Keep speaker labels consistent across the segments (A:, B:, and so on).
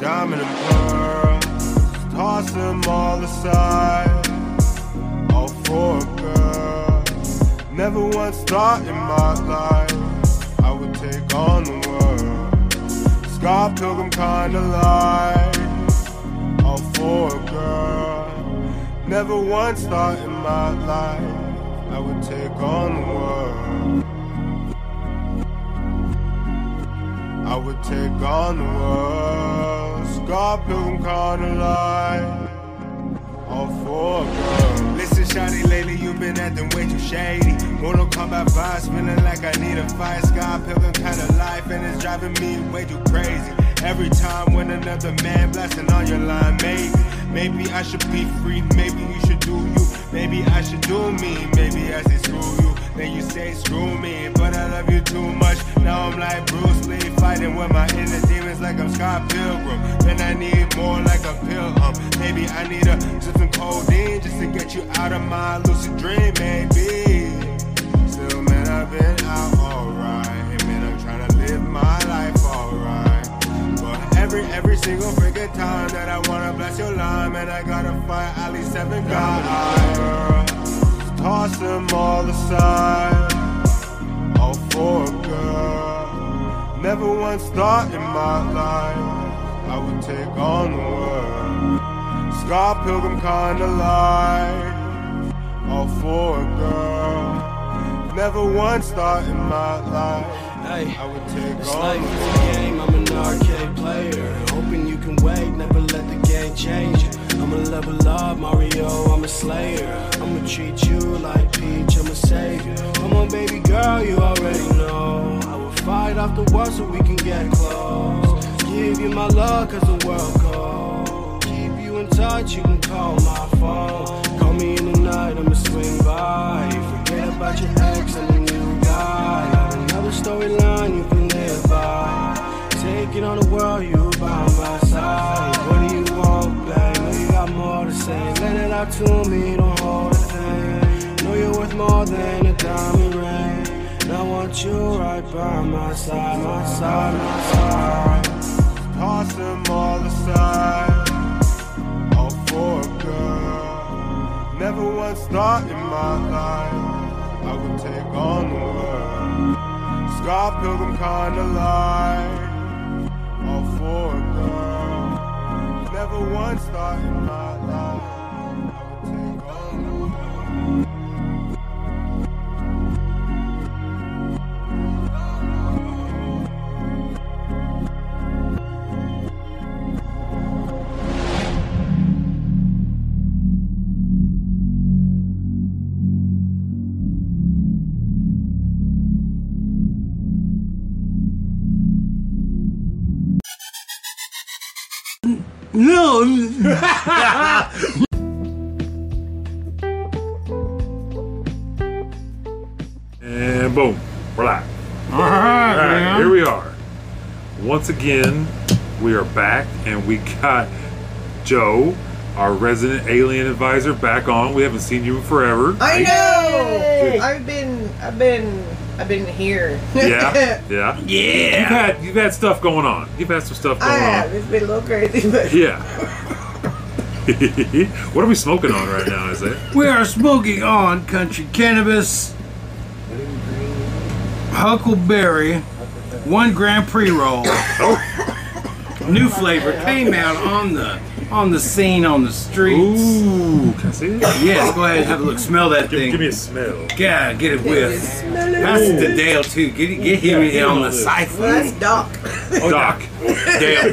A: Diamond and pearls, toss them all aside. All for a girl, never once thought in my life I would take on the world. Scarf took 'em kinda light. All for a girl, never once thought in my life I would take on the world. I would take on the world. Scorpion kinda light. All for a girl. Listen, shawty, lately you've been acting way too shady. Mortal Kombat vibes, feeling like I need a fight. Sky pilgrim kind of life, and it's driving me way too crazy. Every time when another man blasting on your line, maybe, maybe I should be free. Maybe you should do you. Maybe I should do me. Maybe I should screw you. Then you say screw me, but I love you too much. Now I'm like Bruce Lee, fighting with my inner demons like I'm Scott Pilgrim. Then I need more like a pill. Um, maybe I need a sip some codeine just to get you out of my lucid dream. Maybe. Still, man, I've been out alright, and man, I'm tryna live my life alright. But every every single freaking time that I wanna bless your line, man, I gotta fight at least seven guys. Toss them all aside all for a girl. Never once thought in my life I would take on the world. Scar Pilgrim kinda life, all for a girl. Never once thought in my life
B: Hey,
A: I would take
B: This
A: on
B: life
A: the
B: is
A: world.
B: a game, I'm an arcade player. Hoping you can wait, never let the game change. I'm a level up, Mario, I'm a slayer. I'ma treat you like Peach, I'm a savior. Come on, baby girl, you already know. I will fight off the world so we can get close. Give you my love, cause the world cold. Keep you in touch, you can call my phone. Call me in the night, I'ma swing by. Forget about your ex, I'm a new guy. Got another storyline you can live by. Take it on the world, you by my side. What do you want, babe? Know you got more to say. Let it out to me, don't hold a thing. Know you're worth more than a diamond ring. And I want you right by my side, my side, my side.
A: toss them all aside. All for a girl. Never once thought in my life I would take on the world. Scar Pilgrim kinda life. All for a girl. Never once thought in my life I would take on the world.
C: And boom, we're live. All
D: All right,
C: right,
D: man.
C: here we are. Once again, we are back, and we got Joe, our resident alien advisor, back on. We haven't seen you in forever.
E: I know.
C: Yay!
E: I've been, I've been, I've been here.
C: Yeah, yeah, yeah. You've had you've had stuff going on. You've had some stuff going
F: Uh-huh.
E: I have.
C: on.
E: It's been a little crazy, but
C: Yeah. what are we smoking on right now? Is it?
D: We are smoking on country cannabis, huckleberry, one gram pre-roll. New flavor came out on the on the scene on the streets.
C: Ooh, can I see it?
D: Yes, go ahead and have a look. Smell that thing.
C: Give me a smell.
D: God, get it with. Pass it to Dale too. Get get him
C: Yeah,
D: in on
C: yeah.
D: the
E: well,
D: cipher.
E: that's Doc,
C: Doc.
D: Dale,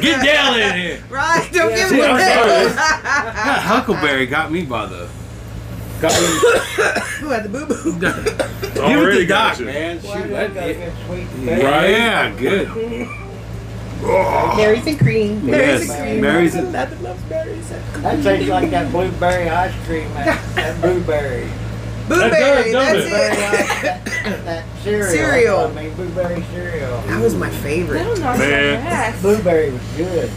D: get Dale in here.
E: right? Don't give me
D: Yeah,
E: that.
D: That huckleberry got me by the. Got me.
E: Who had the boo boo?
D: Give it
C: Already
D: to
C: got
D: Doc,
C: you.
D: man. Shoot, that,
E: Berries
C: Right?
D: Yeah, good.
E: and cream.
D: Yes,
E: Berries and cream.
D: berries and-
E: Nothing loves berries. and-
G: That tastes like that blueberry ice cream, that, that blueberry.
E: Blueberry.
C: does,
E: That's it.
G: That, that cereal.
E: Cereal.
G: I mean, blueberry cereal.
E: That was my favorite.
C: Man.
G: Blueberry was good.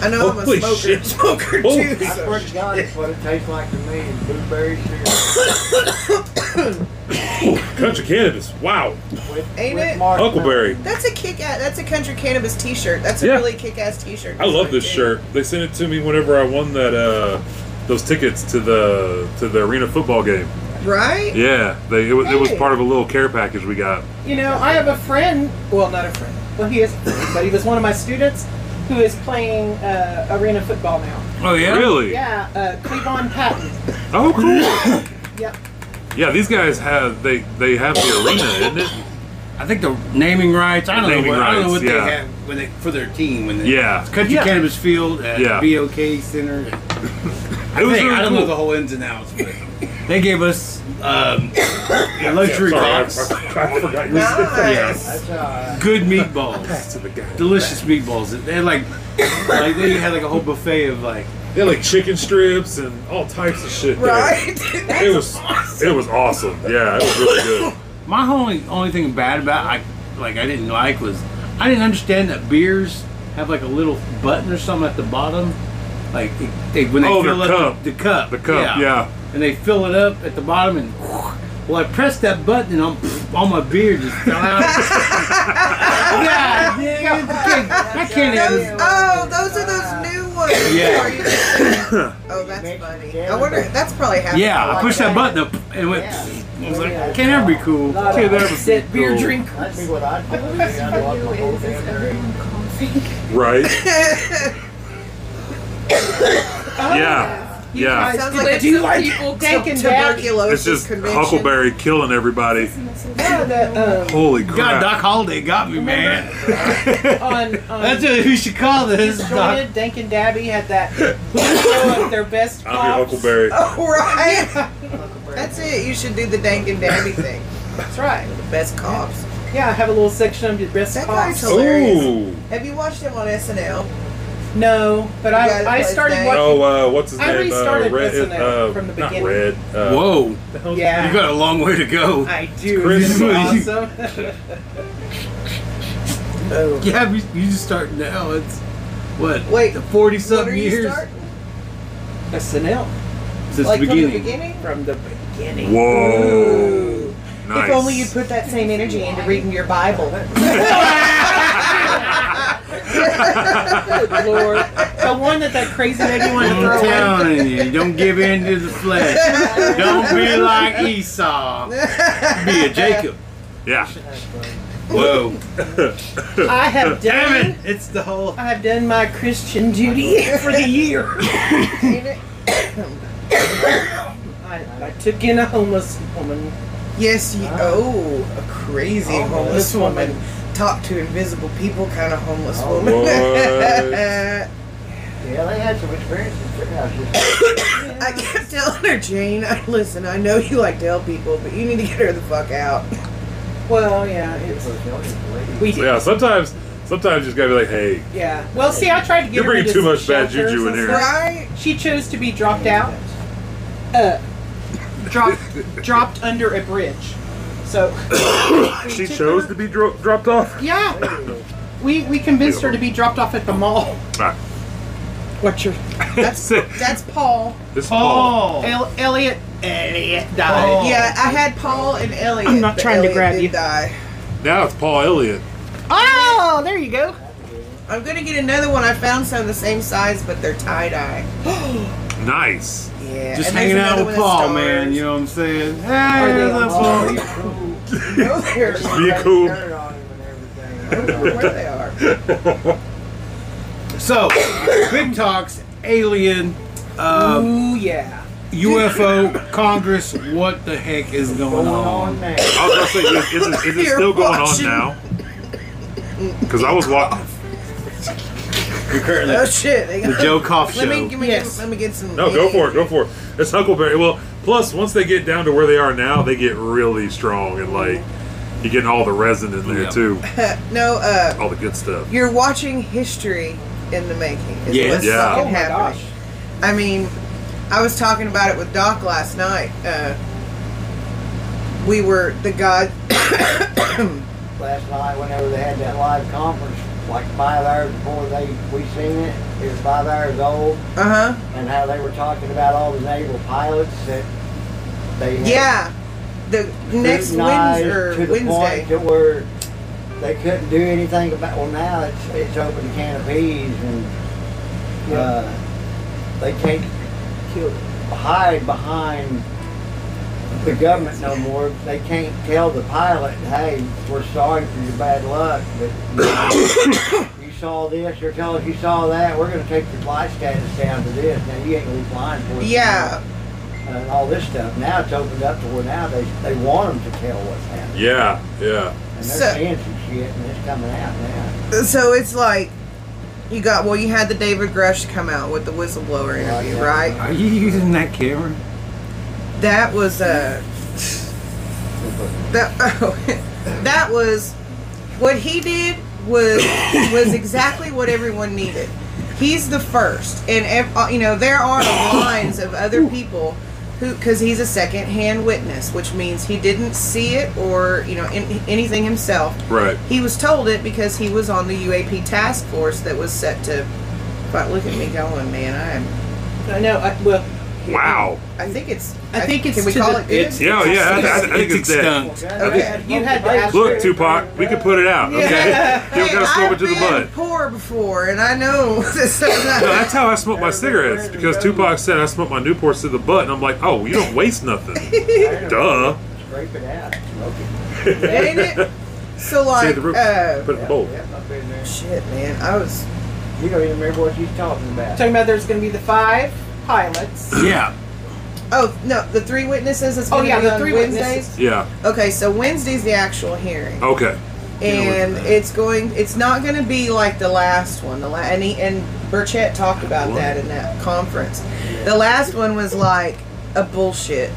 E: I know I'm
F: Holy
E: a smoker,
F: shit.
E: smoker
F: Oh.
E: too.
G: I swear to God, it's what it tastes like to me is blueberry syrup
F: Country cannabis. Wow.
G: with,
E: Ain't
G: with
E: it?
G: marshmallow.
F: Huckleberry.
E: That's a kick ass. That's a country cannabis T-shirt. That's a
F: Yeah.
E: really kick ass T-shirt.
F: I love this shirt. They sent it to me whenever I won that uh, those tickets to the to the arena football game.
E: Right?
F: Yeah, they it was, it was
E: Hey.
F: part of a little care package we got.
H: You know, I have a friend, well, not a friend, well, he is a friend, but he was one of my students who is playing uh, arena football now.
D: Oh yeah.
F: Really?
H: Yeah, uh, Cleavon Patton.
F: Oh, cool.
H: Yep.
F: yeah, these guys have they they have the arena, isn't it?
D: I think the naming rights. I don't
F: Naming
D: know what, I don't know what
F: rights, yeah.
D: they have when they, for their team when they
F: Yeah.
D: It's Country
H: Yeah.
D: Cannabis Field at
F: Yeah.
D: BOK Center. I,
F: It was
D: think,
F: really
D: I don't know
F: cool.
D: the whole ins and outs, but they gave us um, a luxury
F: Sorry, I-
D: box,
F: I, I forgot you said
E: Ah, Nice.
G: That's all right.
D: good meatballs,
F: to the guy.
D: delicious meatballs. They had like, like they had like a whole buffet of like
F: They had like chicken strips and all types of shit. there.
E: Right?
F: It was it was awesome. Yeah, it was really good.
D: My only only thing bad about I like I didn't like was I didn't understand that beers have like a little button or something at the bottom, like they, they- when they
F: Oh,
D: fill
F: their
D: up the-
F: cup.
D: The, cup,
F: The cup, yeah.
D: and they fill it up at the bottom and. Well, I pressed that button and I'm, all my beer just fell out. God, dang it. I can't have
E: Those,
D: this.
E: oh, those are those new ones.
D: Yeah.
E: Are you- oh, that's funny. I wonder. That's probably happening.
D: Yeah, I pushed that button up and it went. I was like, can't ever be cool.
G: Not
D: Can't ever be
H: Sit beer
D: cool.
H: drink.
G: That'd be what I'd do. I'd walk my whole damn area.
F: Right? yeah. Yeah.
E: Sounds like
H: Do you like
E: people
H: taking back?
E: tuberculosis
F: It's just
E: convention.
F: Huckleberry killing everybody.
H: Yeah, um, the,
F: Holy
D: God,
F: crap.
D: Doc Holliday got me, man.
H: um, on, on
D: That's what we should call this. Doc.
H: Distorted, Dank and Dabby had that show of their best
F: I'm your
H: pops.
F: Huckleberry.
E: Oh, right. that's it. You should do the dank and dandy thing.
H: That's right.
E: The best cops.
H: Yeah, I have a little section of your best
E: That
H: pops.
E: guy Hilarious.
F: Ooh.
E: Have you watched him on SNL?
H: No, but
E: You guys
H: I, I
E: play
H: started
E: Dank?
H: watching.
F: Oh, uh, what's his
H: I
F: name?
H: restarted
F: uh, Red.
H: listening
F: Uh,
H: from the
F: not
H: beginning.
F: Red. Uh,
D: Whoa.
F: the hell's
H: Yeah.
D: You got a long way to go.
H: I do.
F: Chris
H: This is
D: Lee.
H: awesome.
E: Oh.
D: Yeah, you, you just start now. It's what?
E: Wait,
D: the forty
E: What are
D: something
E: you
D: years
E: starting?
H: SNL
D: since
E: Like
D: the
E: from the
D: beginning.
E: beginning?
H: from the beginning.
F: Whoa. Nice.
H: If only you put that same energy into reading your Bible. Good Lord. The one that that crazy lady wanted to
D: I'm
H: throw away.
D: telling you, don't give in to the flesh. don't be like Esau. Be a Jacob.
F: Yeah.
D: Whoa.
H: I have
D: Damn
H: done.
D: it! It's the whole.
H: I have done my Christian duty for the year. I, I took in a homeless woman.
E: Yes, you, oh, a crazy homeless, woman. Talk to invisible people kind of homeless woman.
F: what?
E: I
G: Yeah, they had some experience in their houses.
E: kept telling her, Jane, I- listen, I know you like to help people, but you need to get her the fuck out.
H: Well, yeah, it's we did.
F: Yeah, sometimes sometimes you just gotta be like, hey,
H: Yeah. Well, see, I tried to get
F: You're
H: her
F: bringing
H: into
F: too much bad
H: shelters
F: juju
H: and
F: in here.
H: stuff.
E: Right?
H: She chose to be dropped out. Uh, dropped dropped under a bridge. So we
F: she
H: took
F: chose
H: her-
F: to be dro- dropped off.
H: Yeah. We we convinced her to be dropped off at the mall.
F: Ah,
H: What's your
F: that's it.
E: That's Paul.
F: It's Paul.
D: Oh.
H: El- Elliot? Elliot died.
D: Oh.
E: Yeah, I had Paul and Elliot.
H: I'm not
E: but
H: trying to
E: Elliot
H: grab
E: did
H: you.
E: Die.
F: Now it's Paul Elliott.
H: Oh, there you go.
E: I'm gonna get another one. I found some the same size, but they're tie dye.
F: Nice.
E: Yeah.
D: Just
E: and there's
D: hanging out
E: another
D: with
E: one that's
D: Paul, man.
E: stars.
D: You know what I'm saying? Hey,
H: they
D: what's up,
G: Oh,
D: Paul?
G: you cool.
E: No, they're-
F: Be cool.
G: Shirt on him and everything.
E: I don't know where they are.
D: So, big talks, alien, um,
H: Ooh, yeah.
D: UFO Congress. What the heck is going
G: Going
D: on?
G: on Oh now.
F: I was gonna say, is, is, it, is it
E: You're
F: still going on
E: watching.
F: now? Because I was walking.
D: We're currently
E: Oh shit! They
D: the
E: got-
D: Joe Koff show.
E: Let me give me
H: Yes.
E: let me get some.
F: No, go for it. Go for it. It's Huckleberry. Well, plus once they get down to where they are now, they get really strong and like you're getting all the resin in there
D: Yeah.
F: too,
E: no, uh,
F: all the good stuff.
E: you're watching history in the making. Is
D: Yes.
E: what's
F: Yeah.
E: fucking
H: Oh my
E: happening.
H: gosh.
E: I mean, I was talking about it with Doc last night. Uh, we were the god.
G: Last night, whenever they had that live conference, like five hours before they we seen it. It was five hours old,
E: Uh huh.
G: and how they were talking about all the naval pilots that they had
E: Yeah. The next
G: scrutinized
E: Wednesday,
G: to the
E: Wednesday.
G: point to where they couldn't do anything about. Well, now it's it's open can of peas, and uh, they can't hide behind the government no more. They can't tell the pilot, "Hey, we're sorry for your bad luck, but you saw this, or tell us you saw that. We're going to take your flight status down to this. Now you ain't going to be flying for us."
E: Yeah.
G: and all this stuff. Now it's opened up to where now they, they want them to tell what's happening.
F: Yeah, yeah.
G: And
E: So-
G: they're saying some shit and it's coming out now.
E: So it's like you got well, you had the David Grush come out with the whistleblower interview,
G: yeah.
E: right?
D: Are you using that camera?
E: That was uh that oh, that was what he did was was exactly what everyone needed. He's the first, and ev- uh, you know there are lines of other people who, because he's a second-hand witness, which means he didn't see it or you know in, anything himself.
F: Right.
E: He was told it because he was on the UAP task force that was set to. But look at me going, man! I am.
H: I know. I, well,
F: Wow.
E: I think it's.
H: I think it's
E: Can we
H: to
E: call
H: the-
E: it good?
H: it's-
F: Yeah, Oh, yeah. I, I, I think
D: It's
F: it's that.
D: extinct.
E: Okay.
H: you had to ask
F: Look, Tupac, we can put it out. Okay. You don't gotta
E: I've
F: smoke it to the
E: been
F: bud.
E: poor before, and I know this.
F: No, that's how I smoke my cigarettes because Tupac said I smoke my Newports to the butt, and I'm like, oh, you don't waste nothing. Duh.
G: Scrape it out, smoke it.
E: ain't it? So
F: Save
E: like,
F: the root.
E: uh,
F: Put it in the bowl.
G: Yep, up in there.
E: shit, man. I was.
G: You don't even remember what she's talking about.
H: Talking about there's going to be the five pilots.
D: Yeah.
E: Oh no, the three witnesses is
H: Oh,
E: going to
H: yeah,
E: be
H: the
E: on
H: three
E: Wednesdays.
F: Yeah.
E: Okay, so Wednesday's the actual hearing,
F: Okay.
E: and it's going. It's not going to be like the last one. The la- and he, and Burchett talked about that in that conference. The last one was like a bullshit,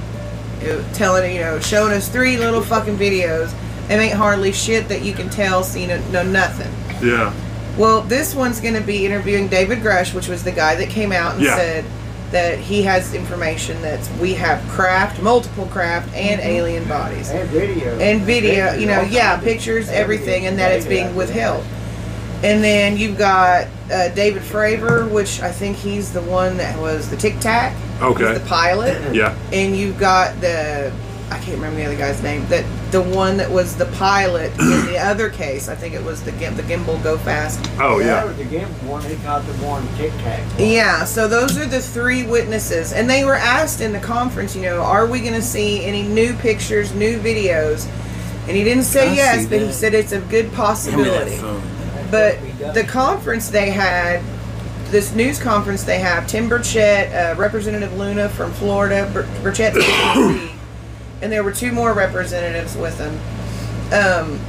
E: It- telling you know, showing us three little fucking videos. It ain't hardly shit that you can tell. So you know, know nothing.
F: Yeah.
E: Well, this one's going to be interviewing David Grush, which was the guy that came out and
F: Yeah.
E: said that he has information that we have craft, multiple craft, and alien bodies.
G: And video.
E: And video, you know,
G: Pictures,
E: yeah,
G: all
E: pictures,
G: kinds of-
E: everything, and that it's being
G: Yeah.
E: withheld. And then you've got uh, David Fravor, which I think he's the one that was the Tic Tac,
F: Okay.
E: the pilot.
F: Yeah.
E: And you've got the, I can't remember the other guy's name, that the one that was the pilot in the other case. I think it was the, gim- the Gimbal Go Fast.
F: Oh,
G: That
F: yeah.
G: was the gift one, he caught the one tic tac.
E: Yeah, so those are the three witnesses. And they were asked in the conference, you know, are we going to see any new pictures, new videos? And he didn't say
D: I
E: yes,
D: see
E: but he
D: that.
E: said it's a good
D: Give me that
E: possibility.
D: phone.
E: But the conference they had, this news conference they have, Tim Burchett, uh, Representative Luna from Florida, Bur- Burchett from Tennessee, and there were two more representatives with them. Um,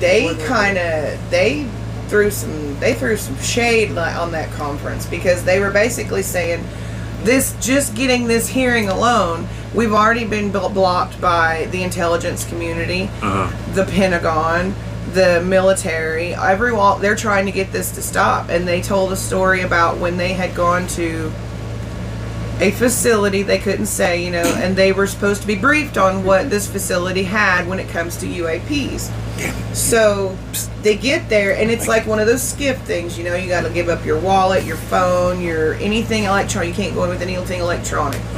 E: they kind of they threw some they threw some shade li- on that conference because they were basically saying this just getting this hearing alone we've already been blo- blocked by the intelligence community
F: Uh-huh.
E: the Pentagon, the military, everyone, they're trying to get this to stop. And they told a story about when they had gone to a facility they couldn't say, you know, and they were supposed to be briefed on what this facility had when it comes to UAPs. So they get there, and it's like one of those skip things, you know, you got to give up your wallet, your phone, your anything electronic. You can't go in with anything electronic.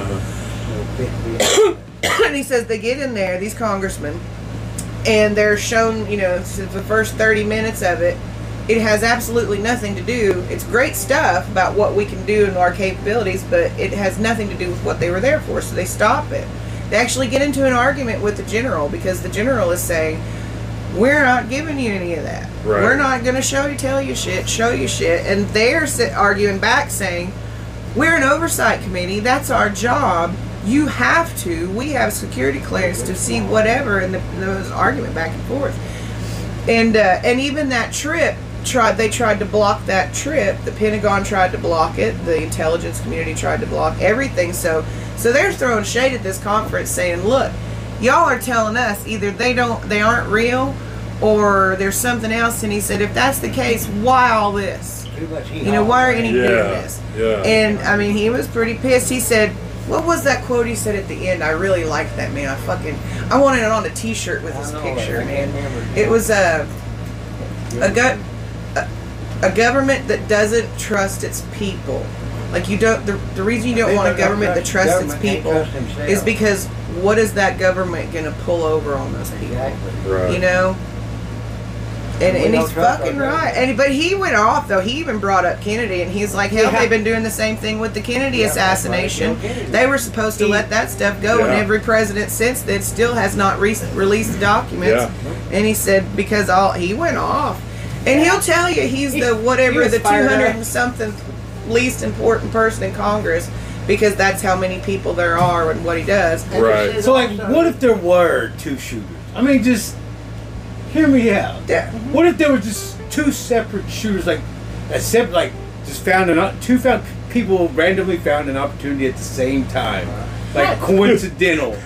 E: and he says they get in there, these congressmen, and they're shown, you know, to the first 30 minutes of it. It has absolutely nothing to do. It's great stuff about what we can do and our capabilities, but it has nothing to do with what they were there for, so they stop it. They actually get into an argument with the general because the general is saying, We're not giving you any of that.
F: Right.
E: We're not going to show you, tell you shit, show you shit. And they're si- arguing back saying, we're an oversight committee. That's our job. You have to. We have security clearance to see whatever, and the, there was argument back and forth. And uh, and even that trip tried. They tried to block that trip. The Pentagon tried to block it. The intelligence community tried to block everything. So so they're throwing shade at this conference, saying, "Look, y'all are telling us either they don't, they aren't real, or there's something else." And he said, "If that's the case, why all this?"
G: Too much heat.
E: You know, why are any
F: Yeah,
E: doing this?
F: yeah.
E: And I mean, he was pretty pissed. He said, "What was that quote he said at the end? I really liked that man. I fucking, I wanted it on a T-shirt with his
G: I know,
E: picture,
G: I
E: man.
G: remember.
E: It was uh, a, a gut, a government that doesn't trust its people. Like you don't. The, the reason you don't
G: People
E: want a
G: don't
E: government that
G: trust-
E: trusts its
G: government can't
E: people
G: trust themselves.
E: is because what is that government going to pull over on those people?
G: Exactly.
F: Right.
E: You know. And,
G: We
E: and
G: don't
E: he's
G: trust
E: fucking
G: our
E: right. And but he went off though. He even brought up Kennedy, and he's like, "Hell,
H: Yeah.
E: they've been doing the same thing with the Kennedy
G: Yeah, that's why they
E: assassination.
G: killed Kennedy.
E: They were supposed to
H: He-
E: let that stuff go, and
F: Yeah.
E: every president since then still has not re- released the documents."
F: Yeah.
E: And he said because all he went off, and he'll tell you he's the
H: He
E: whatever
H: was
E: the two
H: fired
E: hundred
H: up.
E: and something least important person in Congress because that's how many people there are and what he does.
F: Right.
D: So, like, what if there were two shooters? I mean, just hear me out.
E: Yeah.
D: What if there were just two separate shooters, like, except like just found an two found people randomly found an opportunity at the same time, like coincidental.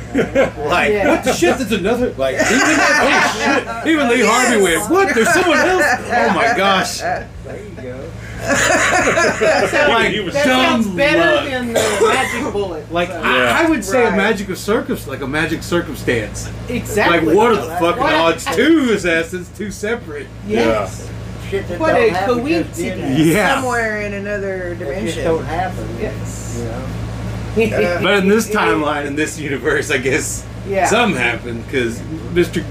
D: like,
H: Yeah.
D: what the shit? There's another like. Even, oh shit! Even Lee Harvey went. What? There's someone else. Oh my gosh!
G: There you go.
D: Like
F: he was
H: That
D: dumb
H: sounds better
D: luck.
H: than the magic bullet.
D: Like
H: so.
D: I, I would say a
H: Right.
D: magic of circumstance, like a magic circumstance.
H: exactly.
D: Like what are the fucking
H: What a-
D: odds? Two assassins, two separate.
H: Yes.
G: Shit that
H: What
G: don't
H: a
G: happen just did
H: coincidence.
G: happen.
E: Somewhere in another
G: It just
E: dimension.
G: don't happen.
H: Yes.
G: You know?
D: But in this timeline, in this universe, I guess
H: Yeah.
D: something happened because Mr.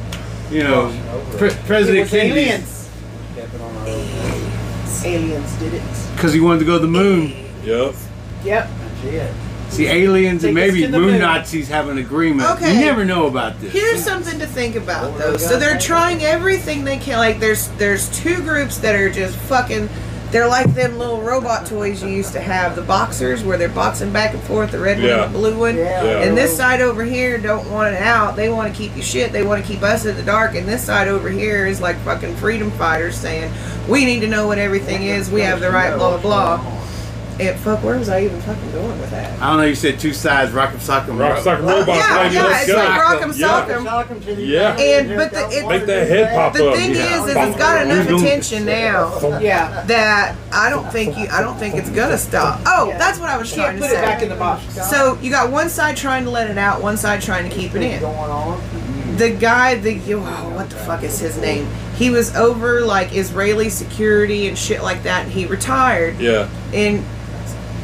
D: You know, pre-
H: it
D: President
H: was
D: Kennedy,
H: aliens.
G: Stepping on our own.
H: Aliens did it.
D: because he wanted to go to the moon.
F: Yep.
H: Yep.
G: That's it.
D: See, aliens and
H: Take us
D: maybe
H: to the
D: moon
H: moon.
D: Nazis have an agreement.
E: Okay.
D: You never know about this.
E: Here's something to think about
G: What
E: though.
G: we
E: So
G: got
E: they're
G: now?
E: trying everything they can. Like there's there's two groups that are just fucking. They're like them little robot toys you used to have. The boxers where they're boxing back and forth. The red one
F: Yeah.
E: and the blue one.
G: Yeah.
F: Yeah.
E: And this side over here don't want it out. They want to keep you shit. They want to keep us in the dark. And this side over here is like fucking freedom fighters saying, we need to know what everything is. We have the right blah, blah, blah. And fuck, where was I even fucking going with that?
D: I don't know. You said two sides, rock and sock and
F: Rock
D: roll.
F: sock robots.
E: yeah,
F: baby,
E: yeah,
F: let's
E: it's
F: go.
E: like Rock'em
F: Yeah.
E: Sock'em.
F: Yeah.
E: And- but the- it-
F: Make that head pop
E: The
F: up.
E: thing
F: yeah.
E: is, is it's got enough attention now
H: Yeah.
E: that I don't think you, I don't think it's gonna stop. Oh, that's what I was trying
H: Can't
E: to
H: put it back in
E: say.
H: the box.
E: So you got one side trying to let it out, one side trying to keep it in.
G: Going on.
E: the guy the you oh, what the fuck is his name he was over like israeli security and shit like that and he retired
F: Yeah.
E: and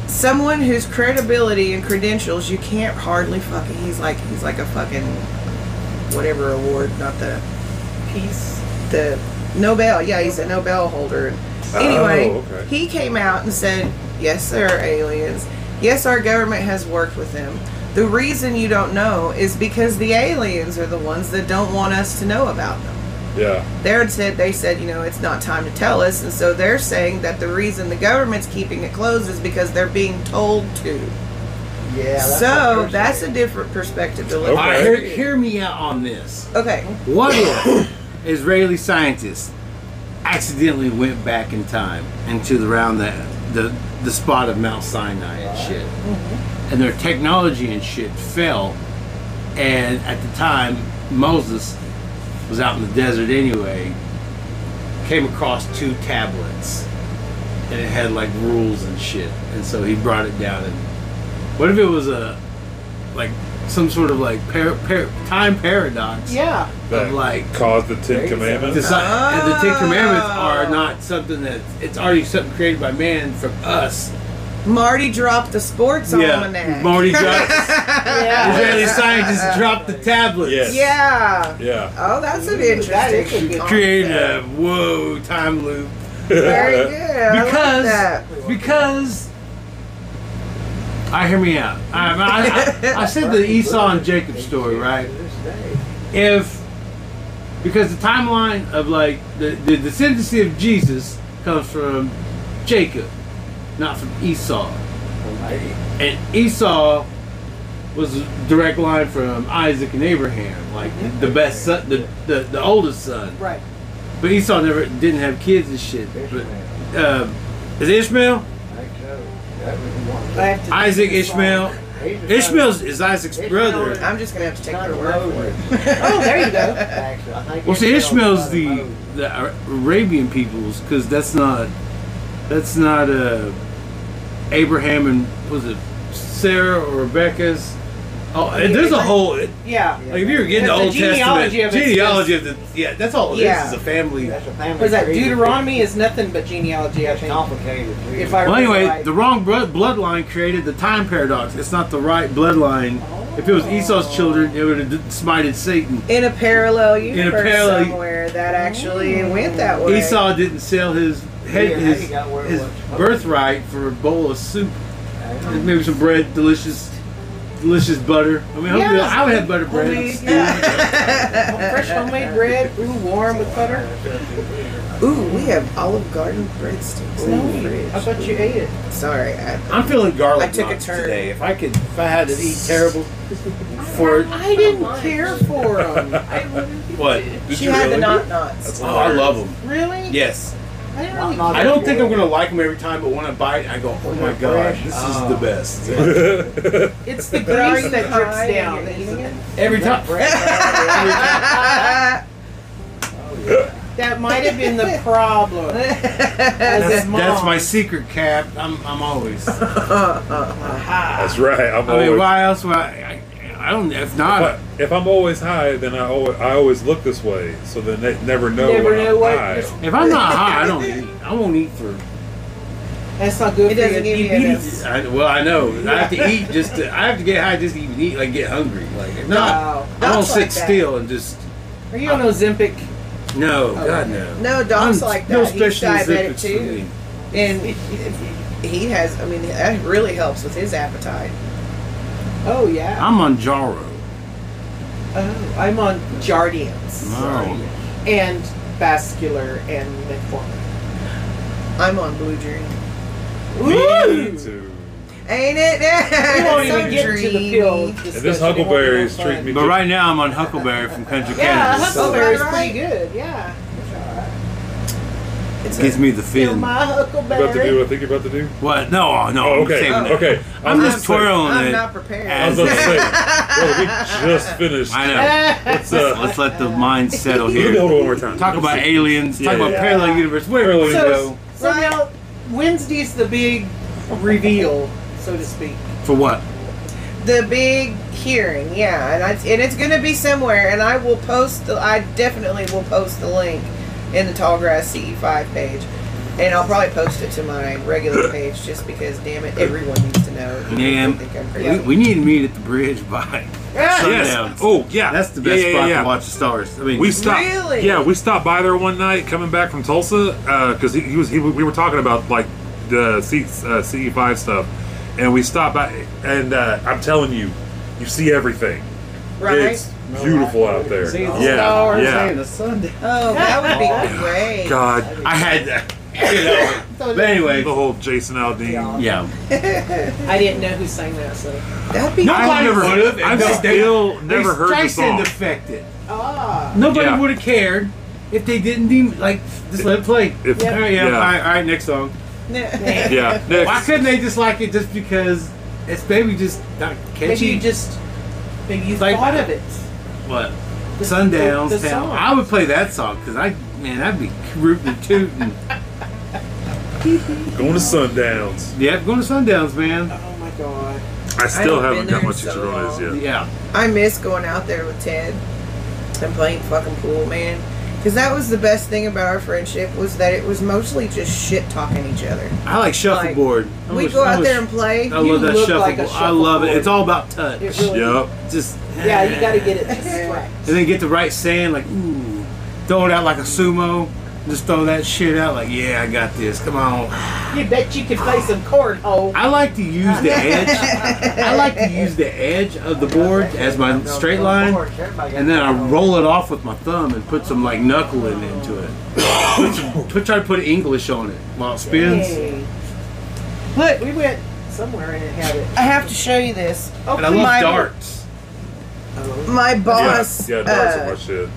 E: someone whose credibility and credentials you can't hardly fucking he's like he's like a fucking whatever award not the
H: Peace.
E: the Nobel. Yeah, he's a Nobel holder. Anyway, he came out and said, "Yes, there are aliens. Yes, our government has worked with them. The reason you don't know is because the aliens are the ones that don't want us to know about them."
F: Yeah.
E: They said they said you know it's not time to tell us, and so they're saying that the reason the government's keeping it closed is because they're being told to.
G: Yeah.
E: so that's a different perspective to look
F: Okay.
E: at.
D: All right, hear, hear me out on this.
E: Okay,
D: What if Israeli scientists accidentally went back in time and to the round that the the spot of Mount Sinai and shit, and their technology and shit fell, and at the time Moses was out in the desert anyway, came across two tablets, and it had like rules and shit, and so he brought it down and what if it was a like some sort of like par- par- time paradox?
H: Yeah.
F: That
D: Of like-
F: caused the Ten
D: It's
F: Commandments.
D: not- and the Ten Commandments are not something that it's already something created by man from us.
E: Marty dropped the sports almanac.
D: Marty dropped.
H: Yeah.
D: Israeli scientists dropped the tablets.
F: Yes.
E: Yeah.
F: Yeah.
E: Oh, that's an interesting.
H: That is a good
E: concept.
D: Created a whoa time loop
E: Very good. I like
D: because
E: that.
D: because. I hear me out. I, I, I, I said the Esau and Jacob story, right? if because the timeline of like the, the descendancy of Jesus comes from Jacob, not from Esau. And Esau was a direct line from Isaac and Abraham, like the best son, the, the, the oldest son.
H: Right.
D: But Esau never didn't have kids and shit. But um, is it Ishmael?
H: I have to
D: Isaac, Ishmael. Ishmael is Isaac's brother.
E: I'm just gonna have to take your word for it.
H: Oh, there you go.
D: Well, see, Ishmael's the the Ar- Arabian peoples because that's not that's not uh, Abraham and was it Sarah or Rebecca's Oh, and there's a whole. Like
H: Yeah.
D: if you were getting the
H: The
D: Old
H: genealogy
D: Testament,
H: of it's
D: genealogy of the yeah, that's all it is.
H: Yeah.
D: is. a family.
G: That's a family.
H: Was that
G: tree.
H: Deuteronomy is nothing but genealogy, I
G: It's
H: think.
G: complicated. tree.
H: If I
D: Well,
H: remember
D: anyway,
H: right.
D: the wrong blood bloodline created the time paradox. It's not the right bloodline. If it was Esau's children, it would have d- smited Satan.
E: In a parallel universe
D: parallel-
E: somewhere that actually went that
H: Mm.
E: way.
D: Esau didn't sell his head,
G: Yeah,
D: his,
G: he got where it
D: his
G: was.
D: birthright for a bowl of soup,
G: Okay.
D: and maybe some bread, delicious, delicious butter. I mean, hopefully,
H: Yeah.
D: I would have butter bread.
H: Homemade, yeah. Fresh homemade bread, ooh, warm with butter.
E: Ooh, we have Olive Garden breadsticks
H: No,
E: in the
H: I
E: fridge.
H: thought you ate it.
E: Sorry, I,
D: I'm feeling garlic
E: I took a
D: knots
E: turn.
D: today. If I could, if I had to eat terrible for
H: I didn't care for them.
D: what?
E: she had the knot knots.
D: Oh, I love them.
H: Really?
D: Yes.
H: I didn't
G: Not-
H: really
G: not
D: I don't
G: every
D: think I'm
G: year.
D: gonna like them every time, but when I bite, I go, oh my Ah. gosh, this is the best.
H: It's the
E: But are
H: grease
E: you
H: that drips
E: high?
H: down.
E: You're
H: Isn't it?
D: Every time.
H: That might have been the problem. As
D: That's,
H: a mom.
D: that's my secret cap. I'm, I'm always. I
F: That's right. I'm
D: mean,
F: always,
D: why else would I? I, I don't.
F: But
D: If not,
F: if I'm always high, then I always, I always look this way, so then they never know
H: Never
F: when
H: know
F: I'm
H: what
F: high.
H: you're-
D: if I'm not high, I don't eat. I won't eat for.
H: That's not good
E: It
H: for your
E: doesn't give you
H: diabetes.
D: I, well, I know. I have to eat just. To, I have to get high just to even eat. Like get hungry. Like if
H: Wow.
D: not, I don't
E: That's
D: sit
E: like that.
D: still and just.
H: Are you on Ozempic?
D: No, God no.
E: no, Dom's like that.
D: No
E: He's
D: special
E: diabetic
D: Olympics for
E: too,
D: me.
E: and he has. I mean, that really helps with his appetite.
H: Oh yeah.
D: I'm on Jaro.
H: Oh, I'm on Jardians
D: No.
H: and vascular and metformin.
E: I'm on Blue Dream.
F: Me too.
E: Ain't it?
H: We won't
E: So
H: even get to the
E: dreamy.
H: pill.
F: And
H: discussion.
F: this
H: It won't be no
F: huckleberries
H: fun.
F: treat me.
D: But right now I'm on Huckleberry from Country
H: Yeah,
D: Cannabis. so
H: huckleberry is
E: Right.
H: pretty good. Yeah.
D: it gives me the
H: Feel
D: feeling.
H: my
F: You're about to do
H: huckleberry.
F: what I think you're about to do.
D: What? No, no.
F: Oh,
D: I'm
F: okay,
D: saving it.
F: okay. I
D: I'm
F: was
D: just
F: gonna say-
D: twirling
E: I'm
D: it.
E: not prepared.
F: I was about to say, brother, we just finished.
D: I know.
F: What's
D: Let's,
F: uh,
D: let's let the mind settle
F: Let me
D: here.
F: hold it one more time.
D: Talk about aliens.
F: Yeah,
D: talk about
F: yeah.
D: parallel universe. Where
F: Parallel
D: we
H: So,
D: go?
H: so now Wednesday's the big reveal, so to speak.
D: For what?
E: the big hearing yeah and, I, and it's gonna be somewhere and i will post the i definitely will post the link in the tallgrass ce5 page and i'll probably post it to my regular page just because damn it everyone needs to know even if they
D: Yeah.
E: think I'm
D: We,
E: crazy. Ah!
D: we need to meet at the bridge by sundown.
F: Yes. Oh yeah.
D: That's the
F: Yeah,
D: best
F: yeah,
D: spot
F: yeah.
D: to watch the stars. I mean,
F: We stopped.
E: Really?
F: Yeah, we stopped by there one night coming back from Tulsa because he, he was. He, we were talking about like the C, uh, CE five stuff, and we stopped by. And uh, I'm telling you, you see everything.
E: right
F: It's beautiful out there.
D: see the
F: yeah,
D: stars and
F: yeah.
D: the sun.
E: oh that would be great
F: God,
D: I had that. You know. but
F: the
D: anyway,
F: whole Jason Aldean.
D: yeah.
H: I didn't know who sang that, so.
E: that'd be
D: Nobody
F: I've never-
D: would've, and
F: I've
D: they-
F: still
D: they-
F: never
D: they
F: heard the
D: Streisand
F: song.
D: defected.
H: Ah.
D: Nobody
F: Yeah.
D: would have cared if they didn't even like just let it play.
F: If-
D: all right, yeah,
F: yeah.
D: All, right, all right, next song.
F: Yeah.
D: Why
F: Next.
D: couldn't they just like it just because it's maybe just not catchy?
H: Maybe you just. Maybe you
D: Like-
H: thought of it.
D: what?
H: The-
D: Sundowns
H: the- the
D: Town.
H: song.
D: I would play that song because I, man, I'd be rooting and tooting.
F: Going to Sundowns.
D: yep, going to Sundowns, man.
H: Oh my god.
F: I still
E: haven't been
F: haven't got
E: there
F: my
E: in so
F: chicharrones
E: long.
F: yet.
D: Yeah.
E: I miss going out there with Ted and playing fucking pool, man. Because that was the best thing about our friendship was that it was mostly just shit talking each other.
D: I like shuffleboard. I
E: we
D: wish-
E: go
D: I
E: out
D: wish-
E: there and play.
D: I love that
H: look like
D: shuffleboard.
H: a
D: I love it.
H: shuffleboard.
D: It's all about touch.
H: It really.
F: Yep.
D: Just
H: Yeah, you gotta get it just right.
D: And then get the right sand, like ooh, throw it out like a sumo. Just throw that shit out, like yeah, I got this. Come on.
H: You bet you could play some cornhole.
D: I like to use the edge. I like to use the edge of the board as my straight line, and then I roll it off with my thumb and put some like knuckle in into it. Put some- put- try to put English on it while it spins.
H: Yay.
E: Look,
H: We went somewhere and it had it.
E: I have to show you this.
H: Oh,
D: And I love
E: my-
D: darts.
E: My boss,
F: Yeah, yeah darts are
E: uh,
F: my shit.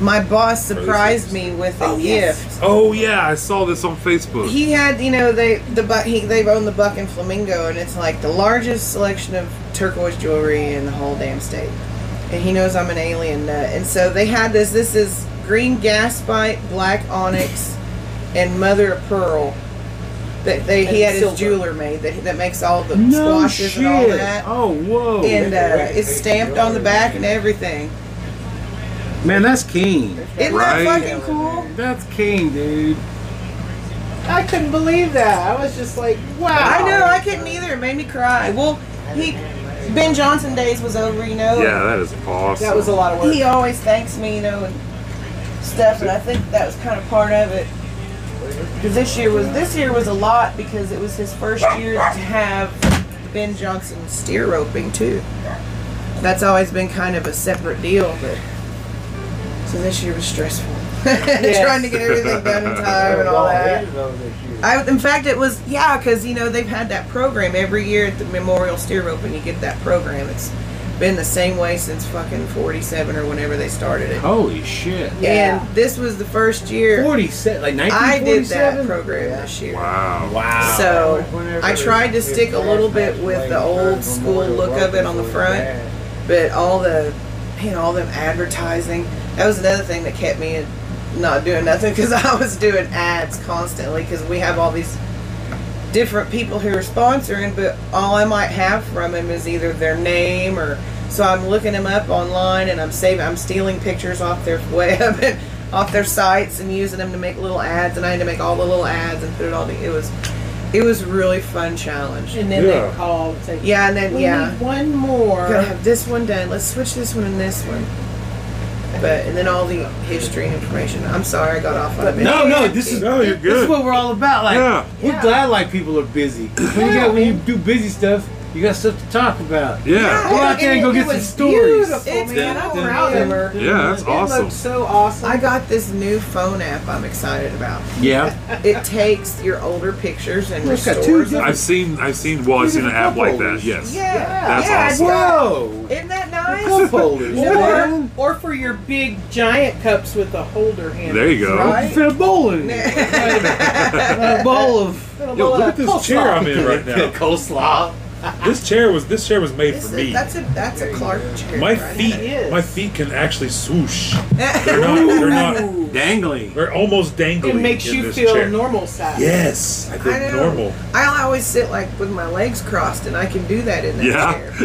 E: my boss surprised me with a
H: Oh,
E: gift.
H: yes.
F: Oh yeah, I saw this on Facebook.
E: He had, you know, they the buck. He, they've owned the Buck and Flamingo, and it's like the largest selection of turquoise jewelry in the whole damn state. And he knows I'm an alien nut, and so they had this. This is green gaspite, black onyx, and mother of pearl that they, he
H: And
E: had his
H: silver.
E: jeweler made that, that makes all the
D: No
E: squashes
D: shit.
E: and all that.
D: Oh, whoa.
E: And uh, it's stamped on the back and everything.
D: Man, that's king.
E: Isn't
F: Right.
E: that fucking cool?
D: That's king, dude.
H: I couldn't believe that. I was just like, wow.
E: I know, I couldn't either. It made me cry. Well, he Ben Johnson days was over, you know.
F: Yeah, that is awesome.
H: That was a lot of work.
E: He always thanks me, you know, and stuff, and I think that was kind of part of it. Because this year was this year was a lot because it was his first year to have Ben Johnson steer roping too. That's always been kind of a separate deal, but so this year was stressful. Trying to get everything done in time and all that. I, in fact, it was yeah, because you know they've had that program every year at the Memorial Steer Rope, and you get that program. It's been the same way since fucking '47 or whenever they started it.
D: Holy shit.
H: Yeah.
E: And this was the first year
D: 47, like
E: I did that
D: 1947?
E: program this year.
F: wow.
D: Wow.
E: So I tried to stick a little bit with the old school look of it on the front, but all the you know all them advertising that was another thing that kept me in not doing nothing because I was doing ads constantly because we have all these different people who are sponsoring, but all I might have from them is either their name or so I'm looking them up online and I'm saving, I'm stealing pictures off their web and off their sites and using them to make little ads, and I had to make all the little ads and put it all. To, it was, it was really fun challenge.
H: And then
F: Yeah.
H: they called. and said,
E: Yeah, and then
H: we
E: yeah,
H: need one
E: we're gonna
H: more.
E: have this one done. Let's switch this one and this one. But and then all the history and information. I'm sorry, I got off on a bit.
D: No, no, this is
F: No, you're
D: this
F: good.
D: is what we're all about. Like,
F: Yeah.
D: we're
H: Yeah.
D: glad like people are busy. When you, got, when you do busy stuff, you got stuff to talk about.
F: Yeah.
D: Go out there and go
H: it
D: get some
H: was
D: stories.
H: beautiful,
E: It's
H: man. I'm
E: beautiful.
H: proud of her.
F: Yeah, that's
H: It
F: awesome.
H: looked so awesome.
E: I got this new phone app. I'm excited about.
D: Yeah.
E: It takes your older pictures and
D: Look, got
E: restores
D: two
E: them.
D: different-
F: I've seen. I've seen. Well, I've seen an app like that. Yes.
E: Yeah,
F: That's
E: yeah,
F: awesome.
E: I
D: Whoa.
E: do. Isn't that nice?
D: Cup holders, man.
H: Or, or for your big giant cups with the holder handle.
F: There you go.
E: Right?
D: Fit a bowl in it. a bowl of
F: Yo, look at this chair I'm in right now.
D: coleslaw.
F: This chair was. This chair was made
E: This
F: for
E: is-
F: me.
E: that's a that's a Clark chair.
F: My
E: right?
F: feet.
H: is.
F: My feet can actually swoosh. They're not. They're not.
D: Dangly.
F: They're almost dangly.
H: It makes
F: in
H: you
F: this
H: feel
F: chair.
H: normal size.
F: Yes, I
E: I
F: think
E: know.
F: normal.
E: I always sit like with my legs crossed, and I can do that in that
F: Yeah.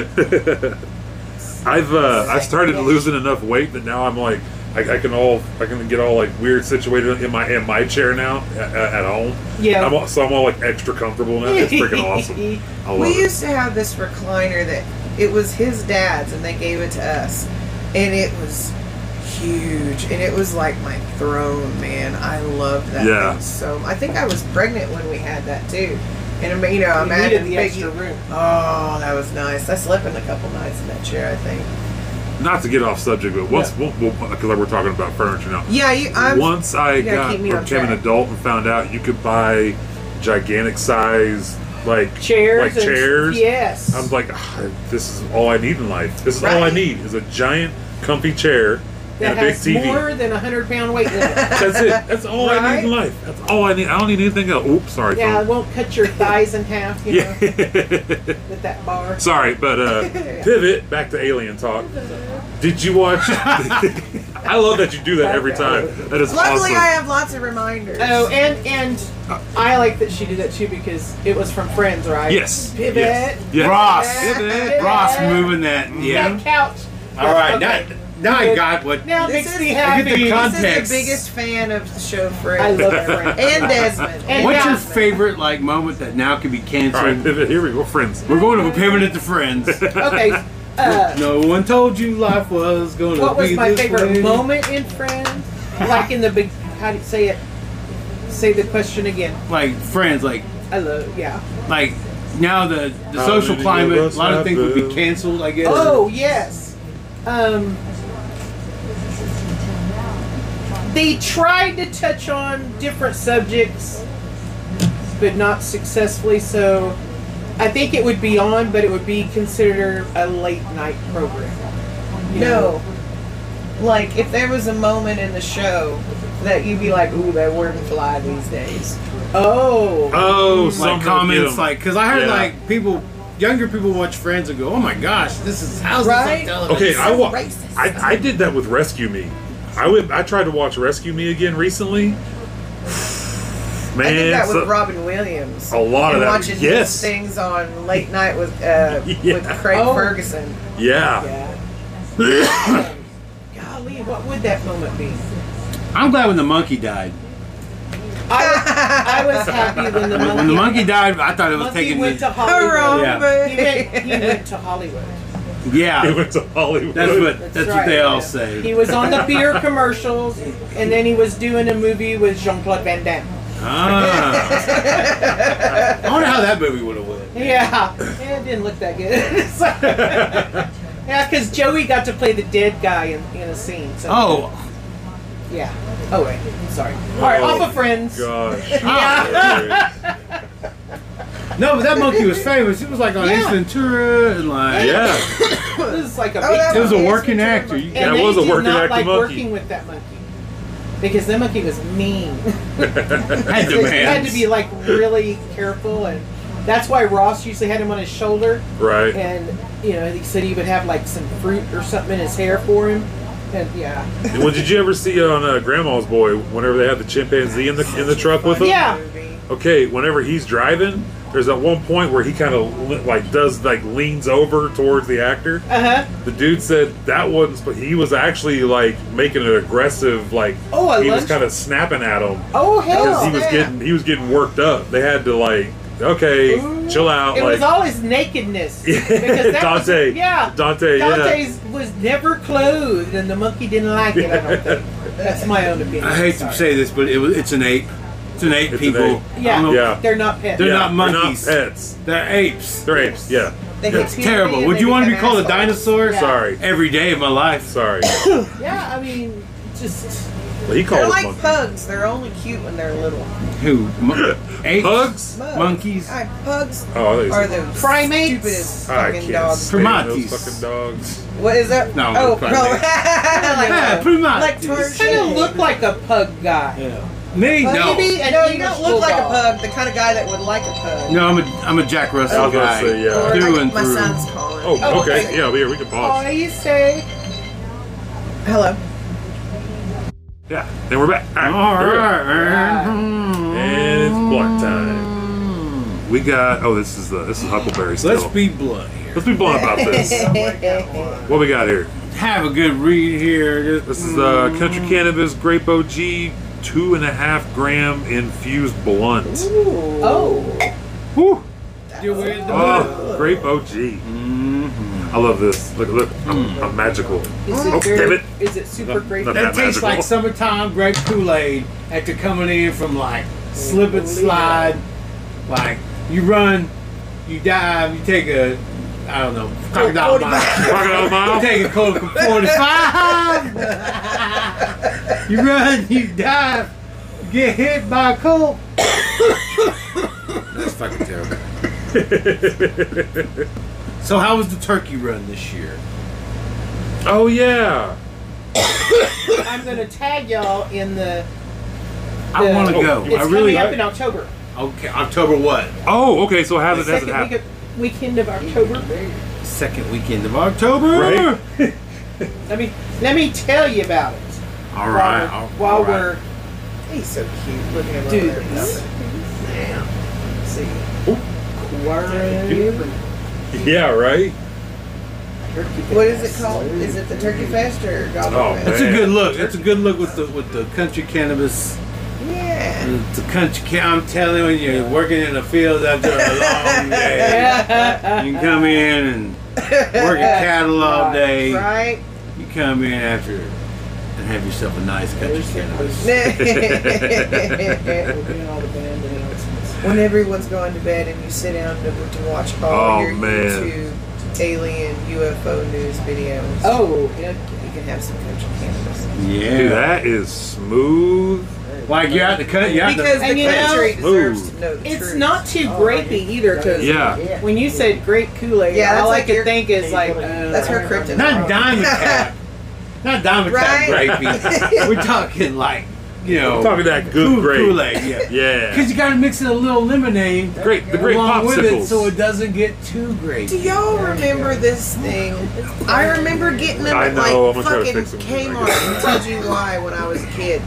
E: chair.
F: I've uh, I started losing enough weight that now I'm like I, I can all I can get all like weird situated in my in my chair now at, at home.
H: Yeah.
F: I'm all, so I'm all like extra comfortable now. It's freaking awesome. I love
E: We
F: it.
E: used to have this recliner that it was his dad's, and they gave it to us, and it was huge, and it was like my throne, man. I loved that.
F: Yeah.
E: thing So I think I was pregnant when we had that too, and you know,
H: You needed
E: imagine
H: the
E: big-
H: extra room.
E: Oh, that was nice. I slept in a couple nights in that chair, I think.
F: Not to get off subject, but once because we're talking about furniture now.
E: Yeah, you, I'm.
F: once I
E: gotta
F: got
E: keep me
F: or
E: on
F: became an
E: track.
F: adult and found out you could buy gigantic size like
H: Chairs.
F: like
H: and-
F: chairs.
H: Yes.
F: I was like, "Ah, this is all I need in life. This is all I
E: Right.
F: need is a giant, comfy chair
H: that
F: and a big
H: has
F: TV.
H: more than a hundred pound weight limit.
F: That's it. That's all I need in
E: Right?
F: life. That's all I need. I don't need anything else. Oops, sorry.
H: yeah, it
F: phone.
H: won't cut your thighs in half, you know,
F: yeah.
H: with that bar.
F: sorry, but uh, pivot back to alien talk. Did you watch? I love that you do that every time. That is
E: Luckily,
F: awesome.
E: I have lots of reminders.
H: Oh, and and I like that she did that too because it was from Friends, right?
F: yes.
H: Pivot.
F: Yes. yes.
D: Ross.
H: Pivot.
D: Ross moving that. Yeah.
H: That couch.
D: All right.
H: Okay.
D: Now, now I got what.
H: Now it
E: This
H: makes
E: is-
H: me
E: I
D: get the
H: happy.
D: con-
E: this is
D: context.
E: the biggest fan of the show, Friends.
H: I love Friends.
E: and Desmond.
H: And
D: What's your
H: Desmond.
D: favorite like moment that now can be
F: All right,
D: canceled?
F: pivot. Here we go, friends.
D: We're going to a pivot at the friends.
H: okay. Uh,
D: no one told you life was going to be
H: what was my
D: this
H: favorite
D: way.
H: moment in Friends? Like in the big, how do you say it? Say the question again.
D: Like friends, like
H: I love, yeah.
D: like now the, the
F: How
D: social
F: many
D: climate,
F: of
D: a
F: us
D: lot of
F: have
D: things will be
F: been?
D: canceled. I guess.
H: Oh yes. Um, they tried to touch on different subjects, but not successfully. So, I think it would be on, but it would be considered a late night program. you know?
E: No. Like, if there was a moment in the show that you'd be like, ooh, that wouldn't fly these days.
H: Oh.
F: Oh,
D: like
F: something to
D: comments,
F: get 'em.
D: like because I heard
F: Yeah.
D: like people, younger people watch Friends and go, "Oh my gosh, this is how's
E: Right?
D: this on television?"
F: Okay, I
E: so
F: wa-
E: racist.
F: I, I did that with Rescue Me. I went, I tried to watch Rescue Me again recently.
E: I think
F: Man,
E: that was
F: so-
E: Robin Williams.
F: A lot of
E: and
F: that-
E: Watching
F: yes.
E: his things on late night with uh, with
F: Yeah.
E: Craig
H: Oh.
E: Ferguson.
F: yeah.
H: Yeah. Golly, what would that moment be?
D: I'm glad when the monkey died.
H: I was, I was happy when the monkey,
D: When the monkey died, I thought it was
H: monkey
D: taking.
H: went to
D: The,
H: Hollywood.
D: Yeah.
H: He, went, he went to Hollywood.
F: It
D: yeah,
F: went to Hollywood.
D: that's what that's, what
H: right,
D: they all
H: yeah. He
D: say.
H: was on the beer commercials, and then he was doing a movie with Jean Claude Van Damme.
D: Ah. I wonder how that movie would have went.
H: Yeah, yeah it didn't look that good. So- yeah, because Joey got to play the dead guy in, in a scene. So
D: Oh,
H: yeah. Oh wait, sorry. All right,
F: Oh,
H: off of Friends.
F: Gosh.
D: no, but that monkey was famous. It was like on
H: Yeah.
D: Ace Ventura and like.
F: Yeah.
H: It was like a
E: Oh, that
H: big.
D: It was a
E: Ace
D: working
E: Ventura
D: actor. You-
F: That
H: and they
F: was a
H: did
F: working
H: not
F: actor
H: like
F: monkey.
H: working with that monkey because that monkey was mean.
D: had
H: So you had
D: demands.
H: to be like really careful, and that's why Ross usually had him on his shoulder.
F: Right.
H: And you know, he said he would have like some fruit or something in his hair for him. And yeah,
F: well, did you ever see on uh, Grandma's Boy whenever they had the chimpanzee in the in the truck with them?
H: yeah.
F: Okay, whenever he's driving, there's at one point where he kind of like does like leans over towards the actor.
H: Uh huh.
F: The dude said that wasn't, but he was actually like making an aggressive like.
H: Oh, I
F: he was
H: love-
F: kind of snapping at him
H: Oh hell!
F: because he was
H: yeah.
F: getting he was getting worked up. They had to like, okay,
H: Ooh.
F: chill out.
H: Mm-hmm. It
F: like
H: was all his nakedness. was-
F: Dante,
H: yeah.
F: Dante, yeah.
H: Dante's was never clothed, and the monkey didn't like it. I don't think. That's my own opinion.
D: I hate
H: Sorry.
D: to say this, but it was, it's an ape. It's an ape,
F: It's an
D: people.
F: ape.
H: Yeah.
D: I'm a-
F: Yeah.
H: They're not pets.
D: They're
F: yeah,
D: not monkeys.
F: They're not pets.
D: They're apes.
F: They're apes. Yeah.
E: They hit
D: It's
E: puberty
D: terrible.
E: and
D: Would
E: they
D: you want to be
E: become
D: called a
E: assholes.
D: dinosaur?
H: Yeah.
F: Sorry.
D: Every day of my life.
F: Sorry.
H: Yeah, I mean, just
F: Well, he
E: They're
F: called
E: like
F: them
E: pugs. They're only cute when they're little.
D: Who? Mo- apes?
F: Pugs?
E: Bugs.
D: Monkeys?
E: I, pugs
F: Oh, I thought you
E: are
F: said-
E: the
H: Primates?
E: stupidest
F: I
E: fucking
F: can't
E: dogs.
F: stand
D: Primates.
F: those fucking dogs.
E: What is that?
D: No,
E: oh,
D: they're
E: no.
D: primates. Yeah,
E: like,
D: Ah, pretty much.
E: like tortoise.
H: kind of look like a pug guy.
D: Yeah. Me?
E: no,
D: No.
H: Maybe an
E: no, you
H: English
E: don't look like a
H: bulldog.
E: pug. The kind of guy that would like a pug.
D: No, I'm a, I'm a Jack
F: I
D: Russell
F: was gonna
D: guy.
F: say, yeah.
E: Or
D: Through
E: I
D: and
E: think my
D: through.
E: son's calling.
F: Oh,
H: Oh,
F: okay.
H: okay.
F: Yeah, we, we can pause.
H: Oh, you say?
E: Hello.
F: Yeah, and we're back.
D: All right.
F: And it's blunt time. We got. Oh, this is the this is Huckleberry still.
D: Let's be blunt here.
F: let's be blunt about this. what we got here?
D: Have a good read here. Just-
F: This is uh, Country Cannabis Grape OG two and a half gram infused blunt.
H: Oh,
F: Whew.
D: You're wearing the-
F: Oh, grape OG. I love this. Look, look. I'm, I'm magical.
H: is it
F: Oh,
H: very-
F: damn it.
H: Is it super
F: No,
H: great?
F: no.
D: That tastes
F: magical.
D: like summertime grape Kool Aid after coming in from like slip and slide. Like you run, you dive, you take a, I don't know, crocodile mile.
F: Crocodile
D: You
F: Mile.
D: take a cold 45. you run, you dive, you get hit by a cold. That's fucking terrible. so, how was the turkey run this year?
F: Oh yeah.
H: I'm gonna tag y'all in the.
D: I
H: the-
D: want to go.
H: Oh, It's
D: I really.
H: coming up in October.
D: Okay, October what?
F: Oh, okay. So it
H: The
F: hasn't hasn't
H: second week
F: happened.
H: of, weekend of October.
D: Second weekend of October.
F: Right.
H: Let me let me tell you about it.
D: All
H: while
D: right.
H: we're-
D: all-
H: While,
D: all right.
H: we're
E: He's so cute. Look at him
H: Dude.
E: over there. Let's See.
F: Yeah. Right.
E: What is it called? Is it the Turkey Fest or Goblin
F: Oh,
E: Fest?
D: That's
F: man.
D: a good look. That's a good look with the with the country cannabis.
E: Yeah.
D: The country. Can- I'm telling you, you're working in the field after a long day.
F: Oh.
D: You can come in and work a cattle all day.
E: Right?
D: You come in after and have yourself a nice country cannabis.
H: Oh,
E: when everyone's going to bed and you sit down to, to watch
F: Oh,
E: all your
F: man.
E: YouTube alien UFO news videos,
H: oh, yeah.
E: you can have some country cannabis.
D: Yeah.
F: Dude, that is smooth.
D: Like you're out the country. You're out
E: Because
D: the,
E: the
H: And you know-
E: country deserves
F: Ooh.
E: to know the
H: it's
E: truth.
H: not too grapey either. Because
F: Yeah.
H: when you said grape Kool Aid,
E: Yeah, that's
H: all
E: like
H: I could
E: your-
H: think is like uh,
E: That's her kryptonite.
D: not diamond tap. Not diamond tap
E: Right?
D: grapey. We're talking like you know.
F: I'm talking that good
D: Kool-
F: grape.
D: Kool-Aid, yeah.
F: Yeah.
D: Because you gotta mix in a little lemonade
F: Great, the great
D: along with it
F: popsicles.
D: so it doesn't get too
E: Do
D: great.
E: y'all remember this thing? I remember getting them
F: I
E: at
F: know, I'm
E: like
F: gonna try to
E: fucking
F: fix them.
E: Kmart until July when I was a kid.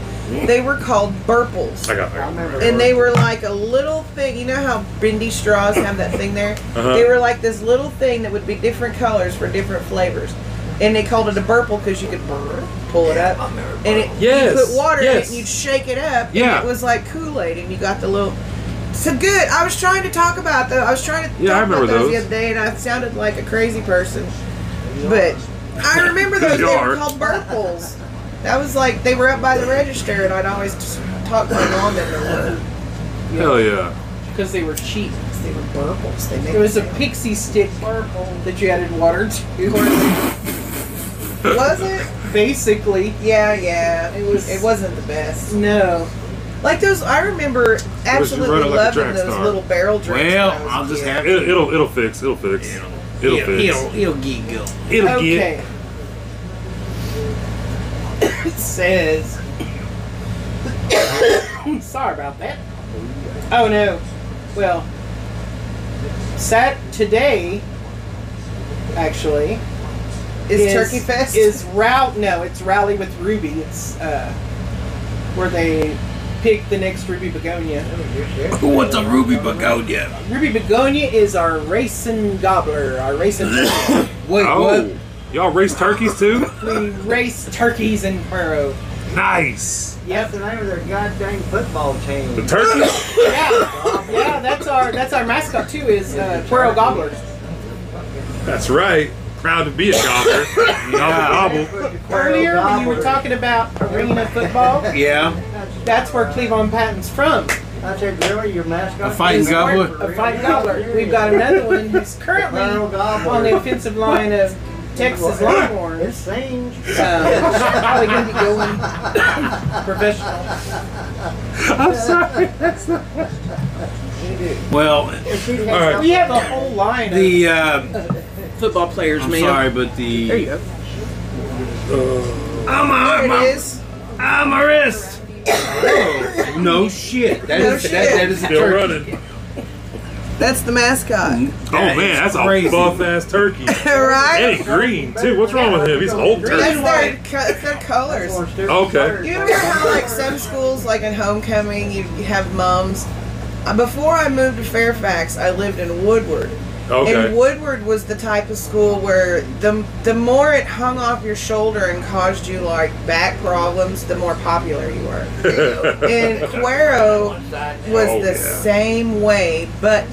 E: They were called burples.
F: I got, I got.
G: remember.
E: and they were like a little thing. You know how bendy straws have that thing there?
F: Uh-huh.
E: They were like this little thing that would be different colors for different flavors. And they called it a burple because you could burr, pull it up. And it,
F: Yes,
E: you put water in it
F: yes.
E: and you'd shake it up.
F: Yeah.
E: And it was like Kool Aid and you got the little. So good. I was trying to talk about those. I was trying to
F: Yeah, I
E: talk about
F: remember
E: those the
F: those.
E: other day and I sounded like a crazy person. But I remember those. They
F: You are.
E: were called burples. That was like, they were up by the register and I'd always just talk my mom into one.
F: Hell yeah.
H: because they were cheap.
E: They were burbles. They made
H: There was a pixie stick that you added water to.
E: Was it?
H: Basically,
E: Yeah, yeah. It was. It wasn't the best.
H: no.
E: Like those, I remember absolutely
F: running like a
E: loving
F: track
E: those
F: star.
E: little barrel drinks.
D: Well,
E: when I
D: I'll
E: was a
D: just
E: kid.
D: have
F: It, it'll it'll fix. It'll fix. It'll fix.
D: It'll, it'll get go.
F: It'll
H: Okay.
F: get.
H: it says. Sorry about that. Oh no. Well, sat today. Actually,
E: Is, Turkey Fest?
H: Is route? No, it's rally with Ruby. It's uh, where they pick the next Ruby begonia.
D: Who wants a ruby begonia?
H: Ruby begonia is our racing gobbler. Our racing.
D: Wait,
F: Oh, y'all raise turkeys too?
H: we race turkeys in burrow.
F: nice.
H: Yep.
G: That's the name of their goddamn football
F: The
G: team.
F: turkeys.
H: Yeah, yeah, that's our that's our mascot too. Is uh, Twirl Gobbler.
F: That's right. Proud to be a gobbler. Gobble gobble.
H: Earlier, when you were talking about arena football,
D: what? Yeah.
H: that's where Cleavon Patton's from.
G: I said, really, your mascot?
D: A fighting
G: is-
D: gobbler.
H: A fighting gobbler. We've got another one who's currently
G: Twirl Gobbler.
H: on the offensive line of Texas
G: It
H: Longhorns.
G: seems.
H: Um, she's probably going to be going professional.
F: I'm sorry. That's not.
D: Well,
F: All right.
H: We have a whole line of
D: the uh,
H: football players,
D: I'm
H: man.
D: sorry, but
H: There
D: the
H: you go.
D: I'm
E: there it is.
D: my wrist. no shit. That
E: No
D: is That,
E: shit.
D: that is a
F: Still
D: turkey.
F: running.
E: That's the mascot.
F: Oh man, that's a buff ass turkey.
E: right?
F: Eddie Green too. What's wrong with him? He's an old
E: That's
F: turkey.
E: their, co- that's their colors.
F: Okay.
E: You remember how, like, some schools, like in homecoming, you you have mums? Uh, Before I moved to Fairfax, I lived in Woodward. And
F: Okay.
E: Woodward was the type of school where the the more it hung off your shoulder and caused you like back problems, the more popular you were. and Cuero was
F: Oh,
E: the
F: yeah.
E: same way, but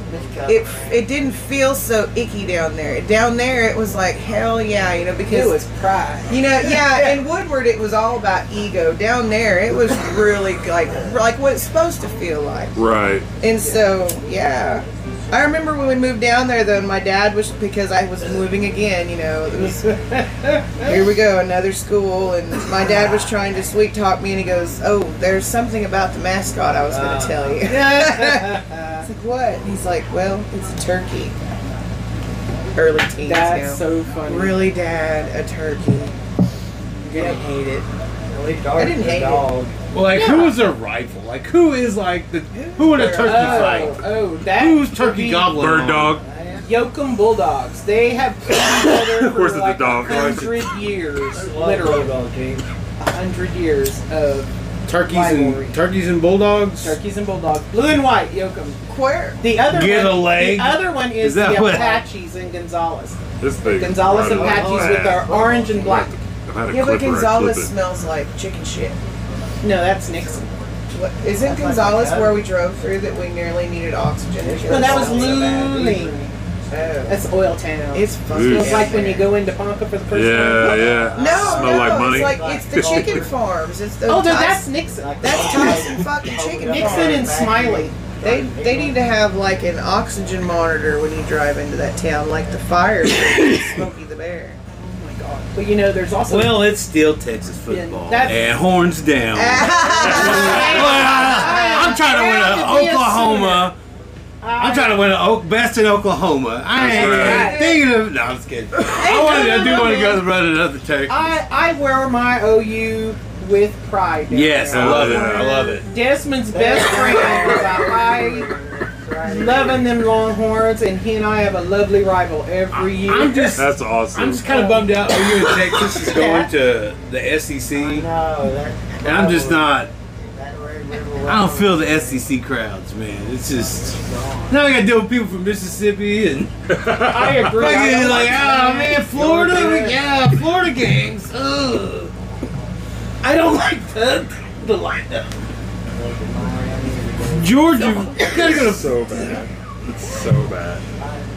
E: it it didn't feel so icky down there. Down there, it was like hell yeah, you know,
H: It
E: because
H: was pride.
E: you know, yeah, in Woodward it was all about ego. Down there it was really like like what it's supposed to feel like.
F: Right.
E: And so, yeah. I remember when we moved down there, though, and my dad was because I was moving again, you know. It was, here we go, another school. And my dad was trying to sweet talk me, and he goes, Oh, there's something about the mascot I was going
H: Uh.
E: to tell you. it's like, What? And he's like, Well, it's a turkey. Early teens
H: That's
E: now.
H: so funny.
E: really, Dad, a turkey. You're going to hate it. I didn't hate it.
G: dog.
D: Well, like who is a rival? Like who is like the who in a turkey
H: Oh,
D: fight?
H: oh, that
D: Who's
H: would
D: turkey
H: be
D: gobbler?
F: Bird
D: on?
F: dog.
H: Yokum Bulldogs. They have played each other
F: Of course
H: for
F: it's a
H: like
F: dog, right?
H: hundred years,
G: Literally.
H: literally hundred years of
D: Turkeys
H: Rivalry.
D: and turkeys and bulldogs.
H: turkeys and bulldogs, blue and white Yokum.
E: Queer.
H: The other
D: Get
H: one,
D: a leg?
H: the other one is,
D: Is that
H: the
D: what- Oh,
H: Apaches and Gonzales.
F: This thing.
H: Gonzales and
F: Right on.
H: Apaches with their orange and black.
F: I've had a
E: Yeah,
F: clipper and
E: but
F: clip
E: Gonzalez
F: it.
E: smells like chicken shit.
H: No, that's Nixon.
E: What, isn't Gonzales where we drove through that we nearly needed oxygen?
H: No, that was
E: Lulu.
H: Luling. That's Oil Town.
E: It's
F: Ooh.
E: fucking
H: It's like when you go into Ponca for the first
F: Yeah,
H: time.
F: yeah.
E: Oh. No,
F: Smell
E: no,
F: like money.
E: it's like it's the chicken farms. It's the
H: Oh, no, that's
E: Tyson,
H: Nixon.
E: that's Tyson fucking chicken
H: Nixon and
E: farms.
H: Smiley.
E: They they need to have like an oxygen monitor when you drive into that town, like the fire Smokey the Bear.
H: Oh my God. But you know, there's also
D: Well, it's still Texas football
H: that's-
D: and horns down.
E: Ah.
H: I
D: Well, I'm trying to win
H: am
D: an
H: proud to be a
D: Oklahoma.
H: I-
D: I'm trying to win an Oak best in Oklahoma. I ain't
F: That's
D: thinking of. No, I'm just kidding. I wanted. I do want to go run another turkey.
H: I, I wear my OU with pride. down
D: Yes,
H: there.
D: I love it. I love it.
H: Desmond's best friend is a high, loving them Longhorns, and he and I have a lovely rival every year.
D: I'm just.
F: That's awesome.
D: I'm just kind of bummed out. OU in Texas is going to the SEC,
G: No, that.
D: and I'm just not. I don't feel the SEC crowds, man. It's just now I got to deal with people from Mississippi and
H: I agree. I
D: fucking
H: don't
D: like,
H: like that.
D: ah man, Florida, we, yeah, Florida games. Ugh. I don't like the the lineup. Georgia, gotta go to
F: So bad. It's so bad.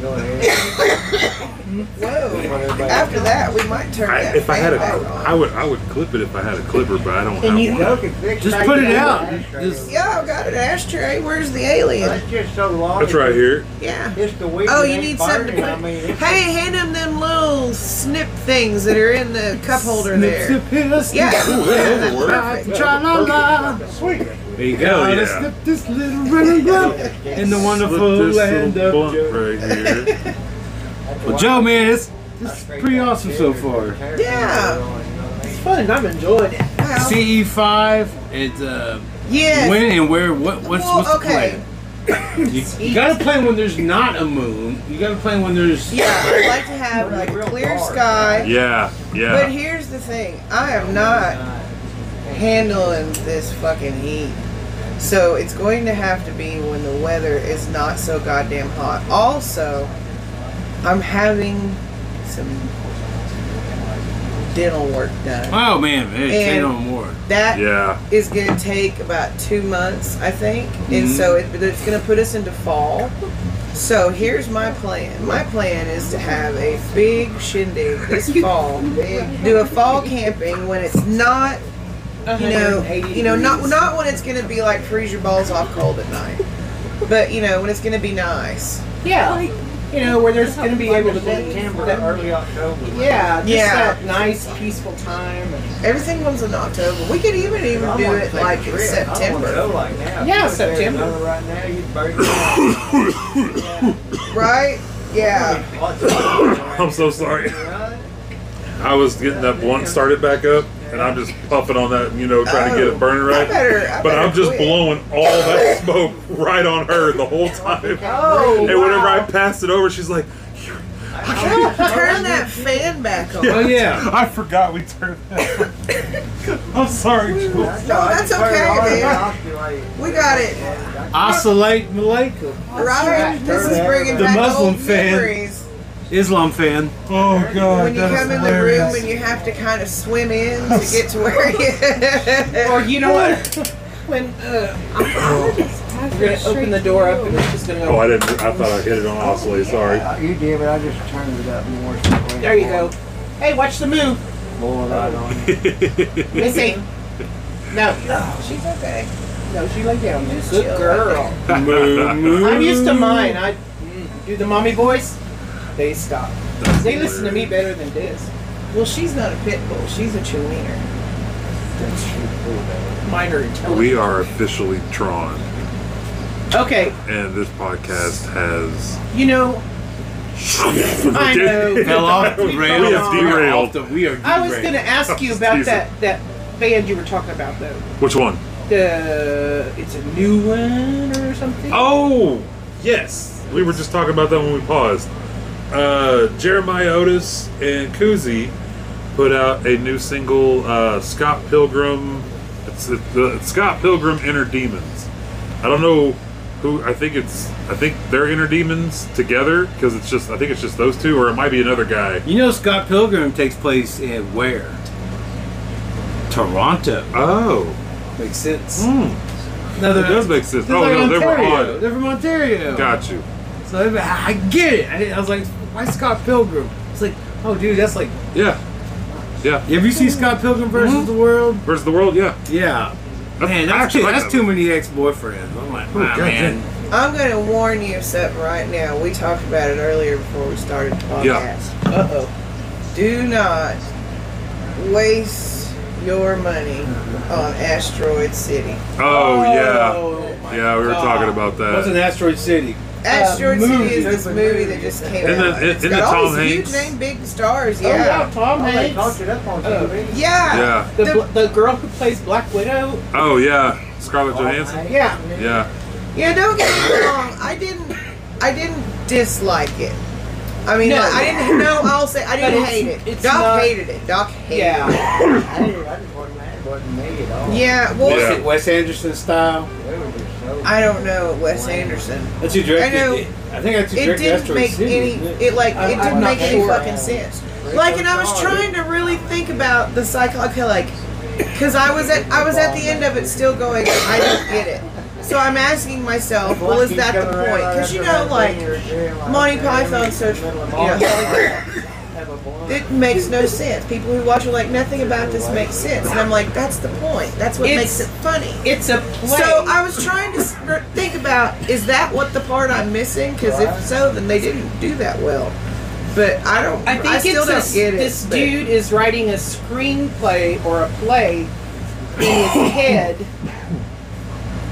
G: Go ahead.
E: Whoa. After that, we might turn
F: I,
E: that
F: if I had a,
E: fan back on.
F: I would, I would clip it if I had a clipper, but I don't
I: Can
F: have
I: you-
F: one.
G: Joe can fix
D: Just
G: that
D: put it
G: thing.
D: out. Just-
E: Yeah, I've got an ashtray. Where's the alien?
G: That's just so long.
F: That's right here.
E: Yeah.
G: It's the weed.
E: Oh,
G: that
E: you
G: ain't
E: need something to
G: burning.
E: put.
G: I mean, it's-
E: Hey, hand him them little snip things that are in the cup holder there.
D: Snip, snip, let's
E: Yeah.
F: that'll work.
E: Perfect.
D: Tra la la. There you go.
F: Hell
D: Let's
F: yeah.
D: snip this little running glove in the wonderful
F: Slip this little blunt
D: land of Joe.
F: right here.
D: Well, Joe, man, it's, it's pretty awesome so far.
E: Yeah.
H: It's fun. I'm enjoying it.
E: Well,
D: CE5, it's E uh,
E: yes.
D: when and where, what, what's,
E: Well,
D: what's the
E: okay.
D: plan? You, you gotta play when there's not a moon. You gotta play when there's.
E: Yeah, I like to have like a clear sky.
F: Yeah,
E: But
F: yeah.
E: here's the thing, I am not handling this fucking heat. So it's going to have to be when the weather is not so goddamn hot. Also, I'm having some dental work done.
D: Oh man, hey, say
E: And-
D: no more.
E: That
F: Yeah.
E: is going to take about two months, I think, and so it, but it's going to put us into fall. So here's my plan. My plan is to have a big shindig this fall. Do a fall camping when it's not,
H: Uh-huh.
E: you know, you know, not not when it's going to be like freeze your balls off cold at night, but you know when it's going to be nice.
H: Yeah. You know, where there's going to be able to be
G: September,
H: that-
G: early October.
H: Yeah, just
E: Yeah.
H: that nice, peaceful time. and-
E: Everything comes in October. We could even even do it like in September,
H: Yeah, September.
G: Right now, you'd burn it
E: right? Yeah.
G: down.
F: I'm so sorry. I was getting that blunt started back up, and I'm just puffing on that, you know, trying to get it burning
E: Oh, I
F: right.
E: better. I
F: but
E: better
F: I'm just
E: quit.
F: blowing all that smoke right on her the whole time.
H: Oh,
F: and whenever
H: wow.
F: I passed it over, she's like,
E: Turn that fan back on.
D: Oh yeah.
F: "I forgot we turned that." on." I'm sorry, Jules.
E: No, that's okay, man. We got it.
D: Oscillate Malika.
E: Right? This is bringing
D: The
E: back
D: Muslim
E: old
D: fan.
E: memories.
D: Islam fan.
F: Oh
E: When
F: God,
E: you
F: that is
E: come in the room and you have to kind of swim in to get to where
H: Or
E: you.
H: you know what? When uh, I'm gonna open the door up and it's just gonna
F: Oh,
H: go.
F: I didn't. I thought I hit it on oscillate. Sorry.
G: "Uh, You did, but I just turned it up more. so it went
H: There you go. Hey, watch the move,
G: More light on it.
H: Missy. No,
E: She's okay.
H: no, she lay down. Good girl. I'm used to mine. I mm, do the mommy voice. They stop. They listen to me better than this.
E: Well, she's not a pit bull. She's a chihuahua.
H: Mine are intelligent.
F: We are officially drawn,
H: Okay,
F: and this podcast has.
H: you know, I know.
D: Fell off the rail.
H: We have
F: derailed.
D: Off the- we are derailed.
H: I was gonna ask you about
F: Excuse
H: that that band you were talking about though.
F: Which one?
H: The it's a new one or something.
F: Oh, yes. We were just talking about that when we paused. Uh, Jeremiah Otis and Kuzi put out a new single, uh, Scott Pilgrim. It's, it's the it's Scott Pilgrim Inner Demons. I don't know who. I think it's. I think they're Inner Demons together because it's just. I think it's just those two, or it might be another guy.
D: You know, Scott Pilgrim takes place in where? Toronto.
F: Oh,
D: Makes sense.
F: hmm.
D: No,
F: that does make sense. Oh no, they were on.
D: They're from Ontario.
F: Got you.
D: So I- I get it. I, I was like, why Scott Pilgrim? It's like, oh, dude, that's like.
F: Yeah. Yeah.
D: Have you seen Scott Pilgrim versus the World?
F: Where's the world? Yeah.
D: Yeah.
F: That's-
D: Man,
F: I
D: that's,
F: actually
D: too,
F: like
D: that's
F: that
D: too many ex-boyfriends. I'm like, wow,
F: God,
D: man.
E: I'm going to warn you of something right now. We talked about it earlier before we started the podcast.
F: Yeah.
H: Uh oh.
E: Do not waste your money on Asteroid City.
F: Oh yeah.
H: my
F: Yeah, we were
H: God.
F: talking about that.
D: What's an asteroid city?
E: Asteroid
D: movie.
E: City is this movie that just came
F: Isn't
E: out.
F: it-
E: It's
F: isn't
E: got
F: it
E: all
F: Tom
E: these
F: Hanks?
E: huge name big stars.
H: Oh yeah,
E: Yeah.
H: Tom
G: Oh, they
H: Hanks.
G: talked it up on
H: Oh.
G: TV.
E: yeah.
F: Yeah.
H: The,
E: The-
H: bl- the girl who plays Black Widow.
F: Oh yeah, Scarlett Johansson.
H: Yeah.
F: Yeah.
E: Yeah, don't get me wrong. I didn't. I didn't dislike it. I mean,
H: No.
E: I didn't. No, I'll say I
H: But
E: didn't
H: it's-
E: hate it.
H: it's
E: Doc
H: not-
E: hated it. Doc hated
H: Yeah.
E: it.
G: I, I just wasn't mad. wasn't me at all.
E: Yeah, well,
D: Is it Wes Anderson style?
G: They were just so.
E: I don't know Wes Anderson.
D: That's who directed
E: I know.
D: it. I think that's who
E: It
D: directed
E: didn't
D: Asteroid
E: make
D: City,
E: any.
D: isn't
E: It like
G: I-
E: it
G: I'm
E: didn't
G: not
E: make any
G: sure.
E: fucking sense. Like, and I was trying to really think about the cycle. Okay, like, because I was at I was at the end of it, still going. I don't get it. So I'm asking myself, well, is that the point? Because you know, like, Monty Python, so you know, it makes no sense. People who watch are like, nothing about this makes sense, and I'm like, that's the point. That's what makes
H: It's-
E: it funny.
H: It's a play.
E: So I was trying to s- think about is that what the part I'm missing? Because if so, then they didn't do that well. But I don't.
H: I think
E: still don't
H: it's a,
E: get it.
H: this
E: but-
H: dude is writing a screenplay or a play in his head,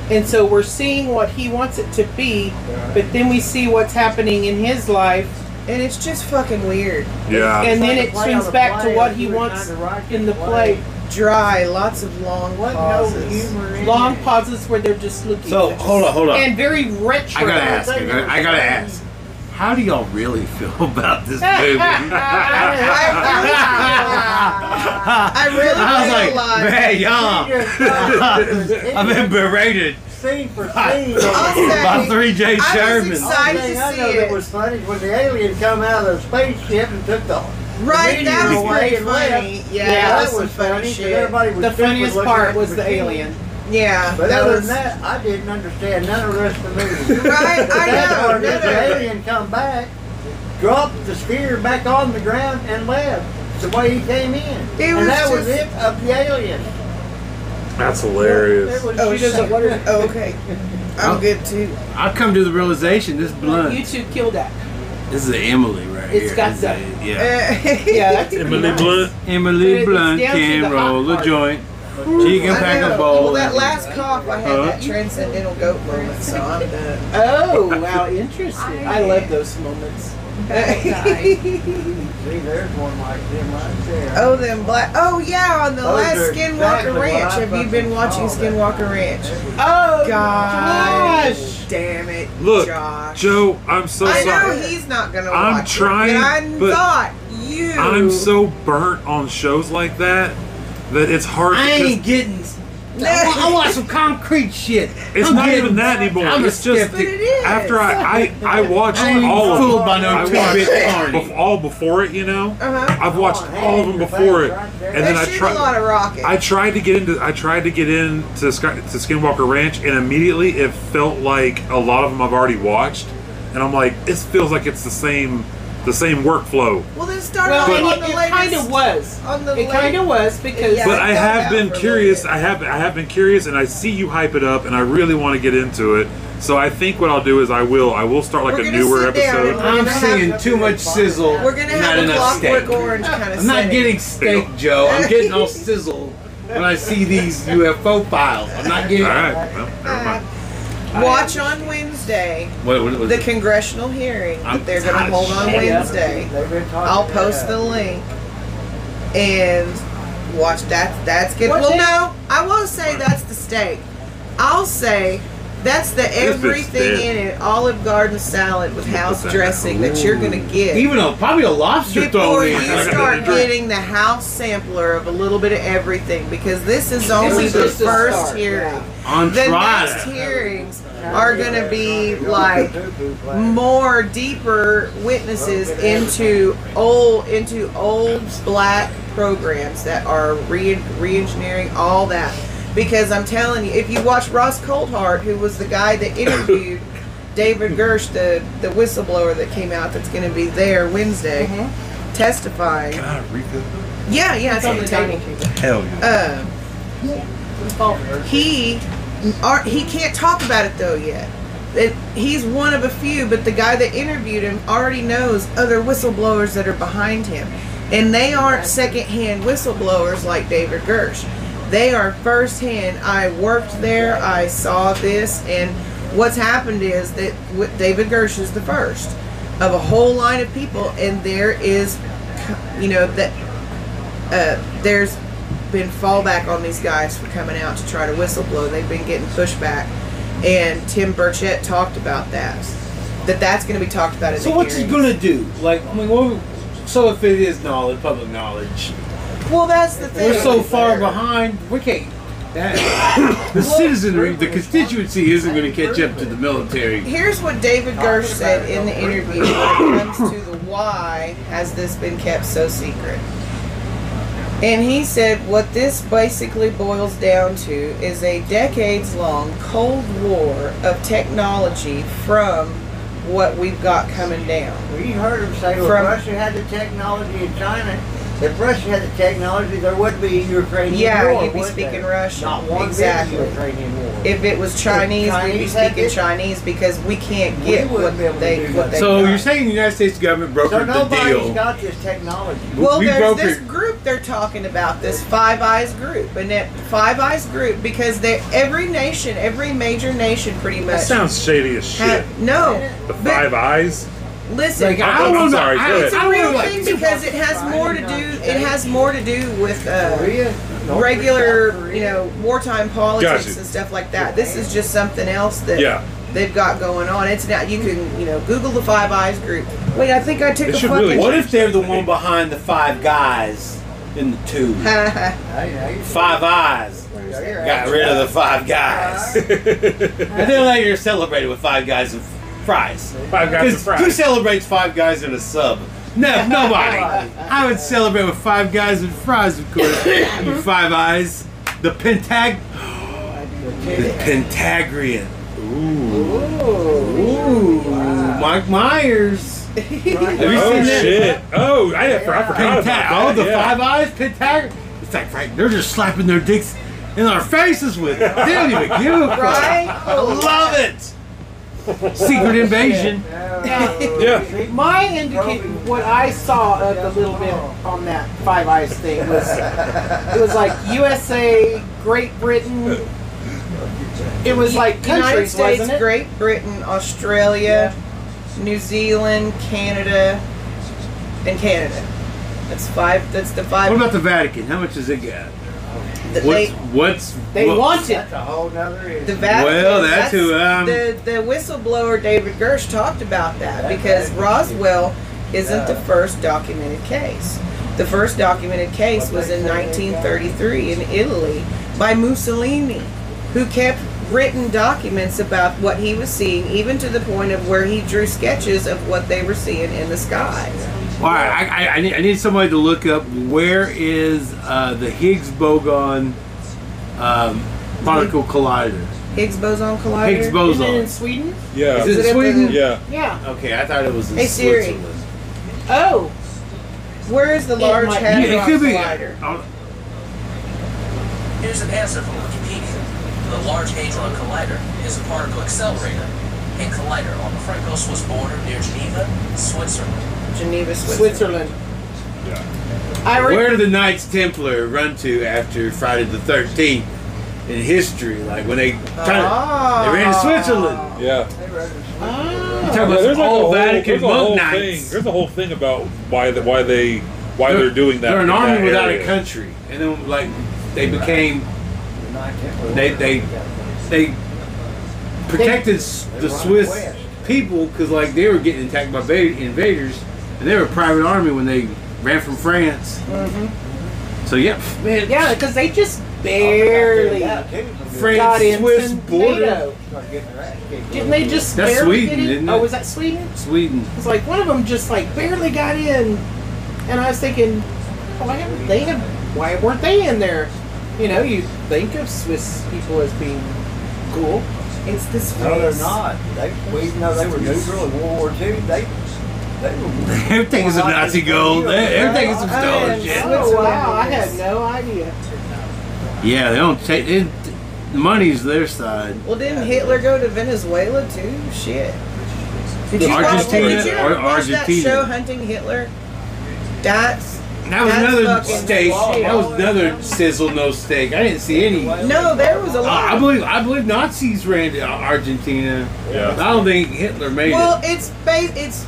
H: and so we're seeing what he wants it to be, but then we see what's happening in his life,
E: and it's just fucking weird.
F: Yeah.
H: and then it swings back to what he wants in the play.
E: Dry, lots of long
G: What no
E: pauses.
G: humor in
H: Long
G: it.
H: pauses where they're just looking.
D: So
H: They're just-
D: hold on, hold on.
H: And very retro.
D: I gotta ask. I gotta, I gotta ask. How do y'all really feel about this movie?
E: I really
D: I was like,
E: feel like-
D: man, y'all, I've been berated
G: Scene for scene.
D: by
E: I'll say,
D: three J
E: was
D: Sherman.
E: excited.
G: Only
E: Excited
G: thing
E: to
G: I
E: see
G: know
E: it.
G: that was funny was the alien come out of the spaceship and took the
E: right, that
G: radio
E: was pretty
G: away and
E: funny.
G: left.
E: Yeah,
H: Yeah,
E: that
G: that
E: was some
G: was
E: funny
G: funny. 'cause
E: shit.
G: everybody was
H: The
G: stupid
H: funny
G: looking
H: part
G: at the
H: was the
G: machine.
H: alien.
E: Yeah,
G: But
E: that
G: other
E: was
G: than that, I didn't understand none of the rest of the movie.
E: right. I
G: That
E: know.
G: part
E: no,
G: that the
E: no.
G: alien come back, dropped the spear back on the ground and left. The way he came in, and
E: was
G: that was
E: just-
G: it of the alien.
F: That's hilarious.
G: It was
E: Oh,
G: she doesn't
E: shit.
G: want to.
E: Oh, okay.
G: Oh.
E: I'm good too.
D: I've come to the realization this
H: You
D: blunt,
H: two killed that.
D: this is an Emily right
H: It's
D: here.
H: got
D: This is a-
H: that.
D: yeah.
E: yeah,
H: Yeah, that's
F: Emily Blunt.
H: But
D: Emily
H: it's
D: Blunt
H: down to the
D: can
H: hot
D: roll a
H: part.
D: joint. She can
E: I
D: pack
E: know.
D: a bowl.
E: Well, that last cough, I had
D: Huh?
E: that transcendental goat moment, so I'm done.
H: Oh, wow, interesting. I love those moments.
G: See, there's one like them right there.
E: oh, them black. Oh, yeah, on the
G: Those
E: last
G: are exactly
E: Skinwalker
G: what
E: Ranch.
G: I
E: Have you been
G: fucking
E: watching
G: call that.
E: Skinwalker Ranch?
H: Oh,
E: Gosh,
H: gosh.
E: damn it,
F: Look,
E: Josh.
F: Joe, I'm so
E: I know
F: sorry.
E: he's not gonna
F: I'm
E: watch it,
F: trying,
E: but
F: but
E: I thought you.
F: I'm so burnt on shows like that that it's hard.
D: I
F: because
D: ain't getting. I want, I want some concrete shit.
F: it's
D: I'm
F: not
D: getting-
F: even that anymore.
D: I'm a
F: it's just
E: But it is.
F: after I I, I watched
D: I ain't
F: all
D: fooled
F: of
D: by no
F: I
D: tidbit
F: watched
D: party.
F: bef- all before it. You know,
E: Uh-huh.
F: I've watched
G: Oh,
F: all of them
G: hey,
F: before it,
G: your face right there.
F: and then
E: they
F: I
E: shoot
F: tried.
E: a lot of rockets.
F: I tried to get into I tried to get into Sky, to Skinwalker Ranch, and immediately it felt like a lot of them I've already watched, and I'm like, this feels like it's the same the same workflow.
E: well, then start off
H: Well,
E: on
H: it,
E: the
H: it
E: latest.
H: kind of was.
E: on the
H: It kind of
E: latest-
H: was because
E: Yeah.
F: But
E: I
F: I
E: felt
F: have
E: that
F: been
E: for a
F: curious.
E: little
F: I have I have been curious, and I see you hype it up, and I really want to get into it. So I think what I'll do is I will I will start like
E: We're
F: a
E: gonna
F: newer
E: sit down and
F: episode.
E: we're
D: I'm
E: gonna
D: seeing
E: have-
D: too much sizzle.
E: We're gonna
D: not
E: have a
D: enough
E: clockwork
D: steak.
E: orange kind of.
D: I'm not getting steak, Joe. I'm getting all sizzle when I see these UFO files. I'm not getting.
F: All right, well, never mind.
E: Watch on Wednesday
D: What, what, what,
E: the congressional hearing
D: I'm
E: that they're going to
D: tired of
E: hold on
D: shit.
E: Wednesday.
G: They've been talking
E: I'll post
G: about-
E: the link and watch that. That's good.
H: What
E: well,
H: day?
E: no, I won't say that's the steak. I'll say that's the
F: bitch
E: everything
F: dead.
E: in it Olive Garden salad with house
F: that
E: dressing that you're going to get.
D: even a probably a lobster
E: before
D: thrown in.
E: you
F: gotta
E: start
F: get a drink.
E: getting the house sampler of a little bit of everything, because this is only
H: is
E: the
H: just the
E: first
H: start,
E: hearing.
H: yeah.
D: on
E: The next
D: Friday.
E: hearings are going to be like more deeper witnesses into old into old black programs that are re re-engineering all that. Because I'm telling you, if you watch Ross Coldhart, who was the guy that interviewed David Gersh, the the whistleblower that came out, that's going to be there Wednesday, testifying. Yeah, yeah, it's on the table.
D: Hell yeah.
E: Um, he are, he can't talk about it though yet. It, he's one of a few, but the guy that interviewed him already knows other whistleblowers that are behind him, and they aren't secondhand whistleblowers like David Gersh. They are firsthand. I worked there. I saw this, and what's happened is that w- David Gersh is the first of a whole line of people, and there is, you know, that uh, there's been fallback on these guys for coming out to try to whistleblow. They've been getting pushback, and Tim Burchett talked about that. That that's going to be talked about in
D: So
E: the
D: what's it
E: hearings.
D: gonna do? Like, I mean, what, so if it is knowledge, public knowledge,
E: Well, that's the thing.
D: We're so far behind. We can't. that- the citizenry, the constituency, isn't going to catch up to the military.
E: Here's what David Gersh said in the interview when it comes to the why has this been kept so secret. And he said what this basically boils down to is a decades long cold war of technology from what we've got coming down.
G: Well, you heard him say, well,
E: From-
G: Russia had the technology in China. If Russia had the technology, there would be Ukrainian
E: Yeah,
G: war.
E: you'd be
G: would
E: speaking
G: there?
E: Russian.
G: Not one
E: Exactly.
G: bit of Ukrainian war.
E: If it was Chinese, we'd be
G: Chinese had
E: speaking
G: this-
E: Chinese because we can't
G: We
E: get
G: wouldn't
E: what
G: be able to
E: they what
G: do that.
E: they
D: So
E: got.
D: you're saying the United States government
G: so
D: brokered the
G: nobody's
D: deal?
G: got this technology.
E: Well,
D: We
E: there's
D: broke
E: this
D: it.
E: group they're talking about, this Five Eyes group, and that Five Eyes group because they every nation, every major nation, pretty
F: That
E: much.
F: sounds shady as shit.
E: have- no,
F: the
E: but
F: Five Eyes.
E: Listen,
D: Like,
F: I'm-
D: I don't
F: I'm
D: wanna-
F: sorry,
D: I-
F: go ahead.
E: it's a
D: I
E: real
D: wanna, like,
E: thing because it has more to do. It has more to do with uh,
G: Korea, North South
E: regular,
G: Korea.
E: you know, wartime politics
F: Gotcha.
E: and stuff like that. This is just something else that
F: Yeah.
E: they've got going on. It's now you can you know Google the Five Eyes group. Wait, I think I took
F: They
E: a
F: should
E: fucking.
F: really-
D: What if they're the one behind the five guys in the tube?
G: Hey, hey,
D: Five eyes got rid of the five guys, and then later you're celebrated with five guys and fries.
F: Five Guys and
D: Because
F: Fries.
D: who celebrates five guys in a sub? No, nobody. I would celebrate with five guys and fries, of course. You five eyes, the pentag, the pentagrian. Ooh, Mike Myers. Have you
F: Oh
D: seen that?
F: shit! Oh, I, I forgot about
D: Pentag-
F: that.
D: oh, the
F: yeah.
D: Five Eyes Pentag. It's like, Frank, they're just slapping their dicks in our faces with it. They don't even give a fuck.
E: Right?
D: I love it. Secret invasion.
F: Yeah.
H: My indicate what I saw of the little bit on that Five Eyes thing was it was like USA, Great Britain. It was like
E: United
H: countries,
E: States,
H: wasn't it?
E: Great Britain, Australia, New Zealand, Canada, and Canada. That's five. That's the five.
D: What about the Vatican? How much does it get?
E: that
D: What's
E: they,
D: what's
H: They
D: what-
H: want it.
G: That's a whole nother issue.
E: the Vatican.
D: Well, that's who, um,
E: the the whistleblower David Gersh talked about that because Roswell isn't the first documented case. The first documented case was in 1933 in Italy by Mussolini, who kept written documents about what he was seeing, even to the point of where he drew sketches of what they were seeing in the sky.
D: All right, I, I, I, need, I need somebody to look up where is uh, the Higgs boson um, particle collider.
E: Higgs boson collider.
D: Higgs
H: Isn't it in
D: boson.
H: Sweden?
F: Yeah.
D: Is it
E: it up
D: Sweden?
E: in-
F: yeah.
H: Yeah.
D: Okay, I thought it was in
E: Hey, Siri.
D: Switzerland.
H: Oh,
E: Where is the large
H: might-
E: hadron
D: Yeah, it could be. Oh,
E: collider?
D: I'll-
I: Here's an answer from Wikipedia. The Large Hadron Collider is a particle accelerator and collider on the Frankos-Swiss border near Geneva, Switzerland.
E: Geneva, Switzerland.
H: Switzerland. I re-
D: Where do the Knights Templar run to after Friday the 13th in history? Like when they kind of, they ran to Switzerland.
F: Yeah.
D: You talking
F: Yeah,
D: about
F: there's like
D: some
F: a
D: old
F: whole,
D: Vatican
F: there's a whole
D: monk
F: thing.
D: knights.
F: There's a whole thing about why the, why they why they're, doing that.
D: They're an
F: in
D: army
F: that
D: without
F: area.
D: a country, and then like they became they they they protected s the Swiss people because like they were getting attacked by va- invaders, and they were a private army when they ran from France. So yeah, man,
H: yeah, because they just barely
G: Yeah, too.
H: got
D: France
H: into
D: Swiss border.
H: NATO.
G: Start getting their ass kicked.
H: Didn't they just
D: That's
H: barely
D: Sweden,
H: get in?
D: isn't it?
H: Oh, was that Sweden?
D: Sweden.
H: It's like one of them just like barely got in, and I was thinking, why haven't they have? Why weren't they in there? You know, you think of Swiss people as being cool.
E: It's the space.
G: No, they're not. They, we know they were neutral in World War II. They, they were.
D: Everything is some Nazi gold. Eh, Everything is some stolen
E: Oh,
D: shit.
E: yeah.
H: Oh wow, I had no idea.
D: Yeah, they don't take it. The money's their side.
E: Well, didn't Hitler go to Venezuela too? Shit. Did you, watch,
D: Argentina
E: did you
D: or
E: ever watch that
D: Argentina?
E: show, Hunting Hitler? That's
D: That was
E: That's
D: another
E: fucking
D: steak.
E: bullshit.
D: That was another sizzle no steak. I didn't see any. Uh,
E: no, there was a lot.
D: I believe I believe Nazis ran to Argentina.
F: Yeah.
D: I don't think Hitler made
E: well,
D: it.
E: it's based it's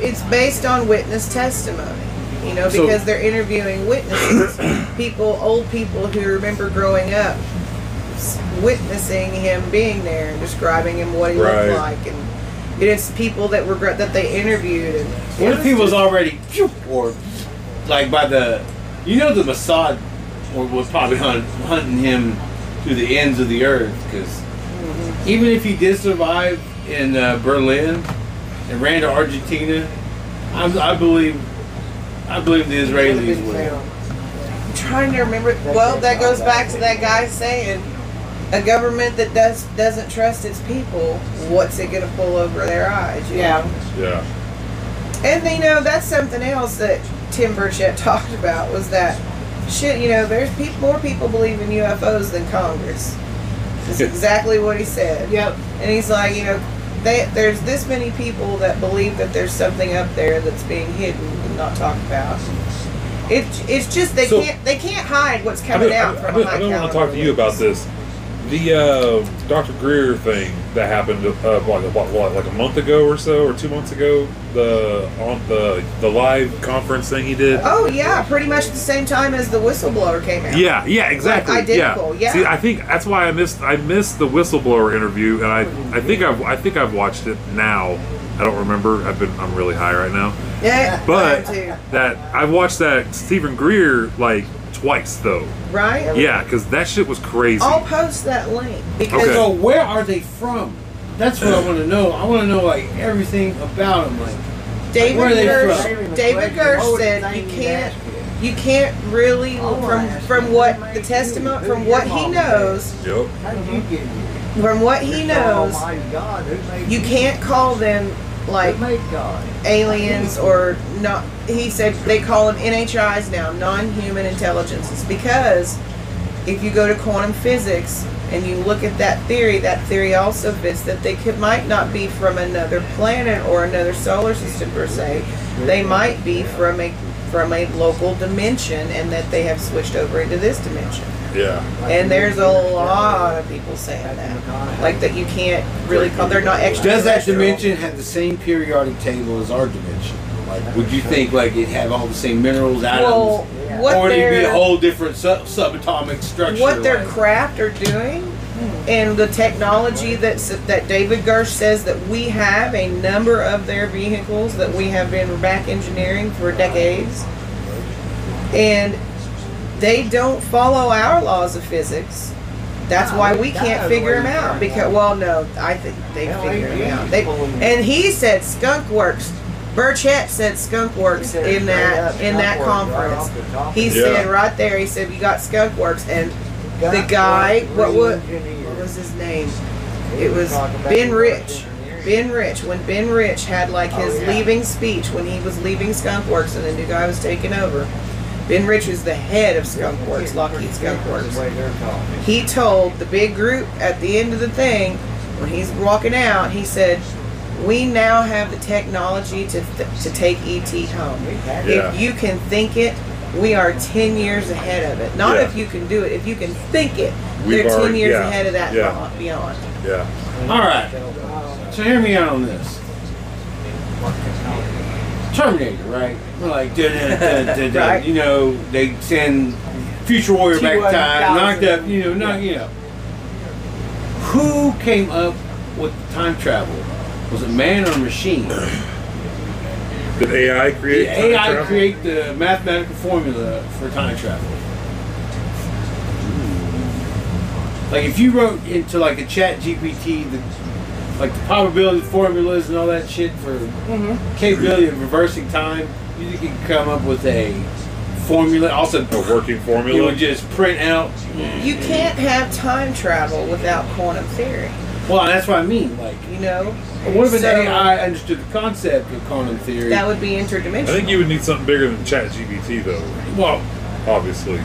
E: it's based on witness testimony. You know,
D: So-
E: because they're interviewing witnesses, people, old people who remember growing up, s- witnessing him being there and describing him what he
F: Right.
E: looked like, and it's people that were gr- that they interviewed. And
D: What if he was already phew, or like by the You know the Mossad wa- was probably hunt, hunting him to the ends of the earth because even if he did survive in uh, Berlin and ran to Argentina, I'm, I believe I believe the Israelis would.
E: I'm trying to remember. Well, that goes back to that guy saying, a government that does doesn't trust its people, what's it gonna pull over their eyes? you
H: Yeah.
E: know?
F: Yeah.
E: And you know, that's something else that Tim Burchett talked about was that shit, you know, there's peop more people believe in UFOs than Congress. That's exactly what he said.
H: Yep.
E: And he's like, you know, they, there's this many people that believe that there's something up there that's being hidden and not talked about. It, it's just they
F: So-
E: can't they can't hide what's
F: I
E: coming
F: don't,
E: out
F: I,
E: from
F: don't,
E: my
F: I don't want to talk to you about this. The uh, Dr. Greer thing that happened uh, like what, what, like a month ago or so, or two months ago, the on the the live conference thing he did.
E: Oh yeah, pretty much the same time as the whistleblower came out.
F: Yeah, yeah, exactly.
E: identical, yeah.
F: See, I think that's why I missed I missed the whistleblower interview, and I I think I've I think I've watched it now. I don't remember. I've been I'm really high right now.
E: Yeah,
F: But
E: mine too.
F: that I've watched that Stephen Greer like twice though.
E: right?
F: Yeah, because that shit was crazy.
E: I'll post that link Oh, because
F: Okay.
D: So where are they from? That's what I want to know. I want to know like everything about them. Like Where are
E: David
D: they
E: Gersh, David Gersh said you can't you can't really from from what the testimony from what he knows
F: Yep.
G: How did you get here?
E: from what he knows
G: Almighty Oh, God, who made
E: you can't call them like
G: Who made God?
E: aliens or not he said they call them NHIs now non-human intelligences because if you go to quantum physics and you look at that theory that theory also fits that they could might not be from another planet or another solar system per se they might be from a from a local dimension and that they have switched over into this dimension
F: Yeah.
E: and there's a lot of people saying that like that you can't really call they're not extra
D: Does that dimension have the same periodic table as our dimension? Like, would you think like it have all the same minerals, atoms,
E: well what
D: or would it be
E: they're-
D: a whole different sub- subatomic structure?
E: what their
D: like-
E: craft are doing and the technology that's, that David Gersh says that we have a number of their vehicles that we have been back engineering for decades. And they don't follow our laws of physics. That's why we can't figure them out. Because, well, no, I think they figure them out. They, and he said Skunk Works. Burchett said Skunk Works in that in that conference. He said right there. He said you got Skunk Works, and the guy, what wa- what was his name? It was Ben Rich. Ben Rich. When Ben Rich had like his
G: Oh, yeah.
E: leaving speech when he was leaving Skunk Works and the new guy was taking over. Ben Rich was the head of Skunk Works, Lockheed Skunk Works. He told the big group at the end of the thing when he's walking out. He said, "We now have the technology to to take ET home."
F: Yeah.
E: If you can think it, we are 10 years ahead of it. Not
F: Yeah.
E: if you can do it, if you can think it,
F: We've
E: they're 10
F: already-
E: years
F: yeah,
E: ahead of that
F: yeah.
E: thought beyond.
F: Yeah.
D: All right. So hear me out on this. Terminator, right? We're Like, dun, dun, dun, dun, dun.
E: Right.
D: you know, they send Future Warrior back in time, knocked up, you know, knock, you know. Who came up with time travel? Was it man or machine?
F: Did AI
D: Did
F: create? time
D: AI
F: travel?
D: create the mathematical formula for time travel? Like if you wrote into like a chat GPT the like the probability formulas and all that shit for Mm-hmm. capability of reversing time, you could come up with a formula. Also
F: a working
D: you
F: formula?
D: would just print out
E: You can't have time travel without quantum theory,
D: well that's what I mean, like
E: you know?
D: what if an
E: So,
D: AI understood the concept of quantum theory?
E: That would be
F: I
E: interdimensional.
F: think you would need something bigger than ChatGPT, though.
D: well,
F: Obviously.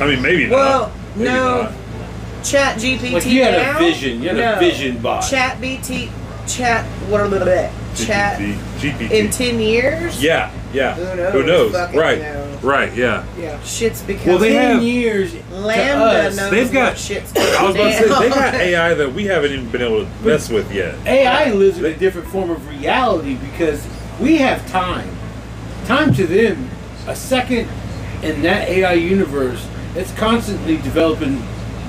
F: I mean, maybe not.
E: Well,
F: Maybe
E: no.
F: not.
E: Chat GPT
D: like you had
E: now?
D: a vision, you had
E: no.
D: a vision bot.
E: Chat BT, chat, what a little bit. Chat
F: GPT. GPT.
E: in 10 years?
F: yeah. Yeah.
E: Who knows? Fucking
F: Right.
E: knows.
F: Right. Yeah.
E: Shit's because
D: Well, they
F: have-
D: ten years
E: Lambda
D: to us,
E: knows
F: they've
E: what
F: got-
E: shit's
F: I was about to say they
E: down.
F: got AI that we haven't even been able to mess with yet.
D: AI lives in a different form of reality because we have time. Time to them, a second in that AI universe, it's constantly developing,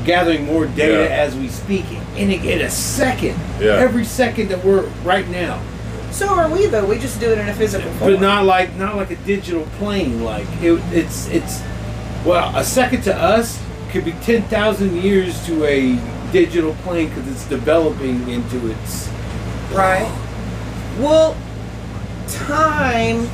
D: gathering more data
F: Yeah.
D: as we speak in, a- in a second.
F: Yeah.
D: Every second that we're right now.
E: So are we though. We just do it in a physical form.
D: but not like not like a digital plane. Like it, it's it's well, a second to us could be ten thousand years to a digital plane because it's developing into its.
E: right. Well, time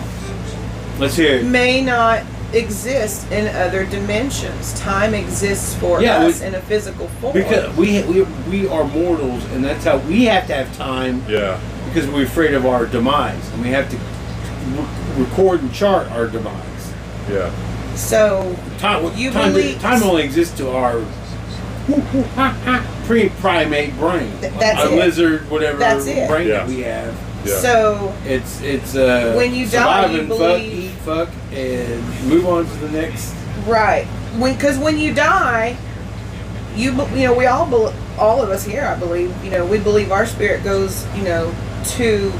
D: Let's hear. it.
E: may not exist in other dimensions. Time exists for
D: Yeah,
E: us
D: we-
E: in a physical form.
D: Because we, we we are mortals, and that's how we have to have time
F: Yeah.
D: because we're afraid of our demise, and we have to re- record and chart our demise.
F: Yeah.
E: so
D: Time,
E: You
D: time,
E: believe-
D: time only exists to our pre-primate brain,
E: Th- that's
D: a
E: it.
D: lizard, whatever
E: That's it.
D: brain
F: Yeah.
D: that we have.
F: Yeah.
E: so
D: It's it's uh,
E: When you die,
D: survive
E: you
D: and
E: believe-
D: fuck, eat, fuck, and move on to the next.
E: right when because when you die, you be- you know we all bel all of us here I believe you know we believe our spirit goes you know to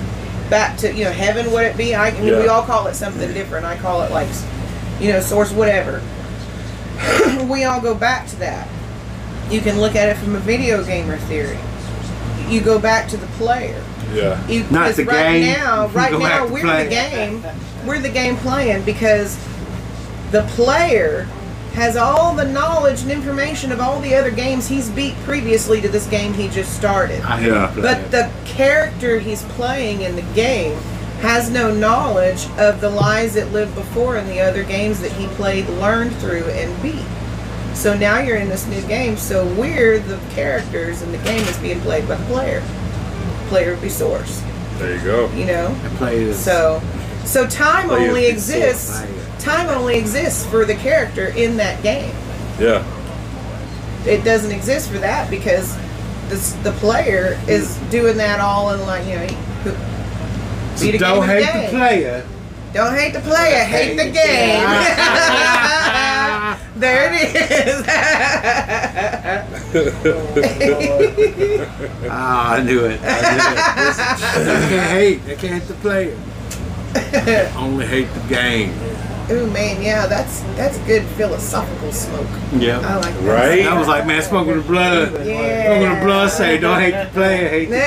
E: back to you know heaven would it be I we
F: Yeah.
E: all call it something different I call it like you know source whatever we all go back to that. You can look at it from a video gamer theory. You go back to the player.
F: Yeah.
E: You,
D: Not
E: 'cause
D: the
E: right
D: game.
E: Now,
D: You
E: right
D: go
E: now,
D: back to
E: we're
D: play.
E: the game. We're the game playing because the player has all the knowledge and information of all the other games he's beat previously to this game he just started.
F: Yeah.
E: But the character he's playing in the game has no knowledge of the lies that lived before in the other games that he played, learned through, and beat. So now you're in this new game, so we're the characters, and the game is being played by the player. Player would be source,
F: There you go.
E: you know?
D: I play this.
E: So, so time
D: Player
E: only
D: would be
E: exists.
D: source, right.
E: Time only exists for the character in that game.
F: Yeah.
E: It doesn't exist for that because this, the player is doing that all in like you know. he-
D: So
E: beat a game
D: don't
E: of
D: hate
E: game.
D: the player.
E: Don't hate the player, hate, the game. there it is.
D: Ah, I knew it. I knew it. I can't hate. I can't hate the player. Only hate the game.
E: Ooh man, yeah, that's that's good philosophical smoke. I
D: Yeah.
E: like that.
F: Right?
D: I was like, man, smoking the blood. Smoking the blood say, don't hate the player, hate the game.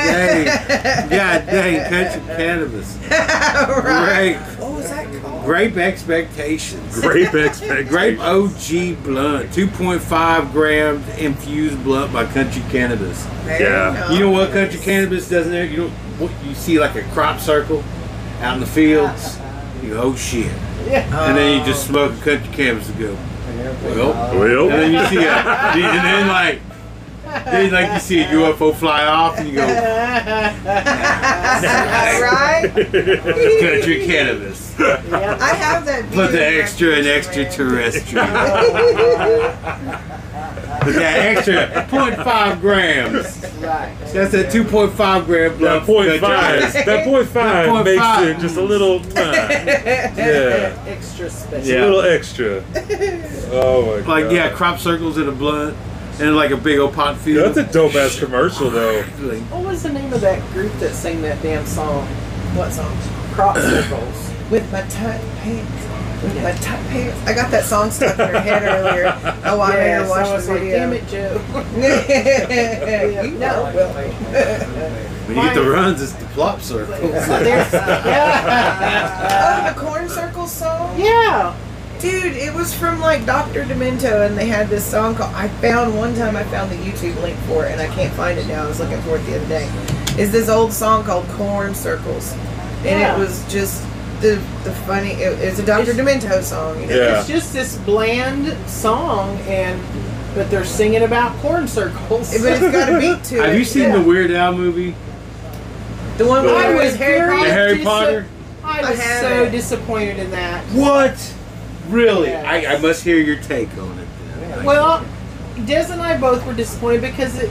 D: God dang, country cannabis.
E: right.
D: Grape.
E: What was that called?
D: Grape expectations.
F: Grape expectations.
D: Grape OG blunt, 2.5 grams infused blunt by Country Cannabis.
E: There
F: Yeah.
D: You know what country cannabis doesn't have? You don't. What you see like a crop circle out in the fields. You go, oh shit,
H: Yeah.
D: and then you just smoke a country cannabis and go.
G: Uh,
D: Well, and
F: Well,
D: then you see a, and then like, then like you see a UFO fly off and you go
E: right?
D: country cannabis.
E: I have that.
D: Put the
E: video
D: extra and
E: reference, man.
D: extraterrestrial. Put that extra 0.5 grams.
H: Right.
D: That's a 2.5 gram blood.
F: that point five. That point five
D: point
F: makes
D: five.
F: it just a little. yeah.
H: Extra special.
F: A little extra. Oh my god.
D: Like yeah, crop circles in a blunt and like a big old pot
F: Yeah,
D: field.
F: that's a dope ass commercial though.
D: Like,
H: What was the name of that group that sang that damn song? What song? Crop Circles.
E: with my tight pants. With my tight pants. I got that song stuck in her head earlier. Oh, I made her
H: Yes, I
E: watch
H: was
E: the
H: like, damn
E: video.
H: it, Joe.
E: you know, Willie.
D: when you get the runs, it's the plop circle.
H: There's- yeah.
E: Oh, the corn circle song?
H: yeah.
E: Dude, it was from like Dr. Demento, and they had this song called. I found one time I found the YouTube link for it, and I can't find it now. I was looking for it the other day. Is this old song called Corn Circles? And
H: Yeah.
E: it was just the the funny. It, it's a Dr. Demento song. You know?
F: Yeah.
H: It's just this bland song, and but they're singing about corn circles.
E: But it's got a beat to it.
D: Have you seen
H: Yeah.
D: the Weird Al movie?
E: The one
F: The-
E: where
H: I
E: it
H: was
E: was Harry
H: very
E: Potter.
D: The Harry
H: disa-
D: Potter?
H: I
E: I
H: was
E: have
H: so
E: it.
H: disappointed in that.
D: What? Really?
H: Yeah.
D: I, I must hear your take on it. Then. Like,
H: Well, Des and I both were disappointed because it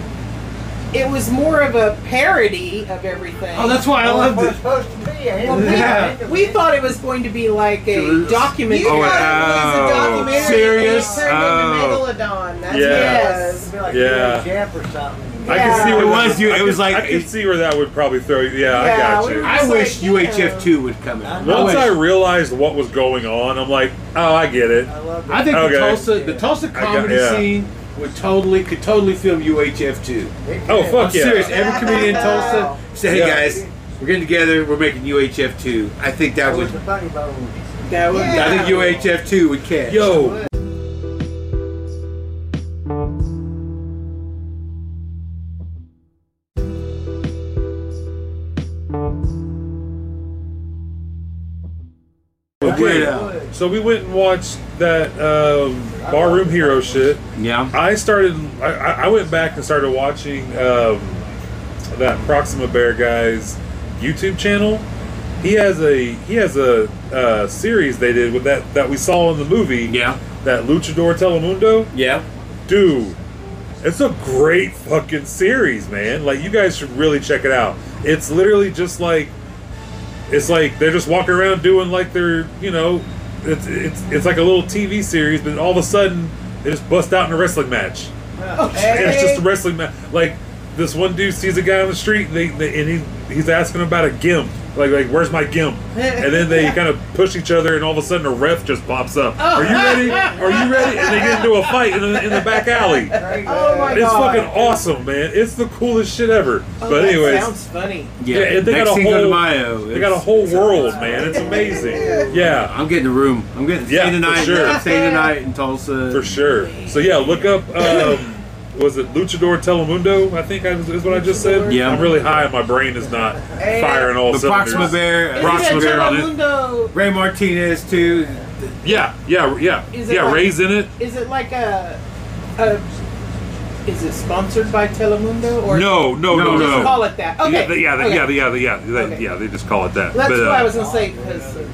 H: it was more of a parody of everything.
D: oh, that's why I loved
G: It's
D: it.
G: supposed to be. I
H: Well,
G: didn't-
H: we,
D: Yeah.
H: we thought it was going to be like a
D: You-
H: documentary.
E: You
F: Oh,
E: thought it was a documentary.
F: oh.
D: Serious?
E: It turned
F: Oh.
E: into Megalodon. That's
F: Yeah.
E: yes.
G: It'd be like
F: Yeah.
G: a Jeff or something.
F: I can see where
D: It
F: that
D: was you-
F: I
D: it
F: can-
D: was like-
F: I can see where that would probably throw you. Yeah, I
H: Yeah,
F: got
H: we
F: you.
H: were-
D: I
H: It's
D: wish
H: like, yeah.
D: UHF two would come out.
F: Once I
D: I, wish-
F: realized what was going on, I'm like, oh, I get it.
G: I love
D: I
G: it.
D: think
F: Okay.
D: the Tulsa the Tulsa
F: got-
D: comedy
F: yeah.
D: scene would totally could totally film UHF two.
G: It
F: Oh
G: did.
F: fuck
D: I'm
F: yeah!
D: serious. Every comedian in Tulsa say, "Hey
F: Yeah.
D: guys, We're getting together. We're making UHF two. I think that
G: That
D: would.
G: was the funny bone.
H: That would.
D: I think UHF two would catch.
F: Yo,
D: Weird Al.
F: so we went and watched that um, Barroom Hero shit.
D: Yeah.
F: I started. I, I I went back and started watching um, that Proxima Bear guy's YouTube channel. He has a he has a uh, series they did with that that we saw in the movie.
D: Yeah.
F: That Luchador Telemundo,
D: Yeah.
F: dude. It's a great fucking series, man. Like you guys should really check it out. It's literally just like it's like they're just walking around doing like they're you know it's it's it's like a little TV series, but all of a sudden they just bust out in a wrestling match. And it's just a wrestling match. Like this one dude sees a guy on the street, and, they, they, and he he's asking about a gimp. Like like where's my gimp? And then they kind of push each other, and all of a sudden a ref just pops up.
H: Oh.
F: Are you ready? Are you ready? And they get into a fight in the, in the back alley.
H: Oh my
F: It's
H: god.
F: fucking awesome, man. It's the coolest shit ever.
H: Oh,
F: but
H: that
F: anyways,
H: sounds funny.
F: Yeah, and they got
D: Next
F: a
D: Cinco de
F: whole-
D: Mayo,
F: they got a
D: it's-
F: whole world, man. It's amazing. Yeah.
D: I'm getting a room. I'm getting
F: Yeah,
D: staying
F: for
D: tonight.
F: sure.
D: I'm staying tonight in Tulsa.
F: For sure. So yeah, look up. Um, was it Luchador Telemundo? I think I, is what I just said.
D: Yeah.
F: I'm really high. and My brain is not firing all
D: The Proxima
F: cylinders.
D: Bear.
F: Rock
H: Is it
F: Bear on it.
H: Telemundo?
D: Ray Martinez too.
F: Yeah, yeah, yeah,
H: Is it
F: yeah.
H: like-
F: Ray's in it.
H: Is it like a, a? Is it sponsored by Telemundo or?
F: No, no,
D: No,
F: no,
H: Just
F: no.
H: call it that. Okay.
F: Yeah, they, yeah, they,
H: okay.
F: yeah, they, yeah, they, yeah, they,
H: Okay.
F: yeah. They just call it that.
H: That's
F: But,
H: what
F: uh,
H: I was gonna say because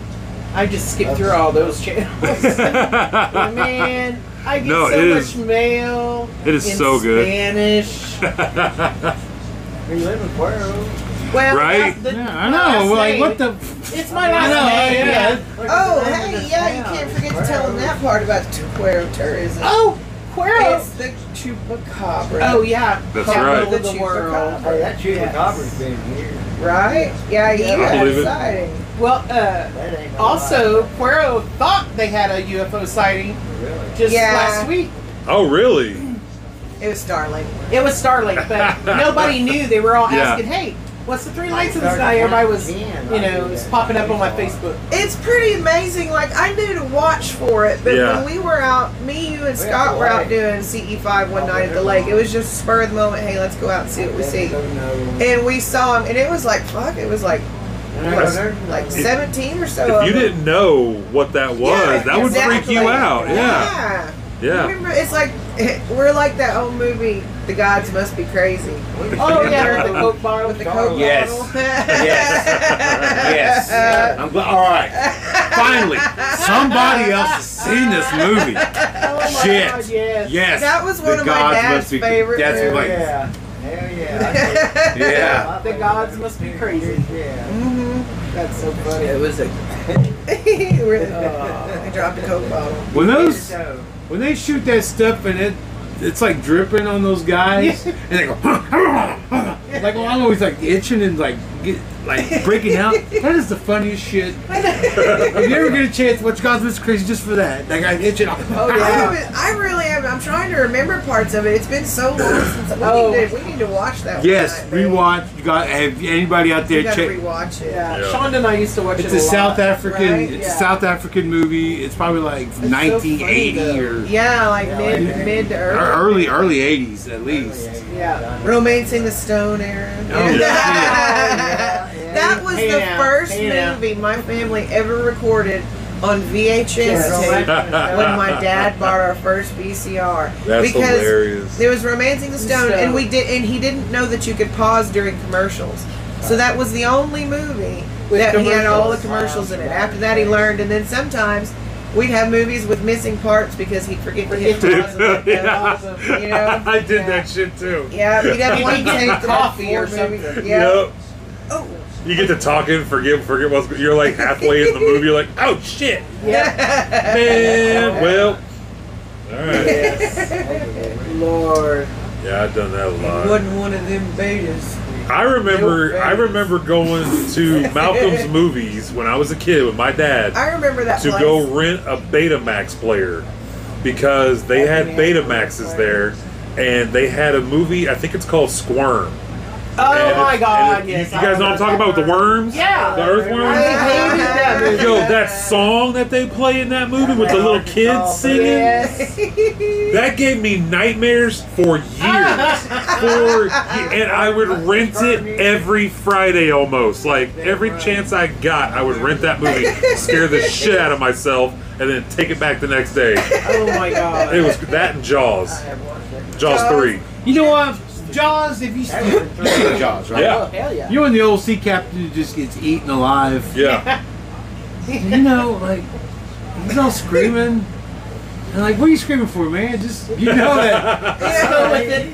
H: I just skipped through all those channels. Man, I get
F: No,
H: so
F: it
H: much
F: is-
H: mail.
F: it is
H: in
F: so good.
H: Spanish.
G: We live in Puerto.
H: Well,
F: Right?
H: the-
D: Yeah, I
H: my last
D: know. Well, like
H: name.
D: what the?
H: It's my last
D: know,
H: name.
D: yeah.
H: Yeah.
E: Oh, hey, yeah, you can't forget to tell them that part about the Tuquero tourism.
H: Oh, Cuero.
E: It's the chupacabra.
H: oh yeah.
F: That's
H: Capital
F: right.
H: of
E: The
H: The world.
G: Hey, that chupacabra been here.
E: Right? Yeah, yeah,
F: I believe it.
E: exciting.
H: Well, uh,
G: That ain't no
H: also Cuero thought they had a UFO sighting
G: lie, Really.
H: just
E: Yeah.
H: last week.
F: oh, really?
E: It was Starling.
H: It was Starlink, but nobody knew. They were all
F: Yeah.
H: asking, "Hey, what's the three lights in the sky?" Everybody was, you know, it was popping up on my Facebook.
E: It's pretty amazing. Like I knew to watch for it, but
F: Yeah.
E: when we were out, me, you, and Scott were out doing CE5 one night at the lake. It was just spur of the moment. Hey, let's go out and see what we see.
G: Don't know.
E: And we saw him, and it was like fuck. It was like
G: Don't know.
E: like seventeen or so.
F: If
E: of
H: Oh.
F: you
E: them.
F: didn't know what that was,
E: Yeah,
F: that would freak
E: exactly.
F: you out. Yeah, yeah.
E: Remember, it's like we're like that old movie, The Gods Must Be Crazy,
H: Oh yeah, with the Coke bottle.
E: with the coke
D: Yes.
E: bottle.
D: Yes. I'm glad. All right. Finally, somebody else has seen this movie.
H: Oh my
D: Shit.
H: God, yes.
D: Yes.
E: That was
D: The
E: one of my
D: gods
E: dad's
D: must be-
E: favorite
D: That's
E: movies.
D: like,
G: Yeah. Hell yeah.
D: yeah.
H: The gods must be crazy.
G: Yeah.
H: That's so funny.
E: It was a. really, I dropped a coke bottle.
D: When those
G: So,
D: when they shoot that stuff and it it's like dripping on those guys and they go like well, I'm always like itching and like get, like breaking out. That is the funniest shit. if you ever get a chance, watch God's Mr. Crazy just for that. That guy itching.
E: Oh, I, haven't- I really am. I'm trying to remember parts of it. It's been so long since we,
H: Oh.
E: need, to, we need to watch that. one
D: Yes,
E: night, babe.
D: rewatch. You got have anybody out there
E: You gotta
D: check?
E: rewatch it.
H: Yeah.
F: Yeah.
H: Sean and I used to watch
D: It's
H: it
D: a
H: a
D: South
H: lot.
D: African.
E: right?
D: It's
H: Yeah.
D: a South African movie. It's probably like
H: funny,
D: 1980 or,
E: Yeah, like mid
G: like-
E: mid to
D: or
E: early.
D: early early 80s at least.
H: Yeah.
E: Romancing the Stone era.
D: Oh, yeah. Oh,
E: that was the
H: Yeah.
E: first
H: Yeah.
E: movie my family ever recorded on VHS tape when my dad bought our first VCR.
F: That's
E: because
F: hilarious.
E: There was Romancing the Stone,
H: Stone.
E: and we did, and he didn't know that you could pause during commercials. So that was the only movie
H: With
E: that he had all the
G: commercials.
E: commercials in it. After that, he learned, and then sometimes we'd have movies with missing parts because he'd forget to hit
H: Forget to-
E: pause. and let them
F: Yeah.
E: pause them, You know.
F: I did
E: Yeah.
F: that shit too.
E: Yeah, we'd have
H: You
E: one
H: could get
E: tape that
H: coffee
E: had
H: or
E: four movies.
H: something.
E: Yeah.
F: Yep.
E: Oh.
F: You get to talking, forget, forget what's. You're like halfway in the movie. You're like, oh shit,
H: Yeah.
F: man. Well, all right.
H: Lord.
F: Yeah, I've done that a lot.
E: Wasn't one of them betas.
F: I remember I remember going to Malcolm's movies when I was a kid with my dad
E: I remember that
F: to
E: place.
F: go rent a Betamax player because they had Betamaxes there and they had a movie I think it's called Squirm
H: Oh my god,
F: And
H: yes.
F: you, you guys know what I'm talking about with the worms?
H: Yeah.
F: The
H: I
F: earthworms?
H: hated that movie.
F: Yo, that song that they play in that movie with the little kids singing,
H: Yes.
F: that gave me nightmares for years. for ye- and I would rent it every Friday almost. Like every chance I got, I would rent that movie, scare the shit out of myself, and then take it back the next day.
H: Oh my god.
F: It was that and Jaws. Jaws 3.
D: You know what? Jaws, if you still Jaws, right?
F: Yeah.
J: Hell yeah.
D: You know when the old sea captain who just gets eaten alive.
F: Yeah.
D: You know, like he's all screaming. And like, what are you screaming for, man? Just you know that.
E: Yeah.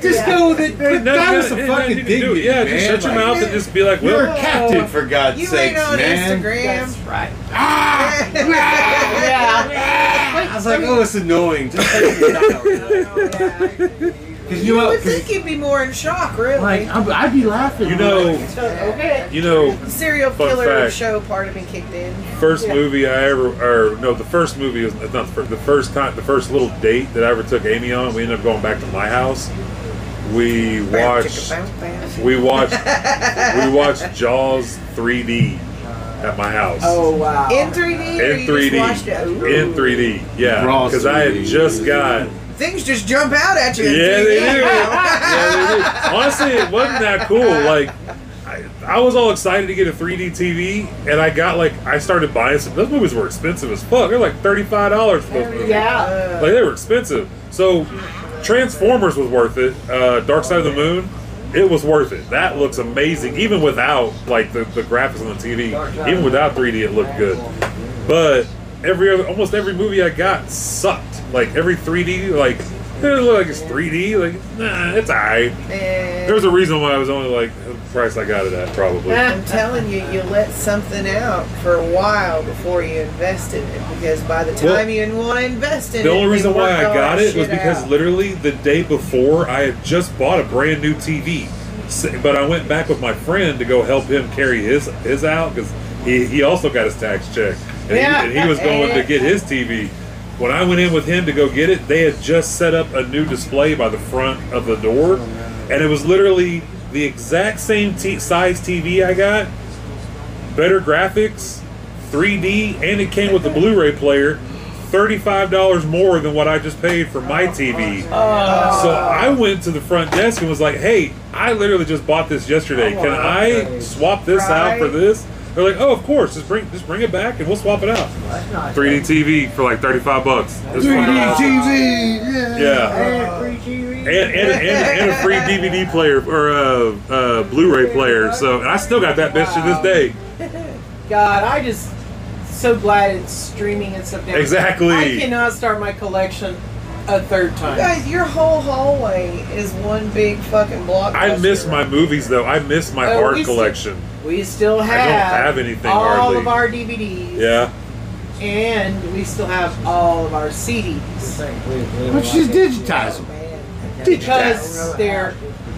D: Just go with it. Quit
F: Nothing-
D: down with some
F: nothing you
D: fucking
F: can do.
D: dignity,
F: Yeah,
D: man.
F: just shut your
D: Like,
F: mouth and just be like,
D: You're
F: well,
D: a captain, for God's
E: You
D: sake,
E: ain't on
D: man.
H: That's
E: Instagram.
H: right.
D: Ah! I was like, oh, it's annoying.
E: Yeah.
D: Because you
E: I
D: know
E: would
D: what? 'Cause,
E: think you'd be more in shock, really.
D: Like, I'd, I'd be laughing.
F: you know,
H: Okay.
F: you know,
E: Serial
F: Fun
E: killer
F: fact.
E: show part of me kicked in.
F: first movie I ever, or no, the first movie was it's not the first, the first time, the first little date that I ever took Amy on. We ended up going back to my house. We watched, we watched, we watched Jaws 3D at my house.
J: Oh wow.
E: In 3D? or
F: In
E: you just
F: 3D,
E: watched it? Ooh.
F: in 3D, yeah,
D: Raw
F: because I had
D: 3D.
F: just got,
E: Oh, Things just jump out at you.
F: yeah,
E: in
F: they
E: 3D.
F: do. Yeah, they do. Honestly, it wasn't that cool. Like, I, I was all excited to get a 3D TV, and I got like, I started buying some. Those movies were expensive as fuck. They're like thirty-five dollars for those movies.
H: Yeah.
F: Like they were expensive. So Transformers was worth it. Uh, Dark Side of the Moon, it was worth it. That looks amazing, even without like the, the graphics on the TV. Even without 3D, it looked good. But every other, almost every movie I got sucked. Like every 3D, like it doesn't look like it's 3D. Like nah, it's alright.
E: And
F: There's a reason why I was only like the price I got it at probably.
E: I'm telling you, you let something out for a while before you invest in it because by the time
F: Well,
E: you didn't want to invest in it,
F: The only
E: they
F: reason why
E: worked
F: I
E: all
F: got
E: that
F: it was
E: shit
F: because
E: out.
F: literally the day before I had just bought a brand new TV, S- but I went back with my friend to go help him carry his his out because he, he also got his tax check and,
H: Yeah.
F: he, and he was going to get his TV. When I went in with him to go get it, they had just set up a new display by the front of the door, and it was literally the exact same t- size TV I got, better graphics, 3D, and it came with a Blu-ray player. Thirty-five dollars more than what I just paid for my TV. So I went to the front desk and was like, "Hey, I literally just bought this yesterday. Can I swap this out for
E: Right.
F: this?" They're like, "Oh, of course. Just bring just bring it back and we'll swap it out." 3D TV for like thirty-five bucks. It was fucking
D: 3D
F: awesome.
D: TV. Yeah.
F: Yeah, and and, and, and a free DVD player or uh, uh, Blu-ray player. So and I still got that bitch to this day.
H: God, I just so glad it's streaming and stuff. now.
F: Exactly.
H: I cannot start my collection a third time.
E: Guys, your whole hallway is one big fucking block.
F: I miss my movies though. I miss my
H: Oh,
F: art
H: we see-
F: collection.
H: We still have,
F: I don't have anything
H: all
F: hardly.
H: of our DVDs.
F: Yeah.
H: And we still have all of our CDs
D: But she's digitized.
H: because they're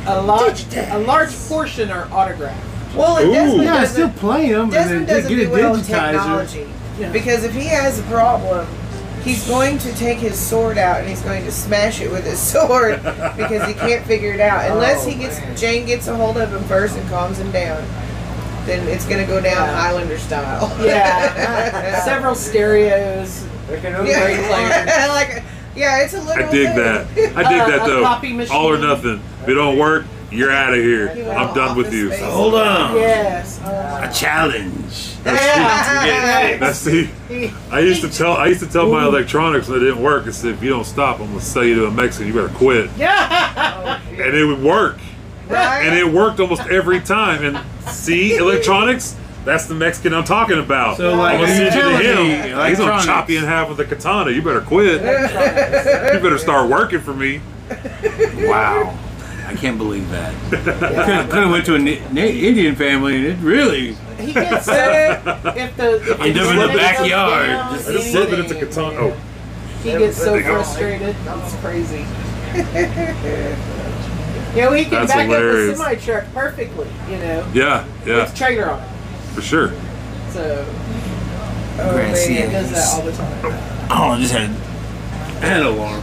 H: a large, a large portion are autographed.
E: Well,
F: Ooh.
E: and Desmond
D: Yeah, I
E: doesn't,
D: still play them
E: Desmond
D: and then
E: doesn't
D: get
E: do
D: it
E: well with
D: digitized.
E: technology
H: Yeah.
E: because if he has a problem, he's going to take his sword out and he's going to smash it with his sword because he can't figure it out. Unless he gets Jane gets a hold of him first and calms him down, then it's going to go down Highlander style.
H: Yeah, several stereos. Great player.
E: yeah. like yeah, it's a little.
F: I dig
E: thing.
F: that. I dig that
H: Uh, a copy
F: though.
H: machine.
F: All or nothing. If it don't work, you're out of here.
E: You
F: I'm
E: want
F: done with
E: office
F: you. Oh,
E: space.
D: Hold on.
H: Yes. Oh,
D: A challenge.
F: That's see. I used to tell I used to tell my electronics when it didn't work. I said, if you don't stop, I'm gonna sell you to a Mexican. You better quit.
H: Yeah.
F: And it would work.
E: Right?
F: And it worked almost every time. And see, electronics. That's the Mexican I'm talking about.
D: So, like,
F: I'm gonna send you to
D: utility
F: him. He's gonna chop
D: electronics.
F: you in half with a katana. You better quit. you better start working for me.
D: Wow. I can't believe that. Could have went to an I- Indian family and it really.
H: He gets set if the. If
D: I live in the backyard.
F: I just love that it's a katana. Oh,
H: He gets so
F: Everything else.
H: frustrated. It's crazy. yeah, we can
F: That's
H: back
F: hilarious.
H: up the semi truck perfectly, you know,
F: yeah, yeah,
H: with trailer on it.
F: for sure.
H: So
E: Oh,
D: Grassy
H: he
E: man.
H: does that all the time.
D: Oh, I just had, I had an alarm.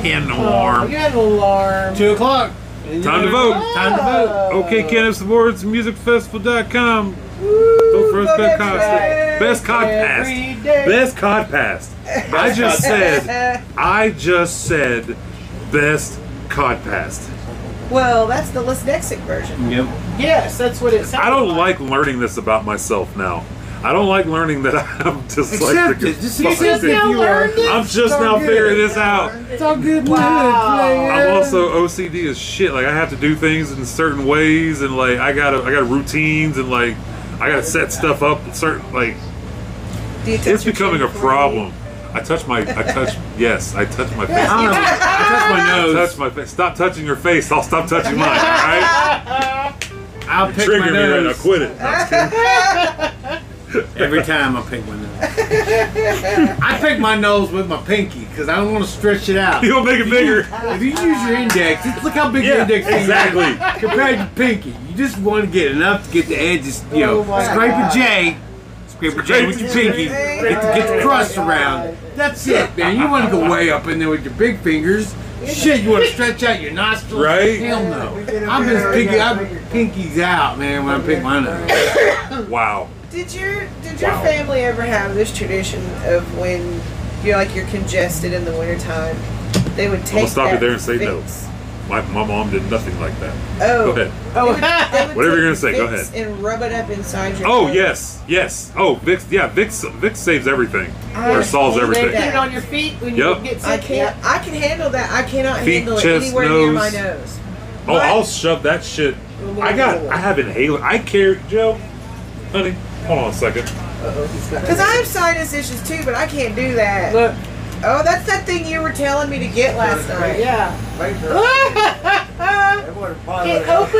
F: Hand
H: Oh, you had an alarm.
D: Two o'clock.
H: Yeah.
F: Time to vote.
D: Time to vote.
F: Okay, Kenneth supports musicfestival.com. Vote for
E: Woo,
F: us,
E: go
F: best
E: next
F: contest.
E: day.
F: Best contest.
H: Every day.
F: Best cod pass. I just
E: Uh,
F: said. I just said. Best cod pass.
E: Well, that's the Lisdexic version.
D: Yep.
H: Yes, that's what it sounds.
F: I don't like learning this about myself now. I I don't like learning that I'm dyslexic.
D: Accept it.
F: as
D: Just
F: fuck.
D: accept it. You are.
F: I'm just now figuring this out.
D: It's all good.
H: Wow.
F: I'm also OCD as shit. Like I have to do things in certain ways, and like I gotta, I got routines, and like I gotta set stuff up. Certain like
E: Do you touch
F: it's
E: your
F: becoming a
E: chin?
F: problem. I touch my, I touch, yes, I touch my face.
D: I don't know. I touch my nose.
F: Touch my face. Stop touching your face. I'll stop touching mine. All right.
D: I'll pick my
F: Trigger me right now.
D: nose.
F: Quit it. No, I'm just kidding.
D: Every time I pick my nose. I pick my nose with my pinky because I don't want to stretch it out.
F: You'll make it bigger.
D: If you use your index, it's, look how big your
F: Yeah,
D: index finger
F: exactly.
D: is compared to pinky. You just want to get enough to get the edges, you know,
G: Oh my
D: scrape
G: God.
D: a J, scrape a J with your pinky, get the, get the crust around. That's it, man. You want to go way up in there with your big fingers. Shit, you want to stretch out your nostrils?
F: Right.
D: Hell no. I'm just pinky, I'm pinkies out, man, when I pick my nose.
F: Wow.
E: Did your did your family ever have this tradition of when you're like you're congested in the wintertime? They would take.
F: stop you
E: that
F: there and say no.
E: Vicks.
F: My, my mom did nothing like that.
E: Oh.
F: Go ahead.
H: Oh,
E: They
F: Whatever
E: would take
F: you're gonna say, go
E: Vicks
F: ahead.
E: And rub it up inside your.
F: Oh
E: nose.
F: yes, yes. Oh Vix, yeah, Vix, Vix saves everything
E: I
F: or solves
E: hated
F: everything.
H: put it on your feet when
F: Yep.
H: you get sick.
E: I can't. I can handle that. I cannot
F: Feet,
E: handle it
F: chest,
E: anywhere near my
F: nose.
E: nose.
F: Oh, I'll shove that shit. I got. I have inhaler. I carry Joe, honey. Hold on a second.
E: Because I have sinus issues too, but I can't do that.
H: Look,
E: Oh, that's that thing you were telling me to get last night.
H: yeah.
G: It would have
H: it
G: probably.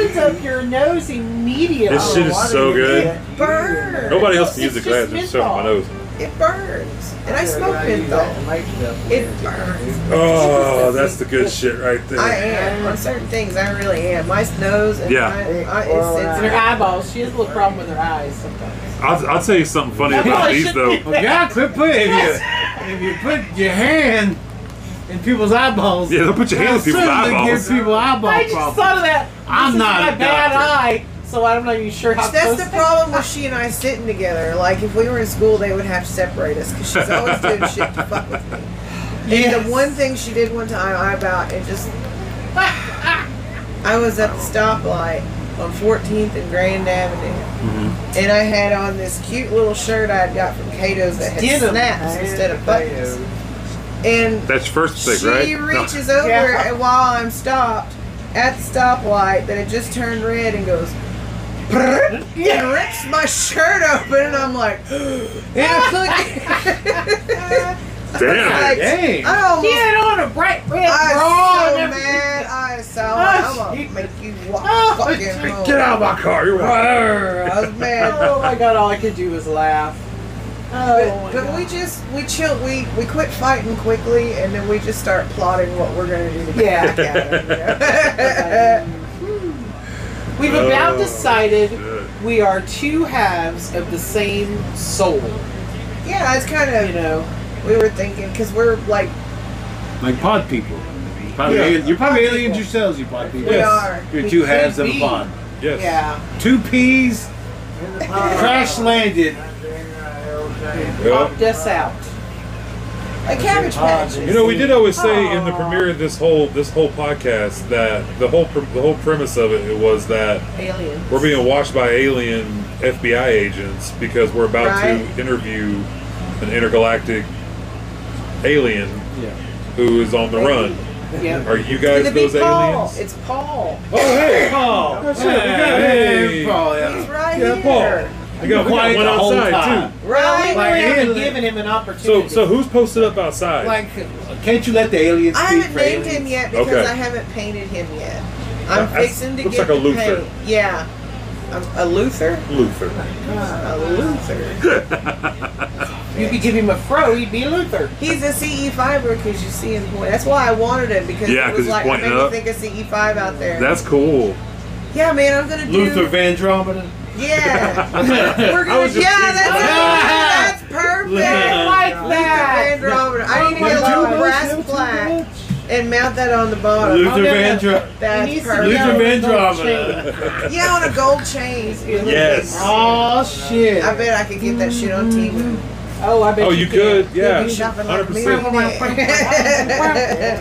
H: opens up your nose immediately.
E: oh,
F: This shit is so good.
E: Burn.
F: Nobody else
H: It's
F: can use the glass.
H: just
F: It's shoving my nose.
E: It burns. And I smoke menthol. It burns.
F: Oh, that's the good shit right there.
E: I am on certain things. I really am. My nose and
F: Yeah.
E: my, I, it's,
H: And her
E: it's,
H: eyeballs. She has a little problem with her eyes sometimes.
F: I'll, I'll tell you something funny
E: Oh,
F: about these though.
D: Well, yeah, quit putting if you, if you put your hand in people's eyeballs.
F: Yeah, don't put your hand in people's
D: assume they
F: eyeballs.
D: Give people eyeball
H: I just
D: problems.
H: thought of that.
D: I'm
H: this
D: not
H: is my
D: a
H: bad
D: doctor.
H: eye, so I'm not even sure how. I'm
E: that's
H: supposed
E: the
H: to-
E: problem with she and I sitting together. Like if we were in school, they would have to separate us because she's always doing shit to fuck with me. And
H: Yes.
E: the one thing she did one time, I about it just. I was at the stoplight on 14th and Grand Avenue, and I had on this cute little shirt I had got from Cato's that had
H: Denim.
E: snaps instead of buttons. And
F: That's your first
E: she
F: mistake, right? No.
E: reaches over
H: Yeah.
E: and while I'm stopped at the stoplight that had just turned red and goes. "Brrrt," And rips my shirt open, and I'm like, and
F: Damn.
E: I'm like,
F: it.
D: Dang.
E: I almost
H: Get on a bright red bra
E: I am
H: and
E: so
H: everything.
E: mad. I am so
H: Oh,
E: I'm gonna
H: shit.
E: make you walk
H: Oh,
E: fucking
H: shit.
E: home.
F: Get out of my car. You're right.
E: I was mad.
H: Oh my god! All I could do was laugh. Oh,
E: But,
H: my
E: but
H: God.
E: we just we chill we we quit fighting quickly and then we just start plotting what we're gonna do to get
H: Yeah.
E: back at him,
H: We've
F: Oh,
H: about decided
F: shit.
H: we are two halves of the same soul.
E: you know? yeah, it's kind
H: You
E: of
H: know,
E: we were thinking because we're like
D: Like pod people. Probably
F: Yeah.
D: alien- you're probably aliens yourselves, you pod people.
E: we
F: Yes.
E: are.
D: You're
H: We
D: two
H: could
D: halves of a
H: be.
D: pod.
F: Yes.
H: yeah.
D: Two peas crash landed.
F: Well,
H: Popped us out.
E: A cabbage patch.
F: You know, we did always say in the premiere of this whole this whole podcast that the whole pre- the whole premise of it was that
H: Alien.
F: we're being watched by alien FBI agents because we're about
E: Right.
F: to interview an intergalactic alien who is on the run.
H: Yeah.
F: Are you guys
E: It'd be
F: those
E: Paul.
F: aliens?
E: It's Paul.
F: Oh hey,
D: Paul.
F: shit, we got
D: Hey,
F: it.
D: Paul,
E: He's
D: yeah.
E: right
F: yeah,
E: here.
F: Paul. You got, we got
D: Quiet
F: one
D: the whole
F: outside
D: time.
F: too.
H: Really?
E: Right.
D: Like
H: we haven't
D: alien.
H: given him an
F: So
H: opportunity.
F: so who's posted up outside?
D: Like, Uh, can't you let the aliens
E: I
D: speak
E: haven't
D: for
E: named
D: aliens?
E: him yet because
F: Okay.
E: I haven't painted him yet. I'm
F: That's-
E: fixing to
F: looks
E: get
F: like a
E: the
F: Luther.
E: paint. Yeah. i a Luther?
F: Luther.
E: A Luther.
H: you could give him a fro, he'd be Luther.
E: He's a CE fiber because you see his point. That's why I wanted him because
F: Yeah,
E: it
F: 'cause
E: was
F: he's
E: like I
F: pointing
E: made
F: up.
E: me think of CE five out there.
F: That's cool.
E: yeah, man, I'm gonna
D: Luther
E: do.
D: Vandromeda.
E: Yeah, we're
F: I
E: gonna.
F: was just
E: Yeah,
F: teasing.
E: that's, that's perfect.
H: I like
E: Luther
H: that.
K: Oh
E: Vandross. I need to
H: my
E: get a
H: God.
E: little brass plaque and mount that on the bottom.
K: Luther
H: no, no.
K: Vandross.
H: Oh, It
E: That's
H: needs to
K: Luther
E: perfect.
H: be on a gold
K: Vandross.
E: Yeah, on a gold chain.
K: Yes.
H: Oh shit.
E: I bet I could get that shit on TV.
H: Oh, I bet.
K: Oh, you could, Mm-hmm. yeah.
E: You'll be shopping like a
K: 100%.
E: millionaire.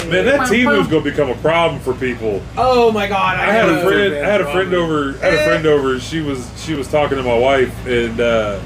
K: Man, that Timu's gonna become a problem for people.
H: Oh my god. I,
K: I had a
H: know.
K: friend. I had a friend over. I had a friend over. She was she was talking to my wife, and uh,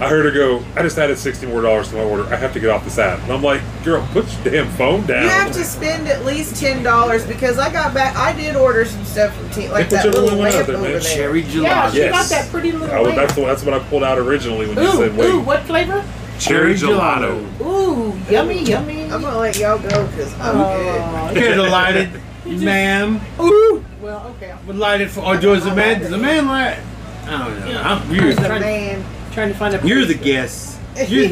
K: I heard her go. I just added sixty more dollars to my order. I have to get off this app. And I'm like, girl, put your damn phone down.
E: You have to spend at least ten dollars because I got back. I did order some stuff from T like
K: They put
E: that
K: your little
E: little
K: one out
E: lamp
K: there, man.
E: over there.
D: Cherry gelato.
H: Yeah, she got
K: Yes.
H: that pretty little.
K: I, was-
H: lamp.
K: that's the- that's what I pulled out originally when you said
H: Ooh, ooh,
K: wait.
H: what flavor?
F: Cherry gelato.
H: Ooh, yummy, yummy.
E: I'm gonna let y'all go because I'm good.
H: Oh,
D: Could have lighted, ma'am.
H: ooh. Well, okay. I'm
D: Would light it for. Or does the man? Does the man light? I don't know. I'm, you're,
E: He's a man.
H: trying to find a.
D: you're
H: place.
D: the guest. You're,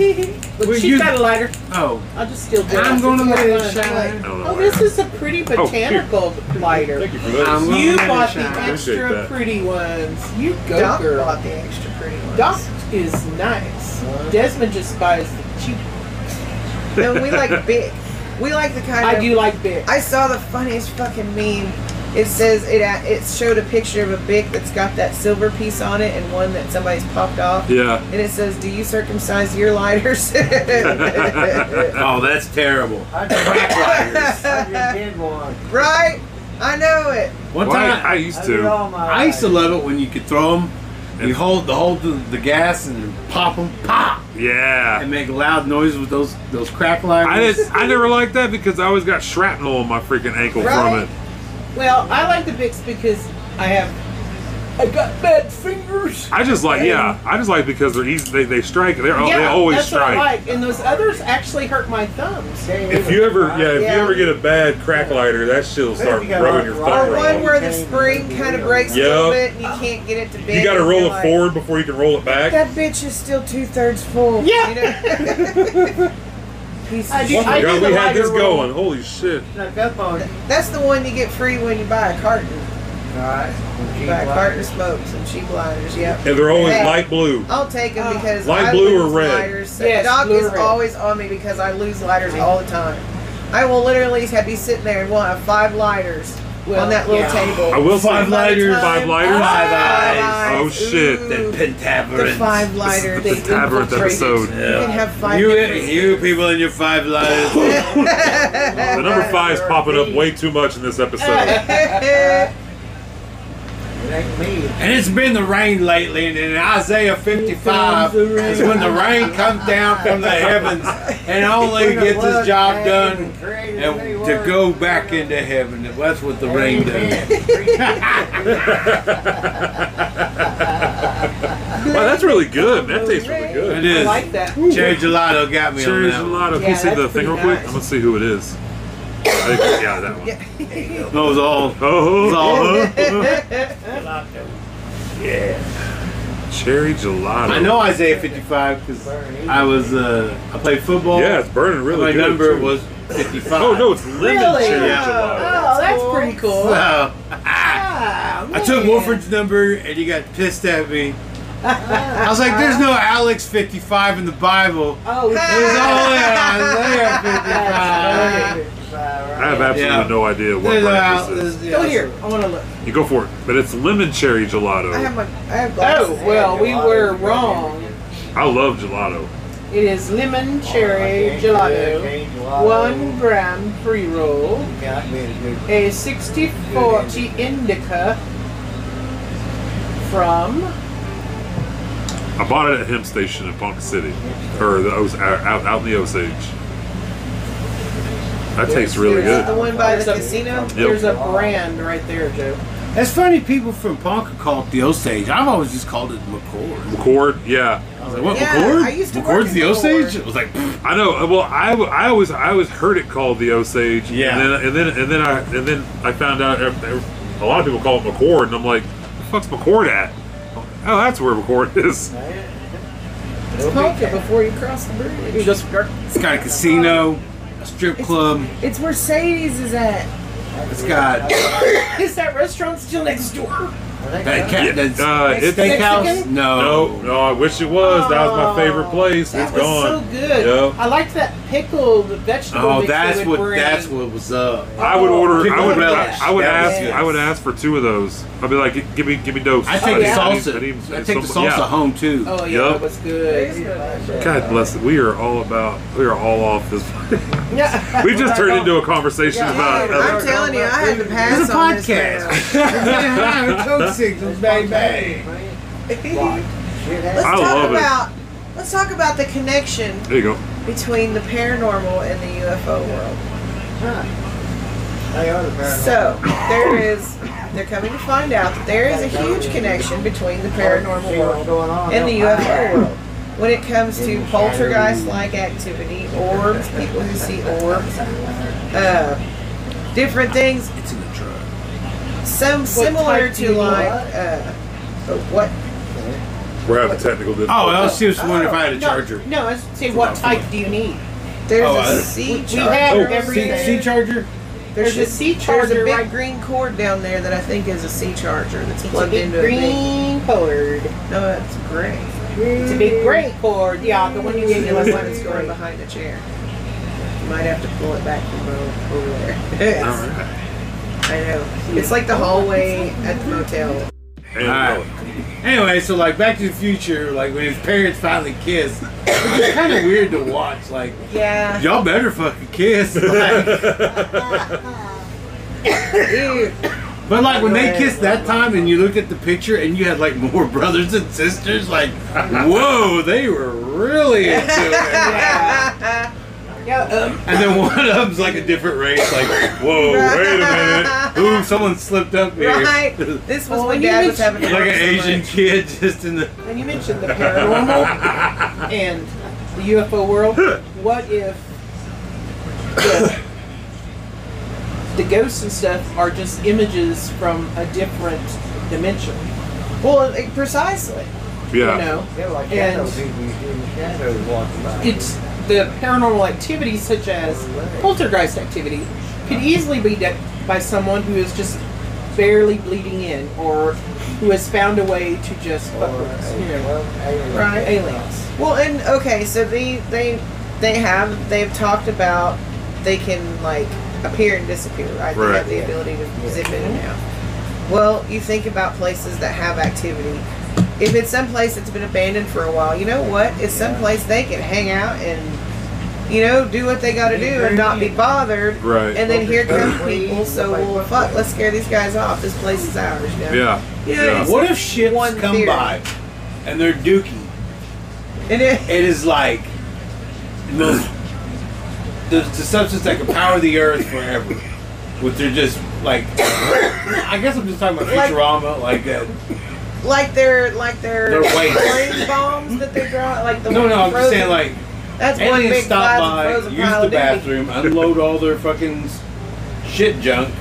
H: Look,
D: Well,
H: she's
D: you-
H: got a lighter.
D: oh,
H: I'll just steal Jay's.
D: I'm gonna let it
H: It's kinda
D: shine.
H: like-
F: don't know
H: Oh,
F: where.
H: this is a pretty botanical lighter.
K: Thank you for this.
D: I'm gonna
H: You
D: let it
H: bought the
D: shine.
K: Appreciate
H: extra
K: that.
H: pretty ones. You go,
E: Doc
H: girl.
E: bought the extra pretty ones.
H: Doc is nice. Desmond just buys the cheap.
E: No, we like big. We like the kind
H: I
E: of.
H: do like big.
E: I saw the funniest fucking meme. It says it a- it showed a picture of a bic that's got that silver piece on it and one that somebody's popped off.
F: Yeah.
E: And it says, "Do you circumcise your lighters?" right?
D: oh, that's terrible.
G: I just, I just did one.
E: I know it.
D: One
F: Well, I,
D: time,
F: I
D: I,
F: used
G: I did
F: to.
G: all
H: um,
G: my
D: used to
G: life.
D: love it when you could throw them. You hold the hold the, the gas and pop them, pop,
F: Yeah.
D: and make loud noises with those those crack lighters.
F: I didn't. I never liked that because I always got shrapnel on my freaking ankle
E: Right.
F: from it.
H: Well, I like the Vicks because I have. I got bad fingers.
F: I just like yeah. I just like because they're easy. They, they strike. They're
H: yeah,
F: they always
H: that's
F: strike.
H: what I like. And those others actually hurt my thumbs.
K: If you ever, yeah, if
E: Yeah.
K: you ever get a bad crack lighter, that shit'll start
G: you got
K: rubbing your
G: a
K: thumb.
G: lot
E: Or
G: Right.
E: one
K: wrong.
E: where the spring kind of breaks a little bit and you can't get it to bend.
K: You got to
E: and
K: roll
E: you're
K: it
E: like,
K: forward before you can roll it back.
E: That bitch is still two thirds full.
H: Yeah.
E: You know? Piece of
H: I do.
K: Oh
E: shit.
K: my
H: I
K: god,
H: do the
K: we had this
H: lighter roll.
K: going. Holy shit!
E: That's the one you get free when you buy a carton.
G: Alright.
E: Buy a carton of smokes and cheap lighters. Yep.
K: And they're always
E: Yeah.
K: light blue.
H: Oh,
E: I'll take them because
K: Light
E: I
K: blue or
E: lose
K: red?
E: lighters. So
H: Yes,
E: Doc
H: blue or
E: is
H: red.
E: always on me because I lose lighters all the time. I will literally have be sitting there and we'll have five lighters
H: Well,
E: on that little
H: yeah.
E: table.
F: I will say-
E: By
F: Five
E: the
F: lighters.
E: time-
F: Five lighters.
E: Five
F: eyes. Oh,
E: eyes.
F: shit.
E: Ooh,
F: That
E: the five lighters.
F: This is the Tavern episode.
E: You can have five.
D: You,
E: different-
D: you people in your five lives.
K: The number five's popping up way too much in this episode.
G: It ain't me.
D: And it's been the rain lately, and in Isaiah 55 is when the rain comes down from the heavens and only gets his job done and to go back into heaven. That's what the rain does.
K: Wow, that's really good. That tastes really good.
D: It
H: I
D: is.
H: like
K: Oh,
H: that.
D: Cherry gelato got me
F: Cherry
D: on that.
F: gelato. Can you
H: Yeah,
F: see the
H: that's
F: thing real
H: pretty
F: quick?
H: nice.
F: I'm gonna see who it is. I think- yeah, that one.
D: That was all.
F: Oh,
D: was all.
F: cherry gelato.
D: I know Isaiah 55 because I was uh, I played football.
K: Yeah, it's burning really
D: my
K: good.
D: number
K: too.
D: was 55.
K: Oh no, it's lemon
H: Really?
K: cherry
D: Yeah.
K: gelato.
H: Oh, that's pretty cool.
D: So,
H: Ah,
D: I took
H: man.
D: Wolford's number and he got pissed at me. I was like, "There's no Alex 55 in the Bible."
H: Oh,
D: There's
H: yeah.
D: only Isaiah 55.
H: Okay.
F: I have absolutely
D: Yeah.
F: no idea what
D: There's a-
F: brand this is.
D: there's- yeah,
H: Go here. I want to look.
F: You go for it, but it's lemon cherry gelato. I,
E: I have my. I have glasses.
H: Oh, well, we were wrong.
F: love gelato.
H: It is lemon cherry gelato, one gram pre roll, a 6040 indica from.
F: I bought it at Hemp Station in Ponca City, or the Os- out out in the Osage. That tastes really
E: Is it
F: good.
E: the one by the
H: There's a-
E: casino?
H: There's a brand right there, Joe.
D: That's funny. People from Ponca call it the Osage. I've always just called it McCord.
F: McCord, yeah.
D: I was like, "What
E: Yeah,
D: McCord?
E: I used to work
D: McCord's
E: in
D: the
E: McCord.
D: Osage?" It was like, "Pfft."
F: I know. uh, Well, I, I always I always heard it called the Osage.
D: Yeah.
F: And then and then and then I and then I found out ev- ev- a lot of people call it McCord, and I'm like, the fuck's McCord at? Oh, that's where McCord is.
E: Polka before you cross the bridge.
H: You just
D: it's got a casino, a strip club.
E: It's where Sadie's is at.
D: It's got
H: Is that restaurant still next door?
D: that
F: Yeah,
D: cat. That's
F: uh, it's,
D: steakhouse.
H: Mexican?
D: No.
F: no, no. I wish it was. That was my favorite place.
H: That
F: it's
H: was
F: gone.
H: so good.
F: Yep.
H: I liked that pickled vegetable
D: Oh,
H: mix
D: that's
H: with
D: what
H: bread.
D: that's what was up.
F: I would order. I would.
D: relish.
F: I would
D: That was
F: ask.
D: good.
F: I would ask for two of those. I'd be like, give me, give me those.
D: I take
H: Oh,
D: the
H: yeah.
D: salsa. I, take the salsa home too.
H: Oh yeah,
F: Yup.
H: that was good.
F: God bless. it. We are all about. We are all off this.
H: Yeah.
F: We've just turned into a conversation about.
E: Dude, I'm
F: Other,
E: telling you, I had to pass
D: It's a
E: on this
D: podcast.
E: round.
D: Coke signals, baby.
E: Let's
F: I
E: talk
F: love it.
E: about let's talk about the connection
F: there you go.
E: between the paranormal and the UFO world.
G: They are the paranormal.
E: So there is they're coming to find out that there is a huge connection between the paranormal
G: See what's
E: world
G: going on.
E: and the
G: They'll find
E: UFO
G: out.
E: world. When it comes to poltergeist-like activity, orbs, people who see orbs, uh, different things,
D: It's in the truck.
E: some similar
H: type do
E: to
H: you
E: like uh, what
F: We're having technical difficulties.
D: Oh, I was just wondering if I had a
H: No,
D: charger.
H: No, I see what type do you need?
E: there's
D: Oh,
E: a
D: I-
E: sea
H: we
E: charger.
H: have
E: There's
H: everything.
E: a-
D: Sea Oh, charger.
H: There's a sea
E: There's a
H: charger.
E: big
H: right-
E: green cord down there that I think is a sea charger that's
H: It's a
E: plugged
H: big
E: into a big.
H: green cord.
E: No, it's gray.
H: It's a big gray cord. Yeah, the one you gave me
E: The
H: was
E: one
H: one
E: that's
H: gray.
E: going behind the chair. You might have to pull it back from o- over there. Yes. I know. It's like the hallway at the motel.
F: And,
D: Alright. Anyway, so like Back to the Future, like when his parents finally kiss, it's kind of weird to watch. Like
E: Yeah.
D: y'all better fucking kiss. Like,
E: Ew.
D: but like when they kissed that time, and you looked at the picture, and you had like more brothers and sisters. Like, whoa, they were really into it.
H: Yeah,
E: Um,
D: And then one of them's like a different race. Like, whoa, wait a minute, ooh, someone slipped up here.
E: Right. This was
H: Well,
E: when
H: Oh, you
E: Dad was
H: mentioned-
E: having a
D: Like an
E: hard
D: Asian
E: time.
D: kid just in the.
H: um, when you mentioned the paranormal and the UFO world, what if the, the ghosts and stuff are just images from a different dimension?
E: Well, like, precisely.
F: yeah.
H: You know,
G: They're like
H: And-
G: shadow people. You see the shadows walking by.
H: it's the paranormal activity such as poltergeist activity could easily be done by someone who is just barely bleeding in or who has found a way to just
G: Or,
H: fuck with us, you know,
G: well, anyway.
E: Right.
H: aliens.
E: Well, and okay, so they they they have they've talked about they can like appear and disappear, right? They
F: Right.
E: have the ability to zip in and out. Well, you think about places that have activity. If it's someplace that's been abandoned for a while, you know what? It's someplace they can hang out and you know do what they got to do and not be bothered.
F: Right.
E: And then here come people, so well, fuck, let's scare these guys off. This place is ours, you know?
F: Yeah.
E: Yeah.
D: What if shits
E: One
D: come
E: theory.
D: by and they're dookie?
E: And it,
D: It is like the most the, the substance that could power the earth forever. With their just like, I guess I'm just talking about
E: Like-
D: Futurama, like that.
E: like their like their
D: Their weight.
E: brain bombs that they draw, like the
D: No,
E: ones
D: no, I'm just
E: frozen.
D: saying like
E: That's one
D: aliens
E: big
D: stop
E: closet
D: by,
E: frozen
D: use
E: pile
D: the
E: of dookie.
D: bathroom, unload all their fucking shit junk,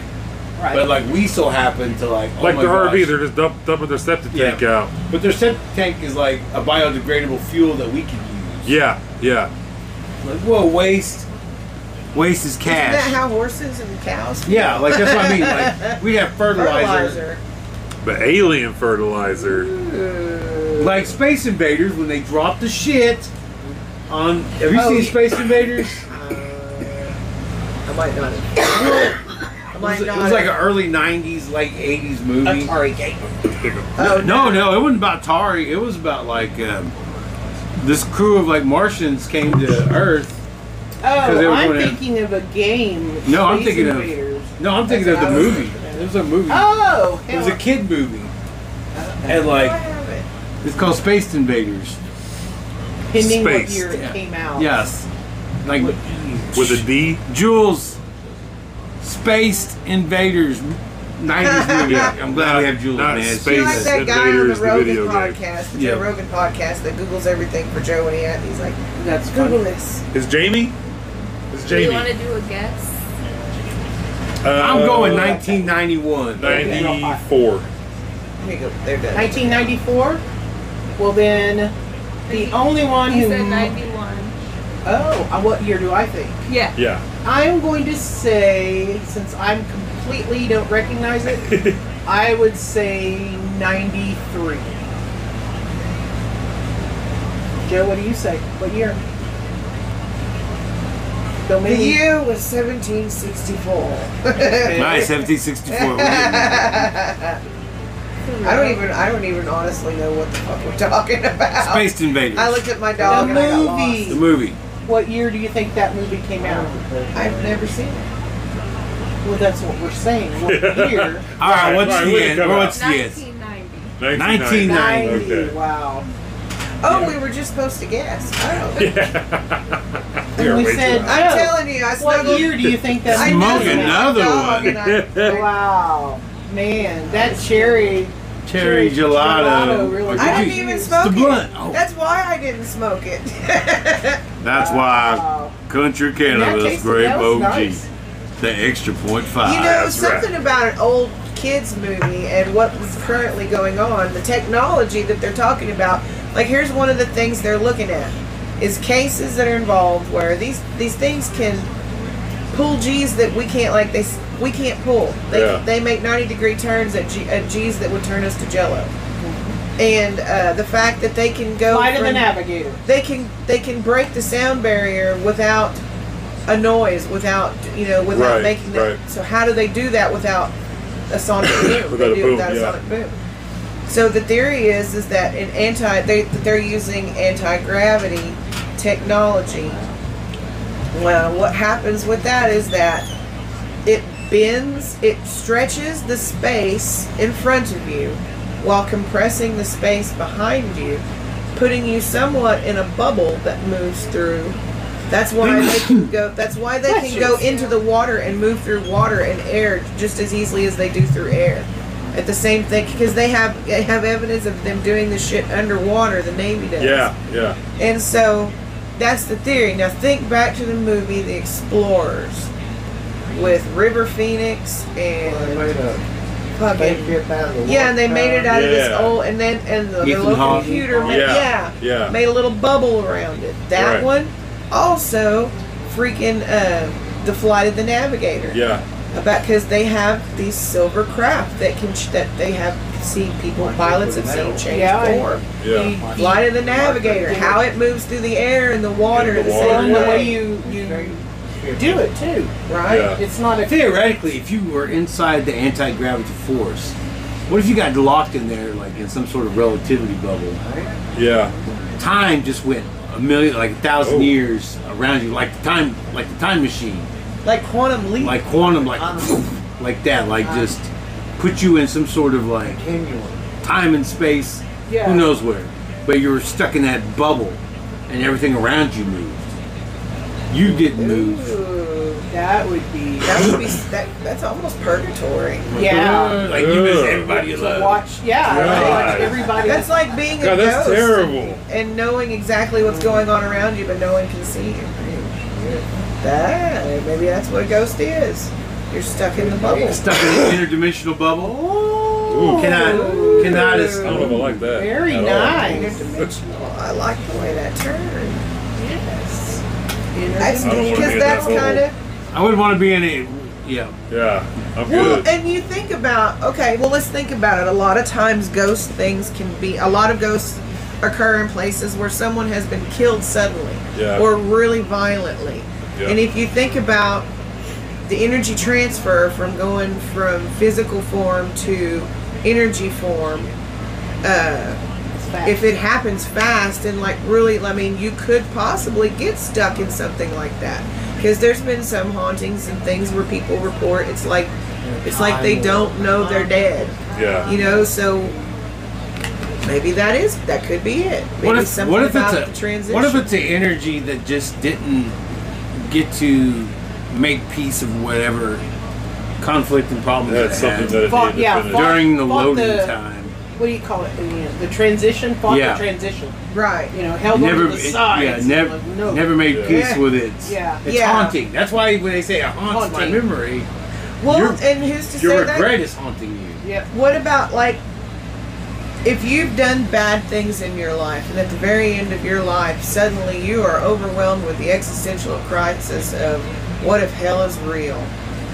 H: Right.
D: but like we so happen to like oh
F: Like
D: my
F: the RV,
D: gosh.
F: they're just dump, dumping their septic
D: Yeah.
F: tank out.
D: But their septic tank is like a biodegradable fuel that we can use.
F: Yeah, yeah.
D: Like, whoa, waste. Waste is
E: Isn't
D: cash.
E: that how horses and cows
D: yeah, like that's what I mean. Like we have fertilizer.
E: fertilizer?
F: But alien fertilizer.
D: Like Space Invaders when they drop the shit on. Have you
E: Oh,
D: seen
E: yeah.
D: Space Invaders?
E: I might not. have- I
D: it, was,
E: might
D: it
E: not.
D: was like an
E: have-
D: early '90s, late '80s movie.
H: Atari game.
E: oh,
D: No, no, it wasn't about Tari. It was about like um, this crew of like Martians came to Earth. they
H: Oh,
D: were
H: I'm
D: going in.
H: thinking of a game.
D: No, I'm
H: Space
D: thinking of-
H: Invaders.
D: No, I'm thinking of the movie. It was a movie.
H: Oh,
D: It was
H: hell.
D: a kid movie, and like it's called Space Invaders.
H: depending what
F: space.
H: year it came out.
D: Yes. Like
F: With a D?
D: Jules Spaced Invaders 90s movie.
F: Yeah.
D: I'm glad we have Jules,
F: Not
D: man.
F: space.
E: You like
D: Jesus.
E: that guy on the
F: Invaders, the
E: Rogan
F: video game.
E: podcast, the
D: Yeah.
E: Joe Rogan podcast that Googles everything for Joe when he had. He's like,
H: That's
E: Google
H: funny.
E: this.
F: Is Jamie? Is
L: Do you
F: Jamie?
L: want to do a guess?
F: Uh,
D: I'm going 1991.
F: 94.
E: Let me go. They're done.
H: 1994? Well, then, the only one
L: He
H: who.
L: said 91.
H: Oh, uh, what year do I think?
L: Yeah.
F: Yeah.
H: I'm going to say, since I'm completely don't recognize it, I would say 93. Joe, what do you say? What year? They'll
E: The
H: make me-
E: year was 1764.
D: Nice, 1764. We're getting-
E: I don't even. I don't even honestly know what the fuck we're talking about.
D: Space Invaders.
E: I looked at my dog
H: The
E: and I got
H: movie.
E: lost.
D: the movie.
H: What year do you think that movie came out?
E: I've never seen it.
H: Well, that's what we're saying. What year?
D: All right, what's
J: Alright,
D: the
J: when it
D: end?
J: come
D: What's the end?
J: 1990.
L: 1990.
D: 1990.
J: Okay.
H: Wow.
E: Oh, we were just supposed to guess. Oh.
J: We are
H: we
J: way
H: said-
J: too high.
E: I'm
H: Oh.
E: telling you, I
H: What
E: snuggled.
H: year do you think that?
E: I
H: movie
D: Smoke
E: knuckled
H: came
E: my
H: out?
D: another
E: dog and I-
H: Wow, man, that cherry
D: Cherry gelato.
H: gelato really-
E: I
D: Did
E: didn't
D: you-
E: even smoke
D: the
E: it.
D: blunt. Oh.
E: That's why I didn't smoke it.
D: That's why
H: Wow.
D: country cannabis
H: tasted-
D: grape
H: that was
D: OG,
H: nice.
D: the extra point five.
E: you know,
D: Ah, That's right.
E: something about an old kids movie and what was currently going on, the technology that they're talking about. Like, here's one of the things they're looking at is cases that are involved where these these things can pull G's that we can't like they s- we can't pull. They
J: Yeah.
E: they make 90 degree turns at, G, at G's that would turn us to Jello. And uh, the fact that they can go
H: Light of the
E: from-
H: Navigator.
E: they can they can break the sound barrier without a noise, without you know, without
J: Right,
E: making that.
J: right.
E: So how do they do that without a sonic boom?
J: Without
E: they
J: a
E: do it
J: boom,
E: without
J: yeah.
E: a sonic boom. So the theory is is that in anti they that they're using anti gravity technology. Well, what happens with that is that it bends, it stretches the space in front of you while compressing the space behind you, putting you somewhat in a bubble that moves through. That's why they can go. That's why they can go into the water and move through water and air just as easily as they do through air. At the same thing, because they have they have evidence of them doing this shit underwater. The Navy does.
J: Yeah, yeah.
E: And so that's the theory. Now think back to the movie The Explorers with River Phoenix
G: They
E: and
G: made a
E: fucking
G: spaceship out of the water.
E: yeah, and they made it out of this
J: Yeah.
E: old and then and the, the
D: Ethan
E: little
D: Hawke.
E: computer ma-
J: Yeah,
E: yeah,
J: yeah.
E: made a little bubble around it. That
J: Right.
E: one also freaking uh, the flight of the Navigator
J: Yeah,
E: about because they have these silver craft that can ch- that they have seen people pilots have seen change
H: Yeah, I-
E: form.
J: yeah.
E: Light of the Navigator, how it moves through the air and the water
J: Yeah,
E: at
J: the
E: the
J: water,
E: same
H: And the
J: yeah.
H: way
E: way,
H: you you do it too.
E: right?
J: Yeah.
H: It's not a
D: Theoretically, if you were inside the anti gravity force, what if you got locked in there, like in some sort of relativity bubble?
J: Yeah,
D: Time just went a million, like a thousand
J: Oh.
D: years around you, like the time, like the time machine,
E: Like quantum leap.
D: like quantum, like like that, like just put you in some sort of like
G: Continuum.
D: time and space,
H: Yeah.
D: who knows where. But you were stuck in that bubble, and everything around you moved. You didn't move.
H: Ooh, that would be
E: that would be that, that's almost purgatory.
H: yeah.
D: Like you missed
J: Ugh.
D: everybody you
H: To
D: love.
H: watch, yeah, to watch
J: God.
H: everybody.
E: That's like being a
J: God, that's
E: ghost
J: terrible.
E: and knowing exactly what's going on around you, but no one can see you. That maybe that's what a ghost is. You're stuck in the bubble.
D: Stuck in an interdimensional bubble.
J: Ooh,
D: Cannot, cannot
J: I don't know if I
D: escape.
J: like that.
H: very
J: at all.
H: nice.
E: Interdimensional. I like the way that turned.
H: Yes.
E: That's
J: I don't wanna be
E: because
J: in that
E: that's
J: bubble.
E: kind of
D: I wouldn't want to be in it. Yeah.
J: Yeah, I'm
E: Well,
J: good.
E: and you think about okay. Well, let's think about it. A lot of times, ghost things can be. A lot of ghosts occur in places where someone has been killed suddenly
J: Yeah.
E: or really violently.
J: Yeah.
E: And if you think about the energy transfer from going from physical form to energy form, if it happens fast and like really i mean you could possibly get stuck in something like that because there's been some hauntings and things where people report it's like it's like they don't know they're dead
J: Yeah.
E: you know so maybe that is that could be it maybe
D: What if,
E: something
D: what if
E: about the
D: it's a
E: transition
D: what if it's an energy that just didn't get to make peace of whatever conflict and problems
J: That's
D: it had
J: something that it
H: Fuck,
J: needed
H: yeah,
J: to finish.
H: fuck.
D: during the
H: Fought
D: loading
H: the-
D: time.
H: What do you call it? The, the transition, fought
D: Yeah.
H: the transition.
E: right
H: You know, held
D: never,
H: on to the
D: it- yeah,
H: sides.
D: never,
H: Like, no.
D: never made
J: Yeah.
D: peace
E: Yeah.
D: with it.
H: Yeah.
D: It's
E: Yeah.
D: haunting. That's why when they say it haunts my
H: Haunting.
D: memory,
E: well
D: Your-
E: and who's to
D: your
E: say that
D: regret is haunting you.
H: Yep.
E: What about like if you've done bad things in your life and at the very end of your life suddenly you are overwhelmed with the existential crisis of what if hell is real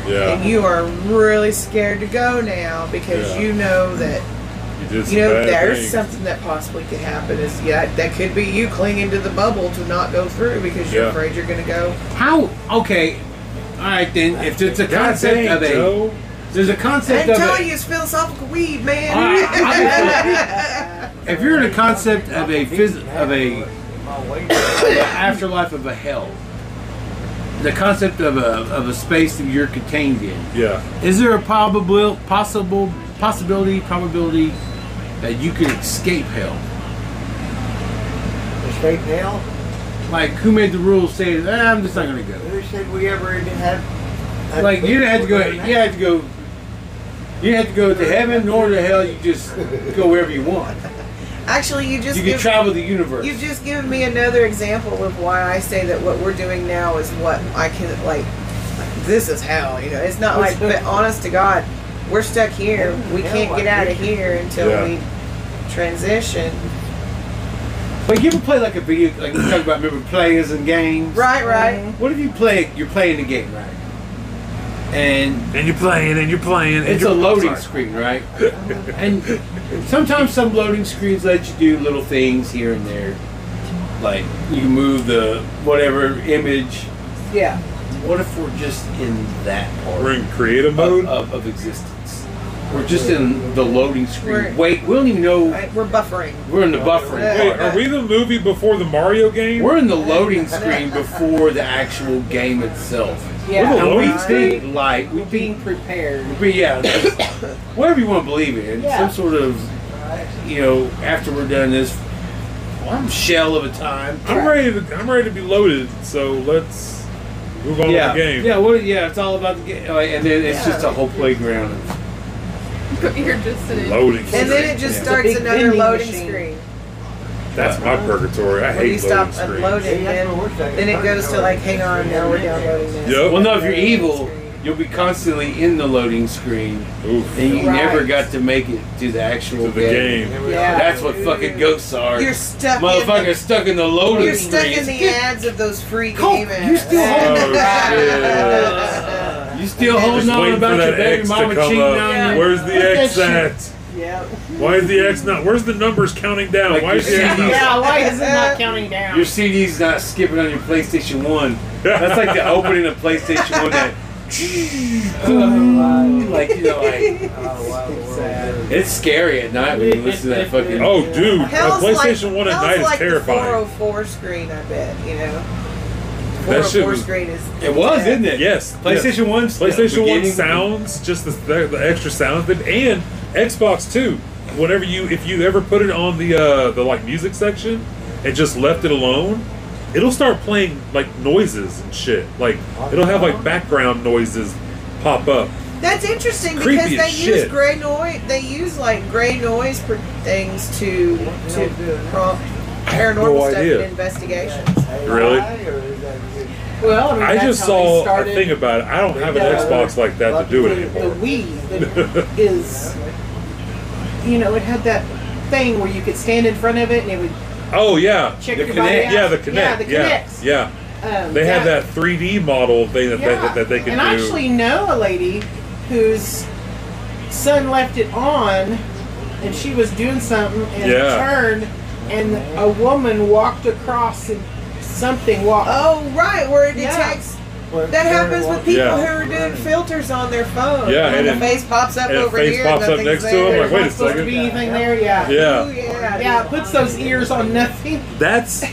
J: Yeah,
E: and you are really scared to go now because
J: Yeah.
E: you know that
F: You did some
E: You know,
F: bad
E: there's
F: things.
E: something that possibly could happen. Is yeah, that could be you clinging to the bubble to not go through because you're
F: Yeah.
E: afraid you're going to go.
D: How? Okay. All right then. If it's a
F: God
D: concept
F: dang,
D: of a,
F: Joe.
D: there's a concept
E: I'm
D: of
E: telling
D: a,
E: you, it's philosophical weed, man.
D: All right, I- if you're in a concept of a phys- of a
G: My weight.
D: the afterlife of a hell. The concept of a, of a space that you're contained in.
F: Yeah.
D: Is there a probable, possible, possibility, probability that you could escape hell?
G: Escape hell?
D: Like, who made the rules saying, "Eh, I'm just not going to go?
G: Who said we ever even had? had
D: Like, you didn't have to go, you
G: people
D: didn't have to go, you didn't have to go to heaven nor to hell. You just go wherever you want.
E: Actually, you just
D: You can
E: give-
D: travel the universe.
E: You've just given me another example of why I say that what we're doing now is what I can like. This is hell, you know. It's not like, but honest to God, we're stuck here.
H: Mm-hmm.
E: We can't get out of here until
F: Yeah.
E: we transition.
D: But you ever play like a video, like we talk about, remember players and games?
E: Right, right.
H: Mm-hmm.
D: What if you play? You're playing the game, right? And
M: And you're playing, and you're playing. And
D: it's
M: you're,
D: a loading
M: Sorry.
D: screen, right? and sometimes some loading screens let you do little things here and there, like you move the whatever image.
H: Yeah.
D: What if we're just in that part
F: We're in creative
D: of,
F: mode.
D: of, of existence? We're just in the loading screen.
E: We're-
D: Wait, we don't even know
E: Right? We're buffering.
D: we're in the buffering
F: Wait,
D: part.
F: are we the movie before the Mario game?
D: We're in the loading screen before the actual game itself.
H: Yeah.
D: And we
H: Right.
D: think like we think
H: Being prepared.
D: But yeah, just whatever you want to believe in,
H: Yeah.
D: some sort of, you know, after we're done this, I'm shell of a time.
F: I'm ready. To, I'm ready to be loaded. So let's move on to
D: yeah,
F: the game.
D: yeah, what, yeah. It's all about the game, like, and then it's just a whole playground. of-
L: You're just in a
F: Loading.
E: And then it just
F: Yeah.
E: starts
H: big
E: another
H: vending
E: loading
H: machine.
E: screen.
F: That's my purgatory. I
E: When you
F: hate
E: stop
F: loading screens.
E: unloading, then, then it goes to like, hang on, now we're downloading this.
F: Yep.
D: Well, no, if you're evil, you'll be constantly in the loading screen,
F: Oof.
D: and you
H: Right.
D: never got to make it to the actual
F: To the game.
H: Yeah.
D: That's what fucking ghosts are.
E: You're stuck. in
D: Motherfucker stuck in the
E: the,
D: loading
E: You're stuck
D: screen.
E: in the ads of those free
D: Coke,
E: game
D: you
E: ads.
D: still
F: holding that?
D: you still holding
F: Just
D: on
F: waiting for
D: Oh, about your
F: that
D: baby
F: X to
D: mama
F: come
D: cheating
F: up.
D: on you.
F: Where's
D: Look at
F: the X
D: that shit.
F: at?
H: Yeah.
F: Why is the X not? Where's the numbers counting down?
D: Like
F: Why is
D: you
F: the X
D: see-
F: not?
H: Yeah, why is it not counting down?
D: Your CD's not skipping on your PlayStation 1. That's like the opening of PlayStation 1 that. like, you know, like.
G: Oh, wow, the world is-
D: It's scary at night when you listen to that fucking.
F: Oh, dude,
E: Hell's
F: a PlayStation
E: like,
F: One at
E: hell's
F: night
E: like
F: is terrifying.
E: The 404 screen, I bet you know.
F: That
E: 404
F: shit was-
E: screen is.
D: It was, isn't it?
F: Yes, yes.
D: PlayStation 1's
F: PlayStation One
D: beginning-
F: sounds just the, the, the extra sounds, that, and Xbox Two. Whenever you, if you ever put it on the uh, the like music section and just left it alone, it'll start playing like noises and shit. Like it'll have like background noises pop up.
E: That's interesting
F: Creepy
E: because they
F: as
E: use
F: shit.
E: gray noise. They use like gray noise per- things to to prompt paranormal
F: no
E: stuff
F: idea.
E: and investigation.
F: Really?
G: AI, or is that just-
H: Well, I, mean,
F: I
H: that's
F: just
H: how
F: saw
H: they
F: a
H: started
F: thing about it. I don't have an
G: Yeah.
F: Xbox like that to do it
H: the, the
F: anymore.
H: Wii that is, you know, it had that thing where you could stand in front of it and it would
F: Oh yeah,
H: check
D: The
H: your body
D: Kinect.
H: out.
F: yeah, the Kinect.
H: Yeah, the Kinects.
F: yeah.
H: Um,
F: They had that 3D model thing that,
H: Yeah.
F: they, that they could
H: and
F: do.
H: I actually know a lady whose son left it on, and she was doing something and
F: Yeah.
H: turned, and a woman walked across and something walked.
E: Oh right, where it
H: Yeah.
E: detects.
G: Well,
E: That happens with people
F: Yeah.
E: who are doing filters on their phone.
F: Yeah,
E: and,
F: and
E: the
F: it-
E: face pops up
F: and a
E: over
F: face
E: here.
F: pops up
E: nothing's
F: next to
E: there.
F: them, like, wait a
H: Not supposed to
F: second.
H: be anything there. Yeah.
E: Ooh,
F: yeah,
E: yeah,
H: Yeah, it puts those ears on nothing.
F: that's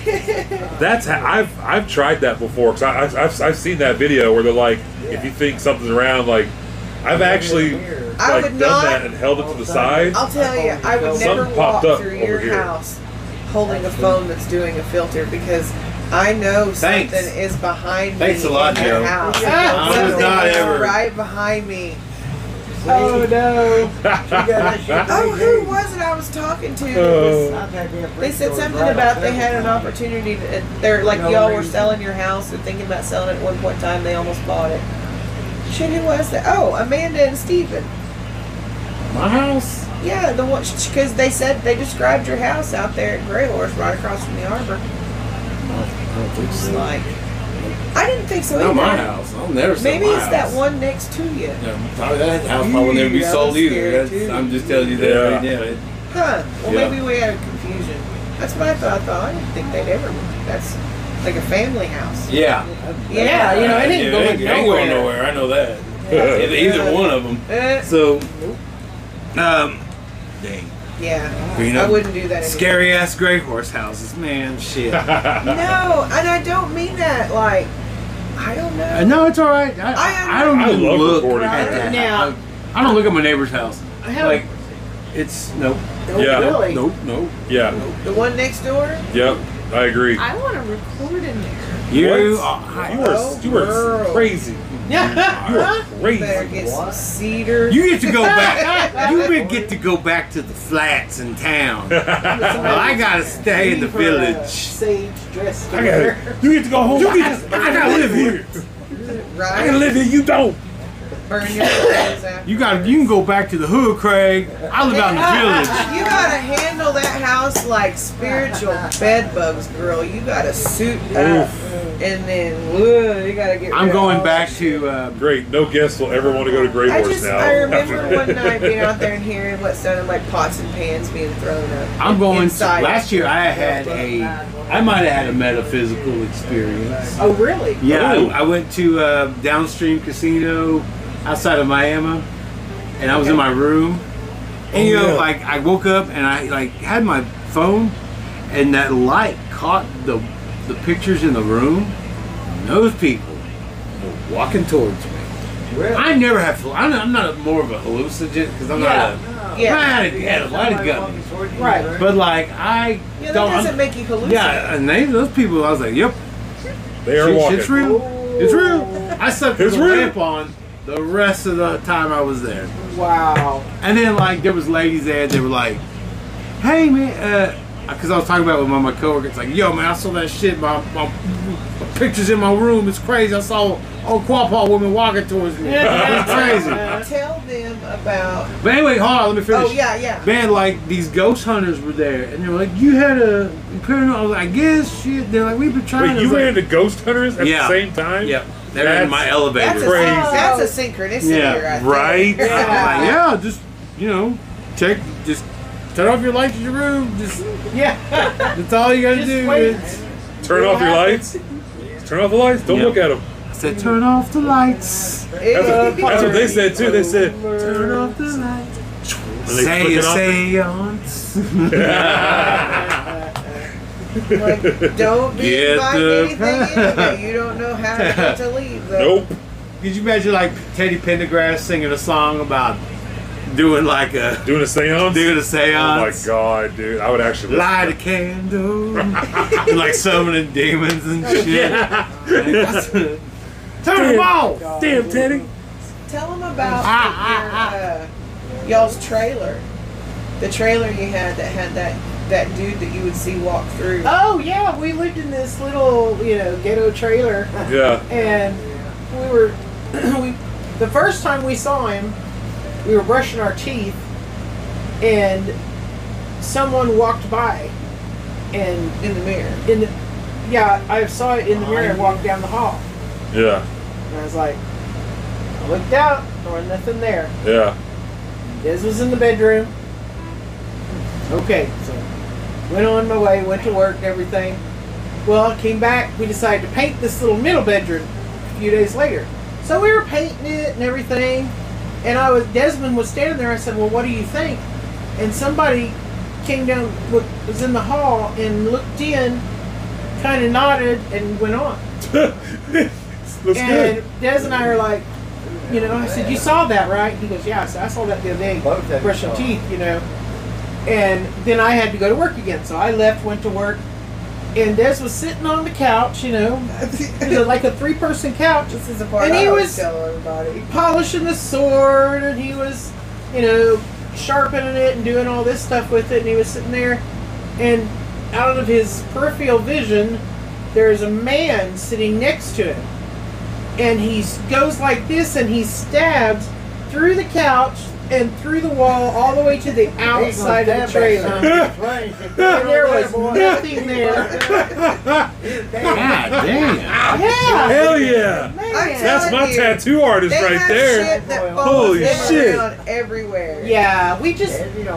F: that's how, I've I've tried that before because I, I- I've I've seen that video where they're like, if you think something's around, like I've actually like
E: I
F: done
E: would not-
F: that and held it to the side.
E: I'll tell you, I would
F: Something
E: never walk
F: popped up
E: through
F: over
E: your
F: here.
E: house holding a phone that's doing a filter because I know something
D: Thanks.
E: is behind
D: Thanks
E: me
D: a lot,
E: in your
D: Joe.
E: house.
H: I
D: was
E: Something
D: not
E: is
D: ever-
E: right behind me.
H: Oh no.
E: Oh, who was it I was talking to? that
F: Oh.
E: was- They said something about they had an opportunity. To, they're like
G: No
E: y'all were
G: reason.
E: selling your house and thinking about selling it at one point in time. They almost bought it. Shit, who was that? Oh, Amanda and Steven.
D: My house?
E: Yeah, the one because they said they described your house out there at Grey Horse, right across from the arbor. It's like I didn't think so either.
D: Not my house. I'll never sell
E: Maybe
D: my
E: it's that
D: house.
E: one next to you.
D: No, probably that house probably will never be
E: Ooh,
D: sold
E: that was
D: either.
E: scary,
D: That's,
E: too.
D: I'm just telling you that
F: Yeah.
D: right now. It-
E: Huh. Well,
J: Yeah.
E: maybe we had a confusion. That's what I thought, though. I didn't think they'd ever. That's like a family house.
N: Yeah.
E: Yeah, you know, it
N: Yeah,
E: ain't going
N: it ain't going
E: nowhere.
N: nowhere. I know that. Either- Either one of them.
E: Eh,
N: So, um, dang.
E: yeah.
N: You
E: I
N: know,
E: wouldn't do that anymore.
D: Scary ass gray horse houses, man. Shit. uh,
E: No, and I don't mean that, like, I don't know.
D: Uh, no, it's all right. I, I,
E: I-
D: don't
J: I
D: even
J: love
D: look
J: recording.
D: at that.
H: Now-
D: I, I don't look at my neighbor's house.
H: I have
D: Like, it's nope,
E: Don't
J: Yeah.
E: Really?
D: nope, nope.
J: Yeah.
E: The one next door?
J: Yep. I agree.
L: I want to record in there.
D: You
J: What?
D: are,
J: you are
E: Oh,
J: you are
E: girl.
J: crazy. You are
E: Better
J: crazy.
E: get some cedar.
D: you get to go back. You would get to go back to the flats in town. Well, I gotta stay in the village.
H: Sage dressed.
J: I got you get to go home. You get, I gotta live here. I gotta
E: right?
J: live here. You don't.
E: Burn your clothes after.
D: You got. You can go back to the hood, Craig. I live out in the village.
E: You gotta handle that house like spiritual bedbugs, girl. You gotta suit up, and then whoa, you gotta get. rid
D: I'm
E: of
D: going
E: all-
D: back to. Um,
J: Great. No guest will ever want to go to Grey
E: I
J: Horse
E: just
J: now.
E: I remember one night being out there and hearing what sounded like pots and pans being thrown up.
D: I'm going. To,
E: inside.
D: last year, I had a. I might have had a metaphysical experience.
H: Oh, really?
D: Yeah, I, I went to uh, Downstream Casino outside of Miami, and I was in my room, and you know, like I woke up and I like had my phone, and that light caught the the pictures in the room. And those people were walking towards me. I never have. I'm not, I'm not a, more of a hallucinogen because I'm not a.
E: Yeah.
D: I had a, had a light of gun,
H: Right.
D: but like I
E: Yeah, that
D: don't. I'm-
E: doesn't make you hallucinate.
D: yeah, and they, those people, I was like, yep,
J: They are
D: Shit-
J: walking.
D: It's real. It's real. I slept with
J: It's
D: the
J: real.
D: lamp on the rest of the time I was there.
H: Wow.
D: And then like there was ladies there. They were like, "Hey man," because I was talking about it with one of my coworkers. It's like, "Yo man, I saw that shit. My, my, my pictures in my room. It's crazy. I saw old Quapaw women walking towards me. it's crazy."
E: Tell them about.
D: But anyway, hold on. Let me finish.
E: Oh yeah, yeah.
D: Man, like these ghost hunters were there, and they were like, "You had a paranormal." I was like, I guess shit. They're like, "We've been
J: Wait,
D: trying." I
J: you
D: was like,
J: ran into ghost hunters at
D: Yeah.
J: the same time?
D: Yep, they're in my
J: That's-
D: elevator.
E: That's a,
J: Crazy.
E: that's a synchronicity
D: Yeah,
E: right there.
D: I'm like, yeah, just you know, check, just turn off your lights in your room. Just
H: Yeah.
D: that's all you gotta
H: Just
D: do.
H: wait.
D: Is,
J: Turn off your lights. Turn off the lights. Don't
D: Yep.
J: look at them.
D: I said, turn off the lights.
J: That's what, that's what they said too. They said,
D: Turn off the lights.
J: they
D: Say
J: flicking
D: a
J: off
D: seance.
E: Like, don't be
D: Get
E: inviting
D: the-
E: anything anyway. You don't know how to, how to leave. Though.
J: "Nope."
D: Could you imagine like Teddy Pendergrass singing a song about doing like a
J: Doing a seance.
D: doing a
J: oh my
D: seance?
J: god, dude! I would actually.
D: Light a candle, and like summoning demons and shit. Like, Turn them off.
J: Damn, Teddy.
E: Tell them about
H: Ah,
E: your, uh, y'all's trailer. The trailer you had that had that that dude that you would see walk through.
H: Oh yeah, we lived in this little, you know, ghetto trailer,
J: Yeah.
H: and we were, we, the first time we saw him, we were brushing our teeth, and someone walked by, and
E: in the mirror.
H: in the, yeah, I saw it in the mirror and walked down the hall,
J: Yeah.
H: and I was like, I looked out, there was nothing there.
J: Yeah.
H: This was in the bedroom. Okay, so went on my way, went to work, everything. Well, came back. We decided to paint this little middle bedroom a few days later. So we were painting it and everything, and I was Desmond was standing there. I said, "Well, what do you think?" And somebody came down, wa- was in the hall and looked in, kind of nodded, and went on.
J: Looks
H: and
J: good.
H: Des and I are like, you know, I said, "You saw that, right?" He goes, "Yeah." I said, "I saw that the other day."
G: Both of you
H: brushing
G: saw it.
H: teeth, you know. And then I had to go to work again, so I left, went to work, and Des was sitting on the couch, you know, it was like a three-person couch,
E: This is the part
H: And
E: I
H: he
E: always
H: was-
E: tell everybody.
H: polishing the sword, and he was, you know, sharpening it and doing all this stuff with it, and he was sitting there, and out of his peripheral vision, there's a man sitting next to him, and he s- goes like this, and he stabs through the couch, and through the wall all the way to the outside of the trailer. And there was nothing there.
D: God damn.
H: Yeah.
F: Hell yeah!
E: I'm
F: That's
E: telling
F: my
E: you,
F: tattoo artist
E: They
F: right
E: have
F: there.
E: shit that
F: Holy
E: falls
F: shit.
E: down everywhere.
H: Yeah, we just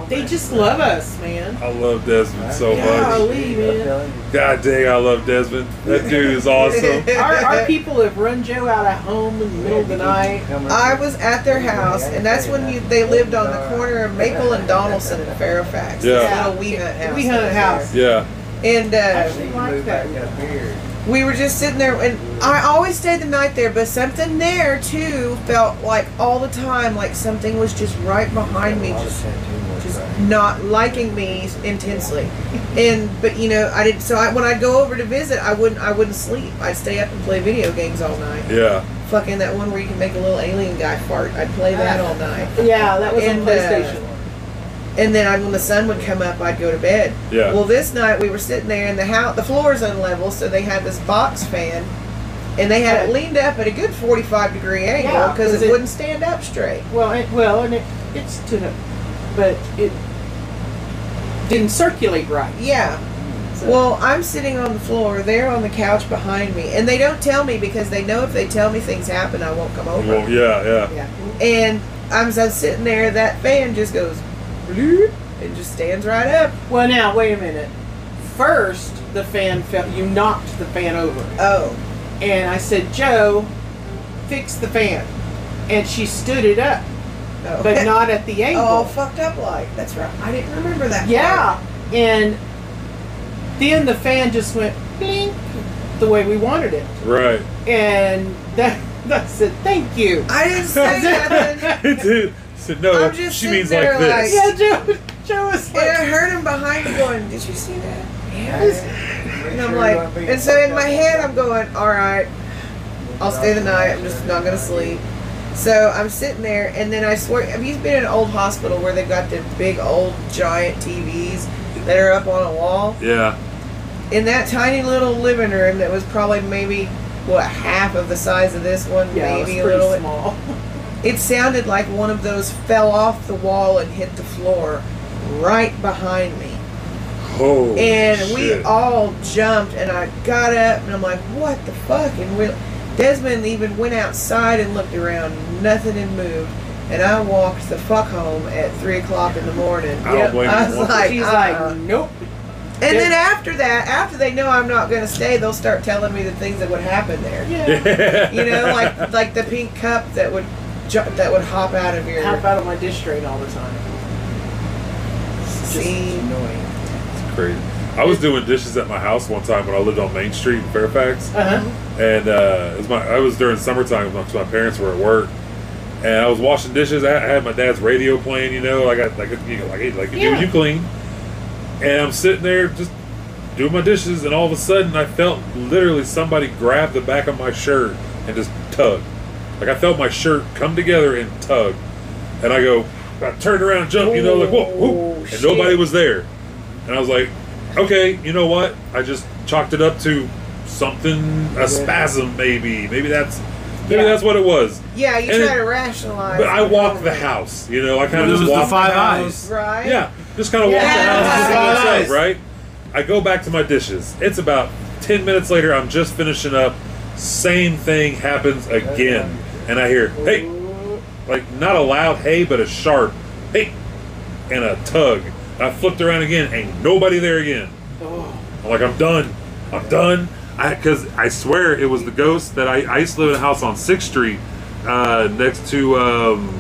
H: they just love us, man.
F: I love Desmond so much.
H: Golly, man.
F: God dang, I love Desmond. That dude is awesome.
H: Our, our people have run Joe out of home in the middle of the night.
E: I was at their house, and that's when you, they lived on the corner of Maple and Donaldson in Fairfax.
F: Yeah.
E: This little wee hut house.
H: We hunt
E: that was
H: house.
F: Yeah.
E: there. And uh,
H: Like that.
E: we were just sitting there, and I always stayed the night there, but something there too felt like all the time like something was just right behind me, just just not liking me intensely. And but you know I didn't. So I, when I'd go over to visit, I wouldn't I wouldn't sleep. I'd stay up and play video games all night.
F: Yeah.
E: Fucking that one where you can make a little alien guy fart. I'd play
H: Ah.
E: that all night.
H: Yeah, that was on
E: And, uh,
H: PlayStation.
E: And then I, when the sun would come up, I'd go to bed.
F: Yeah.
E: Well, this night we were sitting there, and the house, the floor is unlevel, so they had this box fan, and they had it leaned up at a good 45 degree angle
H: Yeah,
E: because
H: 'cause
E: it,
H: it-
E: wouldn't stand up straight.
H: Well, it, well, and it, it's to the, but it didn't circulate right.
E: Yeah.
H: So-
E: Well, I'm sitting on the floor, they're on the couch behind me, and they don't tell me because they know if they tell me things happen, I won't come over.
F: Well, yeah, yeah.
H: yeah.
E: And I'm so sitting there, that fan just goes, bloop, and just stands right up.
H: Well, now wait a minute. First, the fan fell. You knocked the fan over,
E: Oh,
H: and I said, "Joe, fix the fan," and she stood it up,
E: oh.
H: but not at the angle.
E: all fucked up like. That's right. I didn't remember that. part.
H: Yeah, and then the fan just went blink the way we wanted it,
F: Right.
H: and that I said, "Thank you."
E: I didn't say nothing.
F: Dude said no.
E: I'm just
F: She
E: sitting
F: means like
E: there
F: this.
H: Yeah, Joe. Joe was
E: And I
H: like,
E: heard him behind me going, Did you see that? And I'm like, and so in my head, I'm going, All right, I'll stay the night. I'm just not going to sleep. So I'm sitting there, and then I swear, have you been in an old hospital where they've got the big old giant TVs that are up on a wall?
F: Yeah.
E: In that tiny little living room that was probably maybe, what, half of the size of this one,
H: "Yeah, it was
E: maybe
H: pretty
E: a little bit.
H: small."
E: It sounded like one of those fell off the wall and hit the floor right behind me.
F: Oh.
E: And we
F: shit.
E: all jumped, and I got up, and I'm like, what the fuck? And we, Desmond even went outside and looked around. Nothing had moved. And I walked the fuck home at 3 o'clock in the morning.
F: I don't blame
E: I
F: you
E: was
F: one
E: like,
H: She's
E: uh-uh.
H: like, "Nope."
E: And then after that, after they know I'm not going to stay, they'll start telling me the things that would happen there.
H: Yeah.
E: You know, like like the pink cup that would ju- that would hop out of your
H: Hop out of my dish drain all the time.
E: See?
F: crazy. I was doing dishes at my house one time when I lived on Main Street in Fairfax,
E: Uh-huh.
H: Uh huh.
F: and uh, it was my I was during summertime because my parents were at work, and I was washing dishes. I I had my dad's radio playing, you know, like I like you know, like like you
H: Yeah.
F: do, you clean, and I'm sitting there just doing my dishes, and all of a sudden I felt literally somebody grab the back of my shirt and just tug, like I felt my shirt come together and tug, and I go, I turned around, and jumped, you know, like whoa, whoa, and
E: shit.
F: nobody was there. And I was like, okay, you know what? I just chalked it up to something, a spasm maybe. Maybe that's maybe
H: Yeah.
F: that's what it was.
E: Yeah,
F: And
E: you try
F: it-
E: to
H: Uh-huh.
E: rationalize.
F: But I
E: it.
F: walked the house, you know. I kind of
D: It was
F: just
D: the
F: walked
D: five
F: the house.
D: eyes.
E: Right?
F: Yeah, just kind of walked the
E: Yeah.
F: house and
D: Five
F: see myself,
D: eyes.
F: right? I go back to my dishes. It's about ten minutes later. I'm just finishing up. Same thing happens again, and I hear hey, like not a loud hey, but a sharp hey, and a tug. I flipped around again. Ain't nobody there again. I'm like, I'm done. I'm done. I because I swear it was the ghost that I, I used to live in a house on Sixth Street, uh, next to. Um,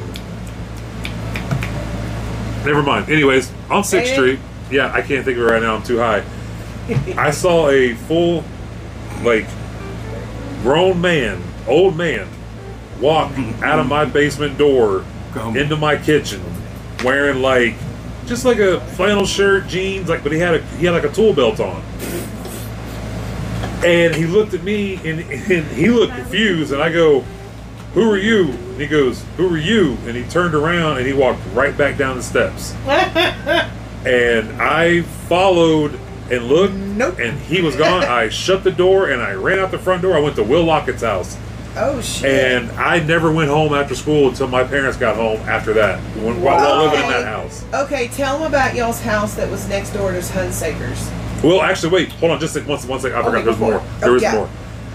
F: never mind. Anyways, on Sixth
E: Hey.
F: Street. Yeah, I can't think of it right now. I'm too high. I saw a full, like, grown man, old man, walk out of my basement door
D: Grown.
F: into my kitchen, wearing like, just like a flannel shirt, jeans, like, but he had a he had like a tool belt on. And he looked at me and, and he looked confused and I go, Who are you? And he goes, Who are you? And he turned around and he walked right back down the steps. and I followed and looked
E: Nope.
F: and he was gone. I shut the door and I ran out the front door. I went to Will Lockett's house.
E: Oh shit.
F: And I never went home after school until my parents got home after that, when, while I was living in that house.
E: Okay, tell them about y'all's house that was next door to Hunsaker's.
F: Well, actually, wait, hold on, just a- one, one second. I forgot
E: Okay,
F: there's
E: go for
F: more.
E: it.
F: There
E: Oh,
F: is
E: yeah.
F: more.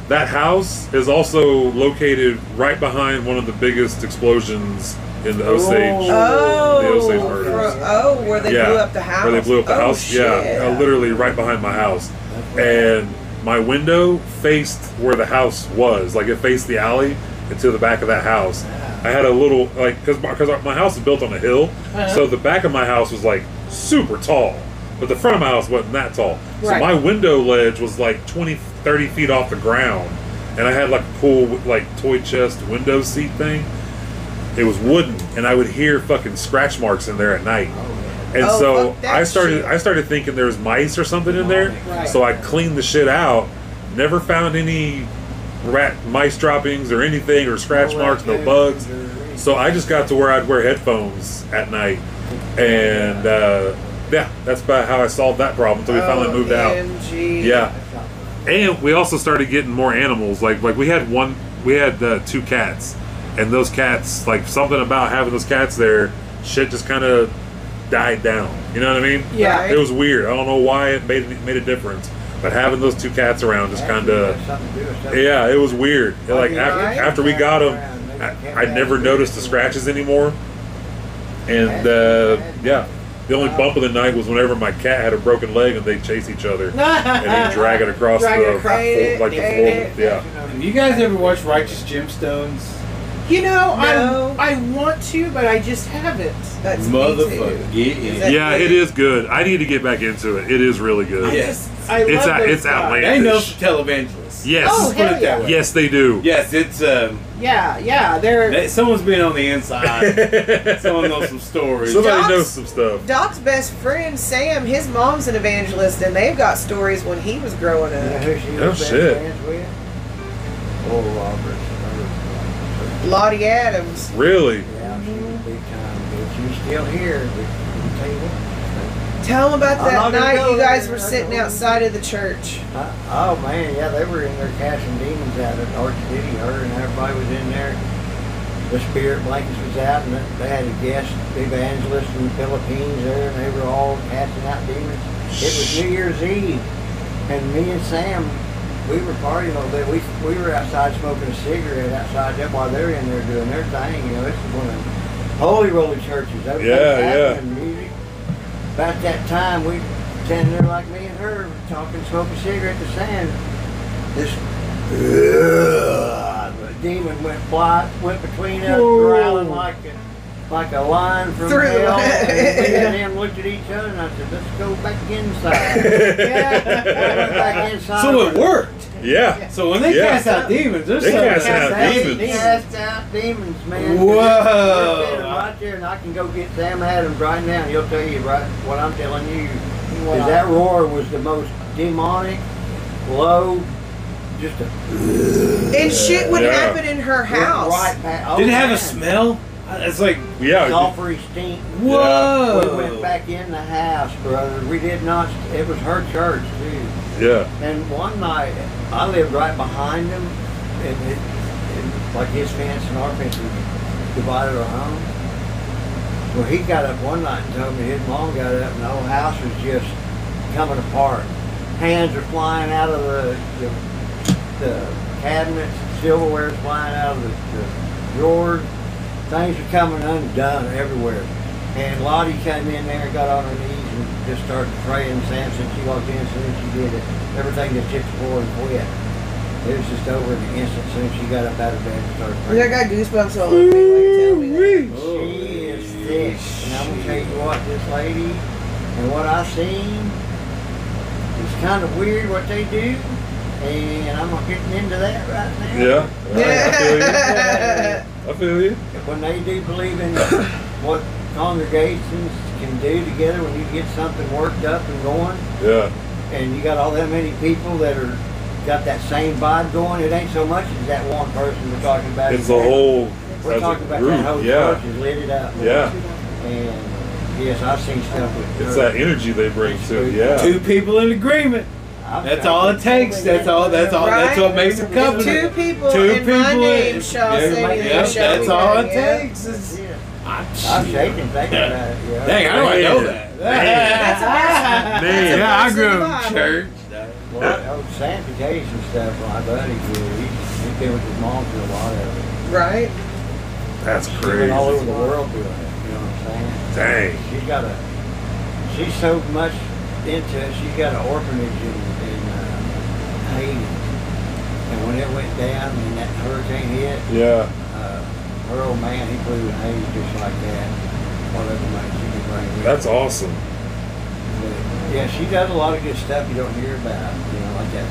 F: That house is also located right behind one of the biggest explosions in the Osage, the
E: Oh,
F: Osage
E: for-
F: murders.
E: oh, where they blew up the house.
F: Where they blew up the
E: oh,
F: house.
E: Shit.
F: Yeah, uh, literally right behind my house. And my window faced where the house was. Like it faced the alley into the back of that house. I had a little, like, because my, 'cause my house is built on a hill.
J: Uh-huh.
F: So the back of my house was like super tall. But the front of my house wasn't that tall. So
J: Right.
F: my window ledge was like 20, 30 feet off the ground. And I had like a cool, like, toy chest window seat thing. It was wooden, and I would hear fucking scratch marks in there at night. And
J: Oh,
F: so
J: fuck that
F: I started, I started thinking there was mice or something in there.
J: Right.
F: So I cleaned the shit out. Never found any rat, mice droppings or anything or
J: Oh,
F: scratch marks, no bugs. So I just got to where I'd wear headphones at night, and uh, yeah, that's about how I solved that problem until we finally
J: Oh,
F: moved out.
E: OMG.
F: Yeah. And we also started getting more animals. Like like we had one, we had uh, two cats, and those cats like something about having those cats there, shit just kind of died down. You know what I mean?
J: Yeah. Right.
F: It was weird. I don't know why it made it made a difference, but having those two cats around just kind of yeah, it was weird. Like
J: mean,
F: after,
J: right?
F: after we got them, I, I never noticed the scratches anymore. And uh, yeah, the only bump of the night was whenever my cat had a broken leg and they chase each other and they drag it across
H: Drag
F: the
H: it across.
F: floor- like the floor.
H: Hate it.
F: Yeah,
N: Have you guys ever watched Righteous Gemstones?
H: You know, I I want to, but I just haven't.
E: That's
N: Motherfucker, get in.
F: yeah, it is good. I need to get back into it. It is really good.
N: Yes.
H: I love
F: It's out-
H: those
F: it's
H: guys.
F: outlandish.
N: They know some televangelists.
F: Yes,
H: Oh, hell
N: Put it that
H: yeah.
N: way.
F: yes, they do.
N: Yes, it's um,
H: Yeah, yeah, they're
N: that, someone's been on the inside. Someone knows some stories.
F: Somebody
E: Docs-
F: knows some stuff.
E: Doc's best friend Sam, his mom's an evangelist, and they've got stories when he was growing
G: know
E: up.
G: who she was
F: Oh,
G: best
F: shit.
G: friends with? Oral Roberts.
E: Lottie Adams.
F: Really?
G: Yeah, she was big time, but she's still here. but I'll tell you what,
E: Tell them about
G: I'm
E: that
G: not gonna
E: night
G: go
E: you guys
G: there.
E: were
G: I'm
E: sitting
G: not-
E: outside of the church.
G: I- Oh man, yeah, they were in there catching demons out at Arch City. Her and everybody was in there. The spirit blankets was out, and they had a guest evangelist from the Philippines there, and they were all casting out demons. It was New Year's Eve, and me and Sam, we were partying all day. We we were outside smoking a cigarette outside that while they're in there doing their thing. You know, this is one of the holy roller churches. They
F: Yeah,
G: played
F: yeah.
G: Latin Music. About that time, we standing there like me and her talking, smoking cigarette to Sam. This the demon went fly, went between us, growling like a, like a lion from
E: Through.
G: hell. And we and him looked at each other, and I said, "Let's go back inside." I went back inside.
N: So it worked.
F: Yeah.
N: So when they
F: Yeah.
N: cast out demons, there's
F: They
N: something
F: cast out demons.
G: They cast out demons, man.
N: Whoa.
G: They're sitting Right there, and I can go get Sam Adams right now. and He'll tell you right what I'm telling you. Is that roar was the most demonic, low, just a
E: And shit would
F: Yeah.
E: happen in her house.
G: Right back. Oh,
N: Did it have
G: man.
N: a smell? It's like
F: Yeah.
G: Sulfury stink.
N: whoa.
G: We went back in the house, brother. We did not. It was her church too.
F: Yeah.
G: And one night, I lived right behind him, and it, and like his fence and our fence was divided our home. Well, he got up one night and told me his mom got up, and the whole house was just coming apart. Hands are flying out of the the, the cabinets, silverware's flying out of the, the drawers. Things are coming undone everywhere. And Lottie came in there, got on her knees, and just started praying. Sam since she walked in, as soon as she did it, everything just hit the floor and quit. It was just over in an instant. As soon as she got up out of bed and started
E: I
G: praying.
E: got goosebumps all over me when you tell me that.
G: She is thick, and I'm gonna tell you what, this lady and what I seen is kind of weird what they do, and I'm not getting into that right now.
F: Yeah. I feel you.
G: When they do believe in what congregations can do together, when you get something worked up and going,
F: I feel you. Yeah.
G: and you got all that many people that are got that same vibe going, it ain't so much as that one person we're talking about.
F: It's the whole.
G: We're
F: as a
G: talking about
F: group,
G: that whole
F: yeah.
G: church is lit it up.
F: Yeah.
G: And yes, I've seen stuff with
F: It's
G: her.
F: that energy they bring to it. Yeah.
N: Two people in agreement.
G: I I've
D: That's
G: got
D: all it
G: people
D: takes.
G: that-
D: That's all. That's all. That's what makes a
E: If
D: company.
E: two people
D: Two
E: in my
D: people
E: name
D: in-
E: shall
D: Yeah,
E: say
D: yeah,
E: that shall
D: that's
E: be
D: all
E: made,
D: it
E: yeah.
D: takes. It's,
G: Yeah.
D: I'm
G: I'm
D: shit.
G: shaking thinking about it. uh, Yeah.
D: Dang, I don't know that.
E: That's a blessing.
D: Man, yeah, I
E: That's a
D: grew
E: blessing in the
D: up in
E: Bible.
D: church.
G: Well, old sanitation stuff, my buddy, did. he, he been with his mom for a lot of it.
E: Right?
F: That's
G: She went all
F: crazy.
G: over the world doing it, you know what I'm saying?
F: Dang.
G: She's got a, she's so much into it, she's got an orphanage in, in uh, Haiti. And when it went down and that hurricane hit,
F: Yeah.
G: uh, her old man, he flew to Haiti just like that. Whatever money she could bring with
F: That's
G: her.
F: awesome.
G: But, yeah, she does a lot of good stuff you don't hear about, you know, like that.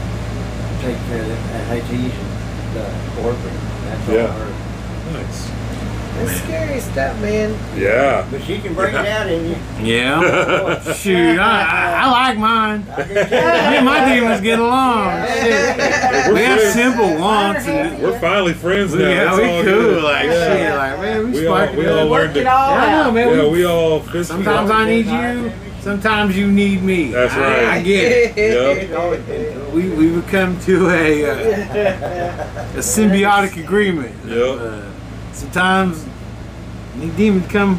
G: Take care of the Haiti's and the orphan. That's all
F: Yeah.
G: her.
F: Nice.
E: That's scary stuff, man.
F: Yeah.
G: But she can bring it out in you.
D: Yeah.
G: Boy,
D: Shoot, I, I, I like mine.
G: I do too.
D: Me and my demons get along.
E: Yeah.
D: Shit. We have
F: We're
D: simple wants.
H: happy.
D: And,
F: We're finally friends now.
D: yeah,
F: That's all
D: we cool.
F: good.
D: Like
F: Yeah.
D: shit. Like man, we,
F: We all,
D: sparking
F: we
D: up.
F: all learned
H: Work it
F: it.
H: all
D: Yeah, I know,
H: out.
D: man.
F: Yeah,
D: we-
F: we all fist
D: sometimes I need you. Sometimes you need me.
F: That's
D: I-
F: right.
D: I,
F: Yep.
D: get it.
G: It's always been cool.
D: We we would come to a uh, a symbiotic agreement.
F: Yep.
D: Uh, sometimes need demons come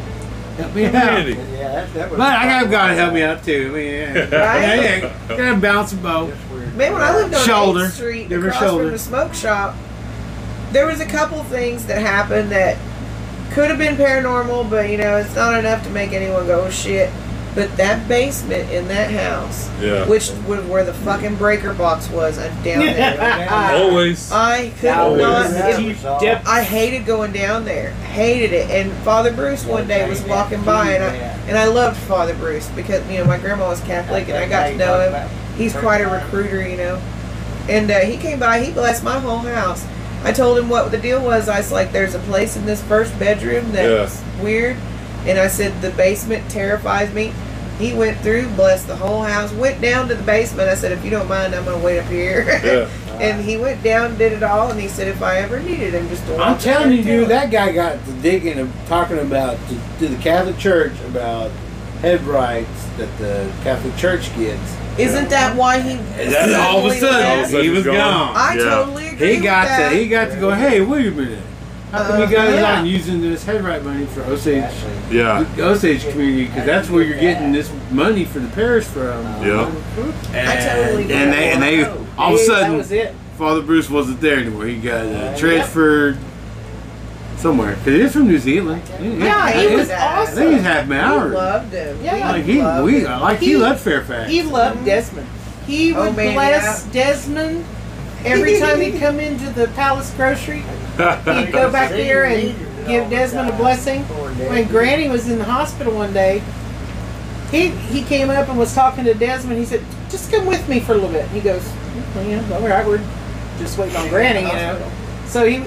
D: help me out.
F: Andy.
G: Yeah, that, that was
D: But I got God to help me out too. I mean, yeah.
E: Right?
D: Yeah, yeah. Gotta bounce a bow.
G: That's weird.
E: Man, when I lived on
D: Shoulder.
E: 8th Street,
D: Give her
E: across
D: shoulder.
E: from the smoke shop, there was a couple things that happened that could have been paranormal, but you know, it's not enough to make anyone go, oh, shit. But that basement in that house,
F: Yeah.
E: which was where the fucking breaker box was, I'm down there.
F: Always.
E: I could
F: Always.
E: not.
G: That
E: it-
G: was all-
H: dip-
E: I hated going down there. Hated it. And Father Bruce one day was walking by, and I and I loved Father Bruce because you know my grandma was Catholic, and I got to know him. He's quite a recruiter, you know. And uh, he came by. He blessed my whole house. I told him what the deal was. I was like, "There's a place in this first bedroom that's weird," and I said, "The basement terrifies me." He went through, blessed the whole house, went down to the basement. I said, "If you don't mind, I'm gonna wait up here."
F: Yeah.
E: And he went down, did it all, and he said, "If I ever needed him, just to walk
D: I'm
E: up
D: telling
E: there
D: you,
E: and tell
D: dude,
E: him."
D: that guy got to digging and talking about to, to the Catholic Church about head rights that the Catholic Church gets.
E: Isn't that why he?
D: And that's all of a
E: suddenly
D: sudden,
E: left?
F: sudden
D: he
F: he's
D: was gone.
F: gone.
E: I
F: Yeah.
E: totally agree.
D: He got
E: with that.
D: to he got to go. Hey, wait a minute. How come you guys
E: yeah.
D: aren't using this head right money for Osage
F: Yeah.
D: the Osage community? Because that's where you're getting this money for the parish from.
F: Yeah.
D: And,
E: totally
D: and
E: get
D: they and they all of a
H: Hey,
D: sudden
H: Oh, that was it.
D: Father Bruce wasn't there anymore. He got uh, transferred somewhere. Cause he's from New Zealand.
H: Yeah, he was
D: I think he's
H: awesome.
D: half
E: He
D: Maori.
E: loved him.
H: Yeah.
D: Like he,
E: loved
D: we,
E: him.
D: I like he,
H: He-
D: loved Fairfax.
H: He loved Desmond. He
E: Mm-hmm. Oh,
H: would
E: man,
H: bless Desmond every time he'd come into the palace grocery. He'd go back there and give Desmond a blessing. When Granny was in the hospital one day, he he came up and was talking to Desmond. He said, "Just come with me for a little bit." He goes, "Okay, "Yeah, all right, we're just waiting on Granny, you know." So he,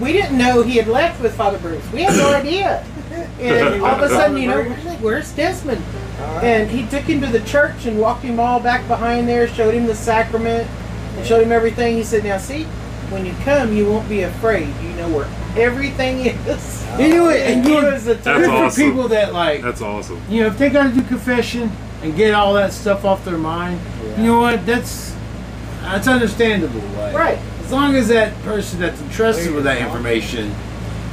H: we didn't know he had left with Father Bruce. We had no idea. And all of a sudden, you know, we're like, "Where's Desmond?" And he took him to the church and walked him all back behind there, showed him the sacrament, and showed him everything. He said, "Now see, when you come, you won't be afraid. You know where everything is."
E: Oh.
D: You know it, and
H: He
D: you
H: was a
D: good
F: That's
D: for
F: awesome.
D: people that like
F: That's awesome.
D: you know, if they gotta do confession and get all that stuff off their mind, you know what? That's that's understandable. Like,
H: Right.
D: As long as that person that's entrusted with that information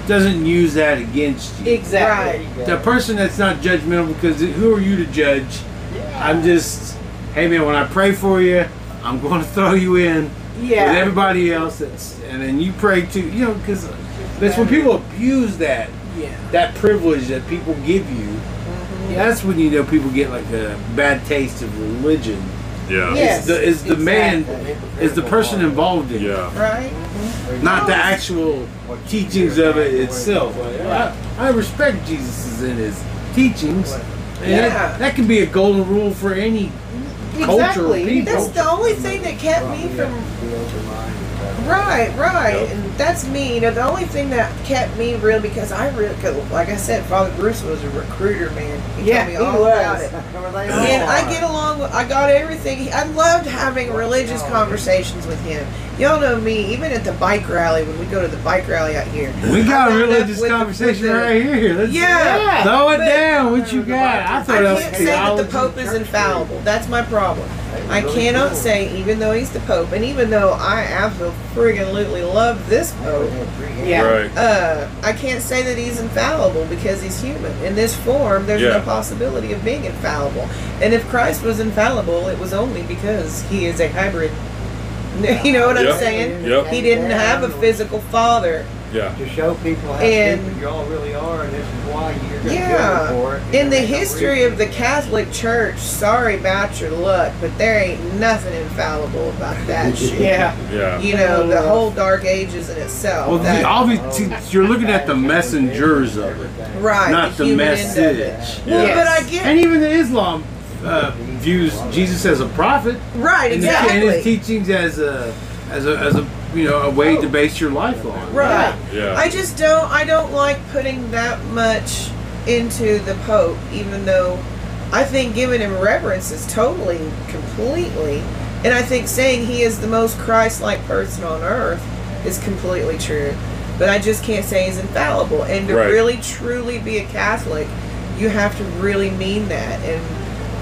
D: doesn't use that against you.
H: Exactly.
E: Right.
D: The person that's not judgmental because who are you to judge? I'm just, hey man, when I pray for you, I'm going to throw you in
H: Yeah.
D: with everybody else, that's, and then you pray too. You know, because that's when people abuse that
H: Yeah.
D: that privilege that people give you. That's when you know people get like a bad taste of religion.
F: Yeah.
H: Yeah.
D: Is the, is the man is the person involved in it,
F: Yeah.
E: Right?
D: not the actual teachings of it itself. Like, I, I respect Jesus's in his teachings. And that-
E: Yeah.
D: that, can be a golden rule for any. Cultural
H: Exactly.
D: people.
E: That's the only thing that kept me from. Right, right,
F: Yep.
E: and that's me. You know, the only thing that kept me real because I really, 'cause like I said, Father Bruce was a recruiter, man. He
H: Yeah,
E: told me
H: he
E: all about
H: was.
E: it. And I get along with, I got everything. I loved having religious conversations with him. Y'all know me. Even at the bike rally, when we go to the bike rally out here,
D: We got
E: I
D: a
E: wound up
D: religious
E: with the-
D: conversation
E: with the-
D: right here. Let's
E: Yeah,
D: throw it
E: but-
D: down. What you got? I
E: I
D: thought that was
E: can't say that the
D: theology.
E: Pope is infallible. That's my problem. I cannot say, even though he's the Pope, and even though I absolutely love this Pope,
H: Yeah.
F: Right.
E: uh, I can't say that he's infallible because he's human. In this form, there's
F: Yeah.
E: no possibility of being infallible. And if Christ was infallible, it was only because he is a hybrid. You know what
F: Yep.
E: I'm saying?
F: Yep.
E: He didn't have a physical father.
F: Yeah.
G: to show people how
E: And-
G: stupid y'all really are, and this is why you're gonna
E: Yeah.
G: do it for it.
E: In the history of the Catholic Church, sorry about your luck, but there ain't nothing infallible about that shit.
H: Yeah.
F: Yeah.
E: You know, the whole Dark Ages in itself.
D: Well,
E: that-
D: the, all these- see, you're looking at the messengers of it,
E: right.
D: not the
E: human end of it.
D: message.
E: Well,
H: Yes.
E: but I get
D: And even the Islam uh, views Jesus as a prophet
E: right
D: and, his- and his
E: exactly.
D: teachings as a as a as a you know a way to base your life on.
E: Oh. Right.
F: Yeah.
E: I just don't. I don't like putting that much into the Pope, even though I think giving him reverence is totally, completely, and I think saying he is the most Christ-like person on earth is completely true. But I just can't say he's infallible. And to
F: Right.
E: really, truly be a Catholic, you have to really mean that. And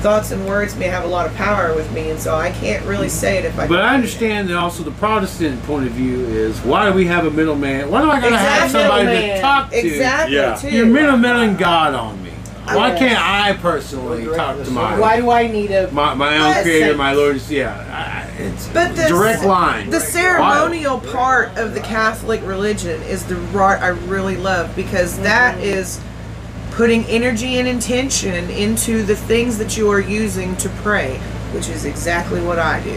E: thoughts and words may have a lot of power with me, and so I can't really say it if I.
D: But I understand that also the Protestant point of view is why do we have a middleman? Why do I gotta have
E: Exactly.
D: somebody to
H: Middleman.
D: talk to?
E: Exactly.
F: Yeah.
E: Too.
D: You're middlemanning God on me. Why
H: Yes.
D: can't I personally talk to my
H: Why do I need a
D: my, my own
E: Yes.
D: creator, my Lord? is- Yeah, I- it's
E: But the-
D: direct line.
E: The ceremonial part of the Catholic religion is the part I really love because that is putting energy and intention into the things that you are using to pray, which is exactly what I do.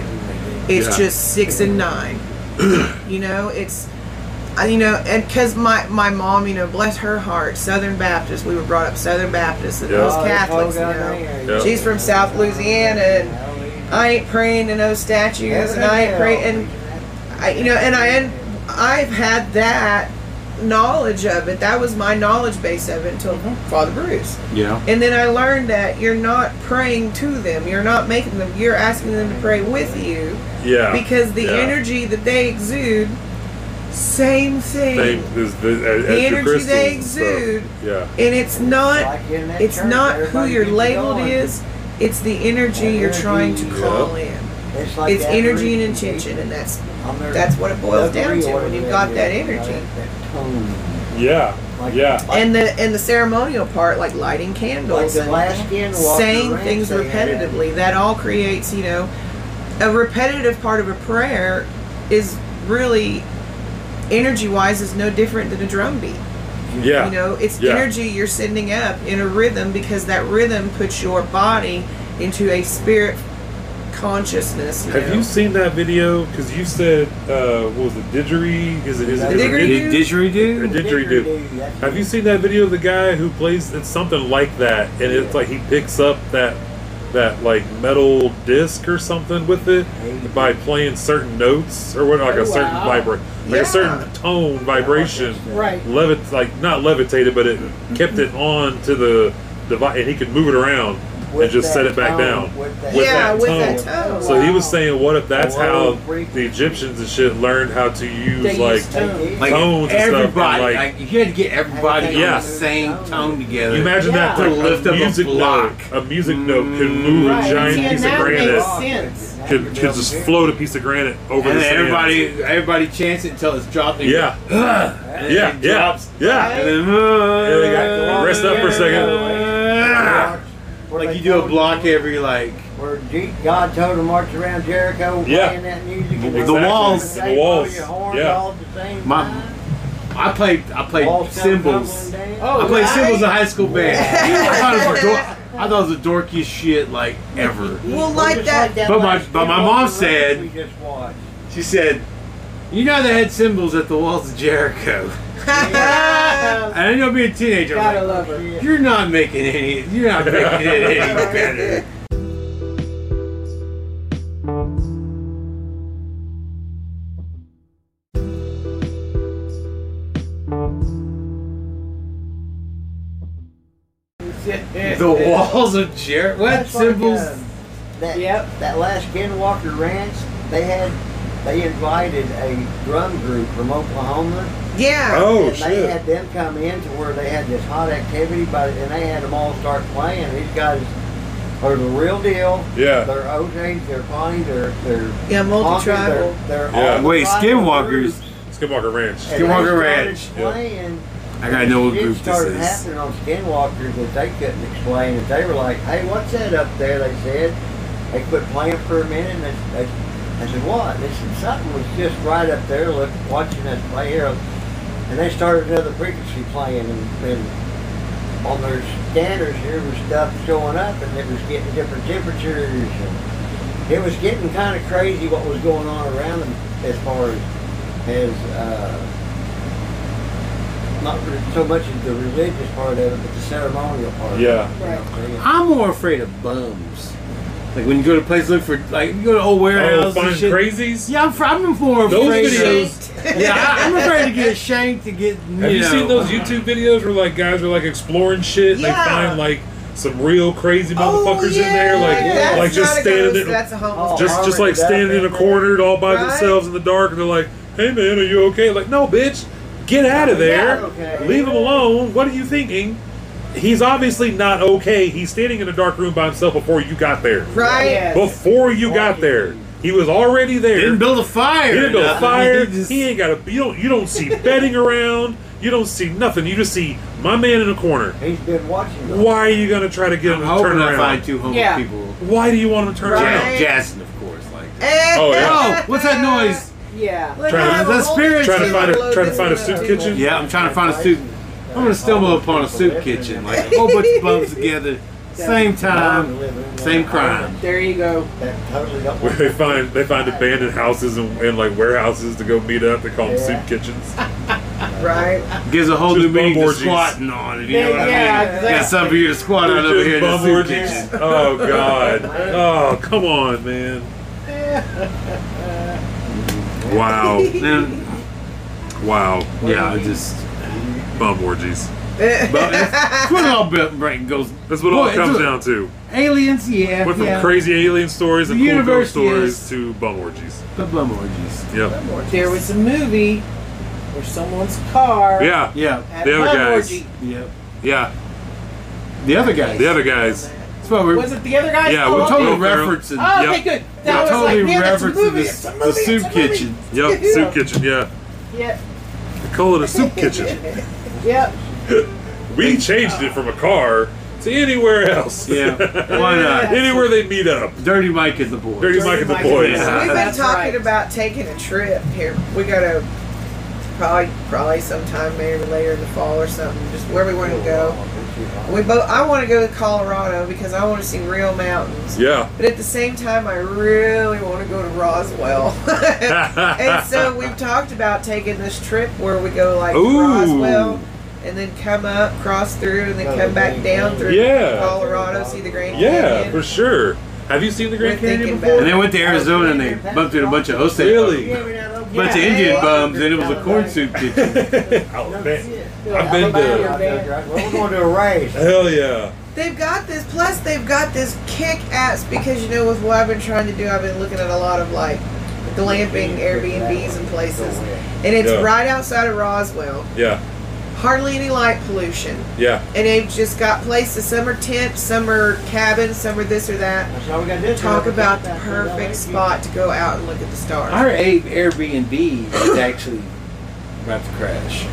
E: It's
D: Yeah.
E: just six and nine. you know, it's I- you know, and because my my mom, you know, bless her heart, Southern Baptist. We were brought up Southern Baptist and
F: Yeah.
E: those
F: Oh,
E: Catholics. You know, she's from South Louisiana, and I ain't praying to no statues, and I ain't praying. And I, you know, and I, and I've had that knowledge of it. That was my knowledge base of it until
G: Mm-hmm.
E: Father Bruce.
D: Yeah.
E: And then I learned that you're not praying to them. You're not making them. You're asking them to pray with you
F: Yeah.
E: because the
F: Yeah.
E: energy that they exude, same thing.
F: Same as, the- as,
E: The
F: as your
E: energy
F: crystals
E: they
F: and
E: exude,
F: stuff. Yeah.
E: and it's not.
G: Like in that
E: It's
G: church,
E: not who
G: everybody
E: your
G: keeps
E: labeled
G: going.
E: is. It's the energy you're trying to
G: Energy,
E: call in.
G: It's, like
E: It's
G: that
E: energy and
G: reason
E: intention, and that's
G: people- I'm there-
E: that's what it boils
G: that's
E: down to
G: real
E: when you've
G: order
E: got that
G: is, you know,
E: energy.
G: that tone.
F: Yeah.
G: Like-
F: Yeah.
G: like-
E: and the and the ceremonial part, like lighting
G: Like
E: candles
G: the
E: and
G: last skin walk,
E: saying
G: the ranch
E: things
G: they had.
E: repetitively, that all creates, you know, a repetitive part of a prayer is really energy wise is no different than a drum beat.
F: Yeah.
E: You know, it's
F: Yeah.
E: energy you're sending up in a rhythm because that rhythm puts your body into a spirit consciousness. You
F: Have
E: know?
F: you seen that video? Because you said, uh, what was it, didgeridoo? Is it, is it, is it
E: Didgeridoo?
D: Did- didgeridoo?
F: A didgeridoo.
G: that's-
F: Have you seen that video of the guy who plays it's something like that, and it's like he picks up that that like metal disc or something with it by playing certain notes or what, like a
H: Oh,
F: certain
H: wow.
F: vibra- like
E: Yeah.
F: a certain tone vibration,
H: right?
F: levit like not levitated, but it kept it on to the device, and he could move it around and
G: With
F: just set
G: that
F: it back
G: tone,
F: down.
G: with that-
F: with
E: yeah,
F: that
E: with
F: tone.
E: that tone.
F: So he was saying, what if that's how
G: Whoa, freak.
F: the Egyptians and shit learned how to use
H: They
F: like
H: used to.
D: Like
F: tones and stuff,
D: everybody,
F: and, like-
D: like, you had to get everybody on
F: Yeah.
D: the same tone together.
F: You imagine
H: Yeah.
F: that
D: To
F: like,
D: lift
F: a
D: up a
F: music
D: block. Mm.
F: note. A music note can move
H: Right.
F: a giant
H: See,
F: piece of
H: and that
F: granite.
H: makes sense.
F: Could, could just float a piece of granite over
D: and
F: the
D: then
F: sand.
D: everybody, everybody chants it until it's dropped. and you
F: Yeah.
D: go, "Ugh," and
F: Yeah,
D: it
F: yeah,
D: drops,
F: yeah.
D: And then, "Ugh,"
F: Yeah, they got- rest up for a second.
D: "Ugh."
G: Where
D: Like
G: they
D: you do a
G: told-
D: block every like.
G: Where G- God told them to march around Jericho
F: Yeah.
G: playing that music. and
D: The
G: everybody was
D: walls.
G: saying,
F: The
G: "Blow
F: walls.
G: your horns
F: Yeah.
G: all at the same
D: My-
G: time."
D: I played, I played
G: Walls come
D: cymbals.
G: tumbling down.
H: Oh,
D: I played
H: right?
D: cymbals in high school band. I thought it was the dor- I thought it was the dorkiest shit like ever.
E: well,
G: Well,
E: like
G: just
E: that.
D: But my-
G: last
D: but my
G: video
D: mom
G: of the
D: said-
G: race we just watched.
D: She said, "You know they had symbols at the walls of Jericho."
H: Ah,
D: And I know being a teenager, I'm
H: gotta
D: like,
H: love her.
D: you're not making any. You're not making it any better. The walls of Jericho. What
G: That's like,
D: symbols?
G: uh, That,
H: Yep.
G: that last Ken Walker Ranch, they had they invited a drum group from Oklahoma.
E: Yeah.
F: Oh
G: and They
F: shit!
G: had them come in to where they had this hot activity, but and they had them all start playing. These guys are the real deal.
F: Yeah.
G: They're OJs, they're Bonnie, they're they're
E: Yeah,
G: Honky,
E: multi-tribal.
G: They're, they're
F: Yeah.
G: all
D: Wait,
G: tribal
D: Skinwalkers.
G: groups.
F: Skinwalker Ranch.
G: And they
D: Skinwalker
G: started
D: Ranch.
F: Yeah.
G: Playing.
D: I gotta know what
G: Shit
D: group this
G: started
D: is.
G: happening on Skinwalkers that they couldn't explain, and they were like, "Hey, what's that up there?" They said. They quit playing for a minute, and they, they, I said, "What?" They said, "Something was just right up there, look, watching us play here." And they started another frequency playing, and, and on their scanners here was stuff showing up, and it was getting different temperatures. And it was getting kind of crazy what was going on around them as far as as uh, not re- so much of the religious part of it, but the ceremonial part.
F: Yeah. Oh,
G: Right.
D: I'm more afraid of bums. Like when you go to places look for like you go to old
F: Oh,
D: warehouse
F: find
D: and shit.
F: crazies.
D: Yeah, I'm, fr- I'm more
F: Those
D: afraid.
F: videos.
D: Of, yeah, I- I'm afraid to get shanked to get. You
F: Have you
D: know,
F: seen those YouTube videos where like guys are like exploring shit and
E: Yeah.
F: they find like some real crazy
H: Oh,
F: motherfuckers in there, like
E: Oh, that's
F: like just
E: not a
F: standing,
E: ghost,
F: in,
E: That's a homeless.
G: Oh,
F: just just like
G: Harvard,
F: standing in a
G: that-
F: corner all by
E: Right?
F: themselves in the dark, and they're like, "Hey man, are you okay?" Like, no, bitch, get out of there,
G: okay.
F: leave him alone. What are you thinking? He's obviously not okay. He's standing in a dark room by himself before you got there.
E: right?
H: Yes.
F: Before you got there, he was already there.
D: Didn't build a fire.
F: He didn't build a
D: nothing.
F: fire.
D: He just-
F: He ain't got a. You don't. You don't see bedding around. You don't see nothing. You just see my man in a corner.
G: He's been watching them.
F: Why are you gonna try to get
D: I'm
F: him to turn
D: hoping I
F: around?
D: find two homeless
H: Yeah.
D: people.
F: Why do you want him to turn
E: Right.
F: around?
E: Hey.
D: Jason, of course. Like,
E: Eh,
F: Oh, yeah.
D: oh, what's that noise?
H: Yeah.
E: Look,
F: Trying to-
E: I have
D: that's
E: whole
D: spirit.
F: Trying to
E: kitchen
F: find a
E: load
F: trying to
E: this
F: find a
E: up.
F: soup kitchen.
D: Yeah, I'm trying to find a soup. I'm gonna stumble upon a soup kitchen, like a whole bunch of bums together, same time, same crime.
H: There you go.
G: That totally don't
F: Where
G: work.
F: they find they find abandoned houses and, and like warehouses to go meet up. They call them
G: Yeah.
F: soup kitchens. Ah.
E: Right.
D: Gives a whole
F: Just
D: new meaning
F: bum
D: to
F: orgies.
D: squatting on. If you know
H: Yeah,
D: what I mean?
H: exactly.
D: Got something for you to squat on over
F: Just
D: here in the
F: bum
D: soup
F: orgies.
D: kitchen.
F: Oh god. Oh come on, man. Wow.
D: Then,
F: Wow.
D: yeah, I just.
F: Bum orgies.
D: But it's, that's what it all bu- brain goes.
F: That's what it
D: Boy,
F: all
D: it's
F: comes
D: a-
F: down to.
D: Aliens, yeah,
F: Went from
D: yeah.
F: crazy alien stories and
D: The
F: cool ghost
D: universe
F: stories
D: is-
F: to bum orgies.
D: The bum orgies.
F: Yep.
H: There was a movie where someone's car.
F: Yeah.
D: Yeah,
H: Had
F: The
H: a
F: other
H: bum
F: guys.
H: orgy.
D: yeah.
F: Yeah.
D: The other guys.
F: The other guys.
D: That's what we're,
H: Was it the other guys?
F: Yeah,
H: Oh,
F: we're
D: we're
H: okay.
D: totally
F: Well, they're-
D: referencing.
H: Oh, okay,
F: Yep.
H: good.
D: we're
H: That was
D: totally
H: like, man, that's a
D: referencing
H: movie.
D: the,
H: It's a
D: the
H: movie. It's a
D: soup
H: movie.
D: kitchen.
F: Yep. Soup kitchen. Yeah.
H: Yep.
F: They call it a soup kitchen.
H: Yep.
F: We changed it from a car to anywhere else.
D: Yeah, why not?
F: anywhere they meet up.
D: Dirty Mike is the boy.
F: Dirty Mike and the boys.
D: Yeah.
E: We've been
H: That's
E: talking
H: right.
E: about taking a trip here. We gotta probably probably sometime maybe later in the fall or something. Just where we want to go. We both. I want to go to Colorado because I want to see real mountains.
F: Yeah.
E: But at the same time, I really want to go to Roswell. and so we've talked about taking this trip where we go like to
F: Ooh.
E: Roswell and then come up, cross through, and then
G: Go to
E: come
G: the
E: back
G: Grand
E: down
G: Canyon.
E: through
F: Yeah.
E: Colorado, see the Grand
F: Yeah,
E: Canyon.
F: for sure. Have you seen the Grand
E: We're
F: Canyon
E: thinking about
F: before?
D: And they went to Arizona and they bumped into a bunch of Osage
F: Really?
D: bums,
G: Yeah.
D: bunch of Indian bums, and it was a corn soup kitchen.
F: Alabama. I've been to.
G: Well, we're going to a race.
F: Hell yeah.
E: They've got this. Plus, they've got this kick ass because you know with what I've been trying to do, I've been looking at a lot of like glamping Airbnbs and places, and it's
F: Yeah.
E: right outside of Roswell.
F: Yeah.
E: Hardly any light pollution,
F: Yeah.
E: and they've just got places. Some are tents, some are cabins, some are this or that.
G: That's all we got to do.
E: Talk about the perfect spot to go out and look at the stars.
D: Our Abe Airbnb is actually about to crash.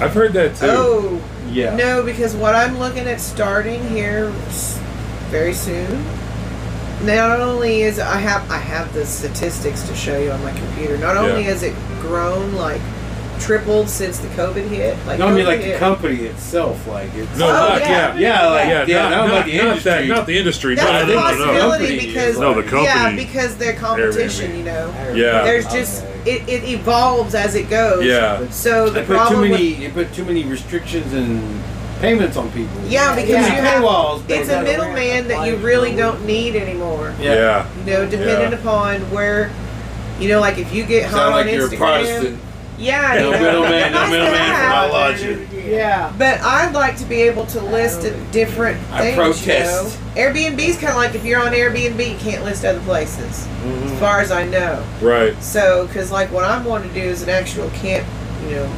F: I've heard that too.
E: Oh
D: Yeah.
E: no, because what I'm looking at starting here s- very soon. Not only is I have I have the statistics to show you on my computer. Not only
F: Yeah.
E: has it grown like tripled since the COVID hit. Like
D: No, I mean
E: COVID
D: like the
E: hit-
D: company itself, like it's.
F: No,
E: Oh,
F: not,
E: yeah.
F: yeah.
D: Yeah, like yeah,
F: yeah, not,
D: not,
F: not,
D: about the
F: not
D: industry.
F: that, not the industry.
E: That's
F: no, no, no,
E: a
F: no.
E: possibility
D: Company
E: because
D: is
F: No, the company.
E: yeah, because their competition.
F: Airbnb.
E: You know,
F: Yeah.
E: there's just it, it evolves as it goes.
F: Yeah.
E: So the
D: they put
E: problem
D: too
E: with-
D: many. They put too many restrictions and payments on people.
E: Yeah, because
D: Too many
E: you have-
D: paywalls, but
E: it's a middleman that you really don't need anymore.
F: Yeah.
E: You know, depending
F: Yeah.
E: upon where, you know, like if you get hot
D: Sound
E: on
D: like you're a
E: Instagram,
D: Protestant.
N: No
E: Yeah, you know,
N: middleman,
E: it's
N: no
E: nice to
N: middleman for my
E: have,
N: lodging.
H: Yeah.
E: But I'd like to be able to list a different
N: I
E: things.
N: protest.
E: You know? Airbnb's kind of like if you're on Airbnb, you can't list other places, as far as I know.
J: Right.
E: So, because like what I'm wanting to do is an actual camp, you know,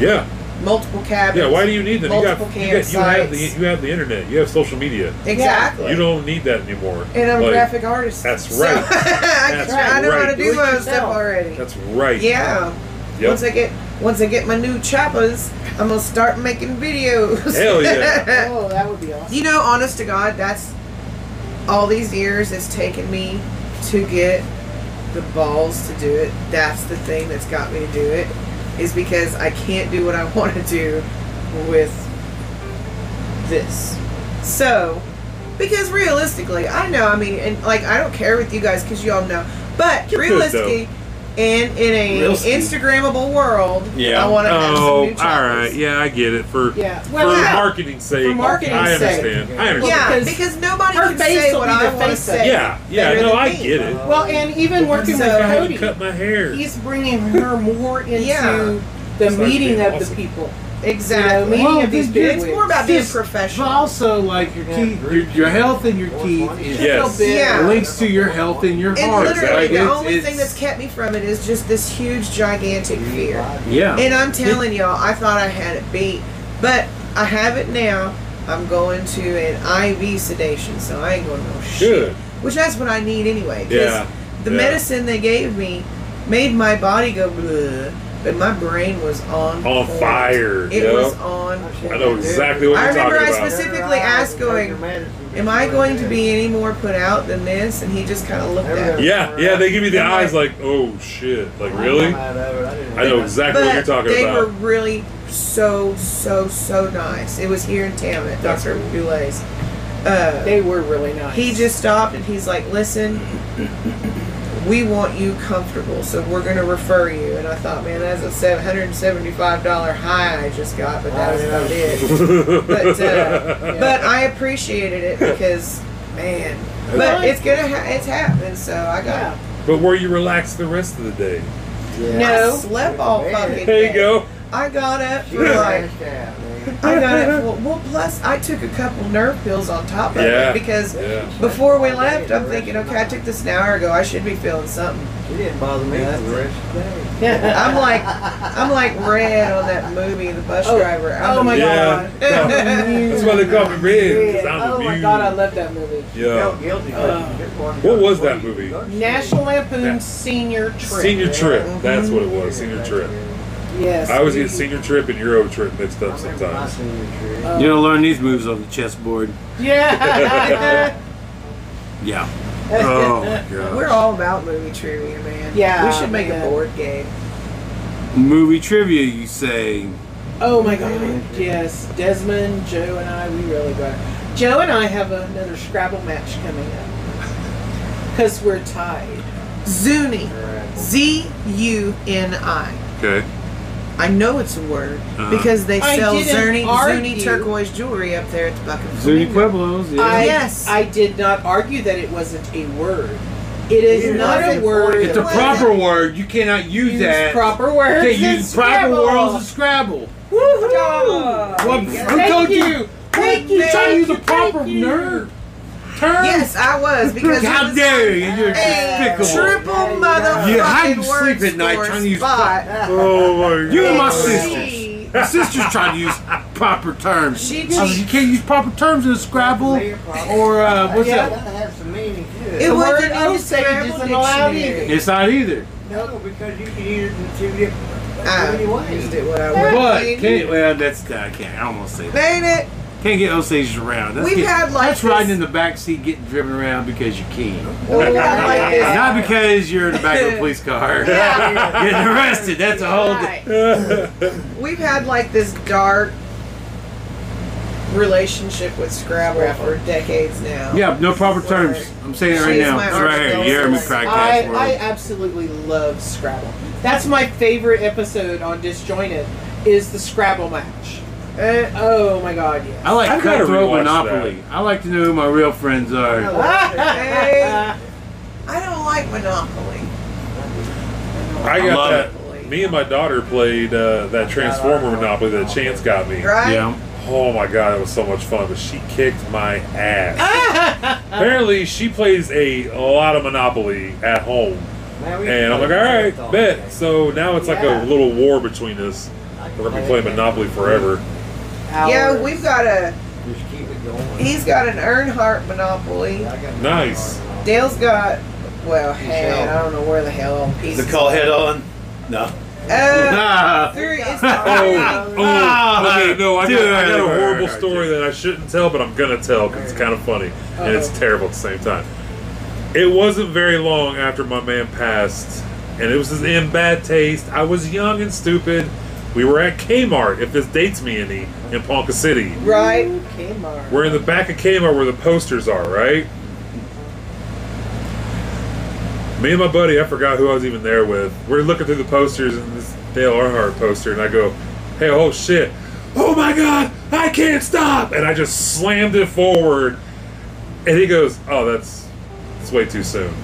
J: Yeah.
E: multiple cabins.
J: Yeah. Why do you need them? You got.
E: Multiple
J: You, got, you have the.
E: campsites.
J: You have the internet. You have social media.
E: Exactly.
J: You don't need that anymore.
E: and I'm a
J: Like,
E: graphic artist.
J: That's
E: so-
J: right.
E: I,
J: That's
E: I know how
J: right.
E: to
J: Do
E: do
J: it
E: my own stuff
H: yourself.
E: already.
J: That's right.
E: Yeah.
J: Yep.
E: Once I get once I get my new choppas, I'm gonna start making videos.
J: Hell yeah.
H: Oh, that would be awesome.
E: you know, honest to God, that's all these years it's taken me to get the balls to do it. That's the thing that's got me to do it. Is because I can't do what I want to do with this. So, because realistically, I know, I mean, and like, I don't care with you guys because you all know, but
J: You're good, though.
E: realistically, and in a
N: Realistic.
E: Instagrammable world,
N: Yeah.
E: I want to have some
J: Oh,
E: new
J: all
E: choppers.
J: right. Yeah, I get it. For
H: Yeah.
J: for
H: Well, yeah.
J: marketing's sake,
H: marketing's
J: I
H: sake.
J: understand. I understand.
E: Yeah,
H: Because
E: because, nobody
H: her
E: can
H: face
E: say
H: will
E: what
H: be
E: I
H: the
E: want to
H: face
E: say.
J: Yeah, yeah,
E: better
J: no,
E: than
J: I
E: me.
J: get it.
H: Well, and even working
E: So-
J: I
H: with
J: haven't cut
H: Cody,
J: my hair.
H: he's bringing her more into
E: Yeah.
H: the
J: Starts
H: meeting
J: being
H: of
J: awesome.
H: the people.
E: Exactly.
H: You know,
D: Well,
H: of these
D: it's- it's
E: it's
H: bigwigs.
E: more about being
D: Just-
E: professional.
D: But also, like your teeth, your, your health in your teeth is
J: Yes.
H: Little bit.
E: Yeah.
D: links to your health in your
E: And
D: heart.
E: literally,
D: Like,
E: the
D: it's-
E: only thing
D: it's-
E: that's kept me from it is just this huge, gigantic fear.
D: yeah.
E: And I'm telling y'all, I thought I had it beat, but I have it now. I'm going to an IV sedation, so I ain't going to no shit.
J: Good.
E: Which that's what I need anyway. 'cause
J: Yeah,
E: The
J: yeah.
E: medicine they gave me made my body go bleh, but my brain was on
J: On
E: point.
J: fire,
E: It
J: yeah.
E: was on.
J: I know exactly what
E: I
J: you're
E: remember
J: talking
E: I
J: about.
E: specifically asked, going, "Am I going to be any more put out than this?" And he just kind of looked at me.
J: yeah, yeah, they give you the eyes like, oh shit, like really? I
G: I
J: know exactly
E: but
J: what you're talking
E: they
J: about.
E: were really so so so nice. It was here in town at Dr. Boulay's. Uh,
H: They were really nice.
E: he just stopped and he's like, "Listen, we want you comfortable, so we're going to refer you." And I thought, man, that's a seven hundred and seventy-five dollar high I just got, but that was about it. But, uh, but I appreciated it because, man. But it's gonna, ha- it's happening. So I got
J: But were you relaxed the rest of the day?
E: I slept all fucking.
J: There you
E: day.
J: go.
E: I got up for like I got it. For, well, plus I took a couple nerve pills on top of
J: Yeah.
E: it because
J: Yeah.
H: Oh
E: before we left, I'm thinking, okay, I took this an hour ago. I should be feeling something.
G: It didn't bother me for the rest of the day.
E: I'm like, I'm like red on that movie, The Bus
H: Oh.
E: Driver. I'm
H: Oh my
J: yeah.
H: God.
J: That's why they call me Red. 'cause I'm
H: oh my
J: immune.
H: god, I love that movie.
J: Yeah.
G: Felt guilty, but
H: Uh,
G: this one
J: what
G: got
J: was
G: free.
J: that movie?
H: National Lampoon
J: Yeah.
H: Senior Trip. Mm-hmm.
J: Senior trip. That's what it was. Senior trip.
H: Yes.
J: I always
H: we-
J: get senior trip and Euro trip mixed
G: I
J: up
G: remember my
J: sometimes.
G: senior trip.
H: Oh.
D: you don't learn these moves on the chessboard.
H: Yeah.
D: Yeah.
J: Oh my god.
E: God. We're all about movie trivia, man.
H: Yeah,
E: we should make
H: man.
E: a board game.
D: Movie trivia, you say.
H: oh my god. Yes. Desmond, Joe, and I, we really got. Joe and I have another Scrabble match coming up because we're tied.
E: Zuni, Z U N I.
J: Okay.
E: I know it's a word
D: Uh-huh.
E: because they
H: I
E: sell
H: didn't
E: Zuni, Zuni
H: argue.
E: turquoise jewelry up there at the Bucking
D: Zuni
E: Flamingo.
D: Pueblos. Yeah.
H: I,
E: Yes.
H: I did not argue that it wasn't a word. It is
E: It
H: not
E: wasn't
H: a word.
E: for
D: it's a
E: Well,
D: proper word. You cannot use,
H: Use
D: that.
H: proper words.
D: Okay,
H: in
D: use proper
H: Scrabble.
D: words in Scrabble.
H: Woohoo!
D: Well, I
H: Thank
D: told
H: you.
D: you.
H: Thank
D: you
H: you,
D: trying to
H: thank
D: use a
H: you,
D: proper
H: thank you.
D: nerd term.
E: Yes, I was because it
D: How
E: was
D: dare you? You're
E: a
D: despicable.
E: triple motherfucking
D: Yeah, how you
E: word
D: sleep at night
E: score
D: trying to use-
E: spot.
J: Oh my
D: you and my
J: God.
D: sisters. My sisters try to use proper terms.
E: She
D: I was, you
E: cheated.
D: can't use proper terms in Scrabble or uh, what's
G: Yeah,
D: that?
G: that has some meaning to
E: It
G: it.
H: The
E: wasn't
H: word
E: in
H: Osage
E: the Scrabble
H: isn't allowed
E: dictionary.
H: either.
D: It's not either.
G: No, because you can use it in two different
E: I
G: many
E: used
G: ways.
E: it what I
D: But
E: wanted.
D: can't well that's I can't I almost say that.
E: Ain't it?
D: Can't get Osages around. That's
E: We've
D: get-
E: had like
D: that's riding
E: this-
D: in the back seat getting driven around because you can.
E: Well, we had like this.
D: Not because you're in the back of a police car. Getting arrested. That's a whole di-
H: Right.
E: We've had like this dark relationship with Scrabble for decades now.
D: Yeah, no proper terms. I'm saying it right
E: She's
D: now.
E: my
D: It's right here.
E: arch
D: You hear me
E: nemesis.
D: podcast world.
H: I, I absolutely love Scrabble. That's my favorite episode on Disjointed is the Scrabble match.
E: Uh,
H: Oh my god, yes.
D: I like
J: I've gotta
D: cutthroat
J: rewatch
D: monopoly. I like to know who my real friends are.
E: hey, I don't like Monopoly.
J: I
D: I
J: got
D: love
J: that.
E: Monopoly.
F: me and my daughter played uh, that Transformer Monopoly that Chance got me.
E: Right?
D: Yeah.
F: Oh my god, it was so much fun, but she kicked my ass. Apparently, she plays a lot of Monopoly at home.
G: Man, we
F: And I'm like,
G: played
F: all
G: Marathon
F: right, bet.
G: games.
F: So now it's like
H: Yeah.
F: a little war between us. We're gonna be playing Monopoly forever.
E: Yeah,
G: Hours.
E: we've got a.
G: Just keep it going.
E: He's got an Earnhardt monopoly.
G: I got
F: Nice.
E: Dale's got. Well, man, I don't know where the hell all
O: Is
E: pieces.
O: it called head on? No.
E: Uh,
D: Ah,
E: three, it's
F: Oh,
E: not
F: oh, okay, no, I got, I got a
D: Dude.
F: horrible story that I shouldn't tell, but I'm gonna tell because it's kind of funny and it's
H: Uh-oh.
F: terrible at the same time. It wasn't very long after my man passed, and it was in bad taste. I was young and stupid. We were at Kmart, if this dates me any, in Ponca City.
E: right.
H: Kmart.
F: We're in the back of Kmart where the posters are, right? Me and my buddy, I forgot who I was even there with. We're looking through the posters and this Dale Earnhardt poster, and I go, "Hey, oh shit! Oh my god, I can't stop!" And I just slammed it forward, and he goes, "Oh, that's it's way too soon."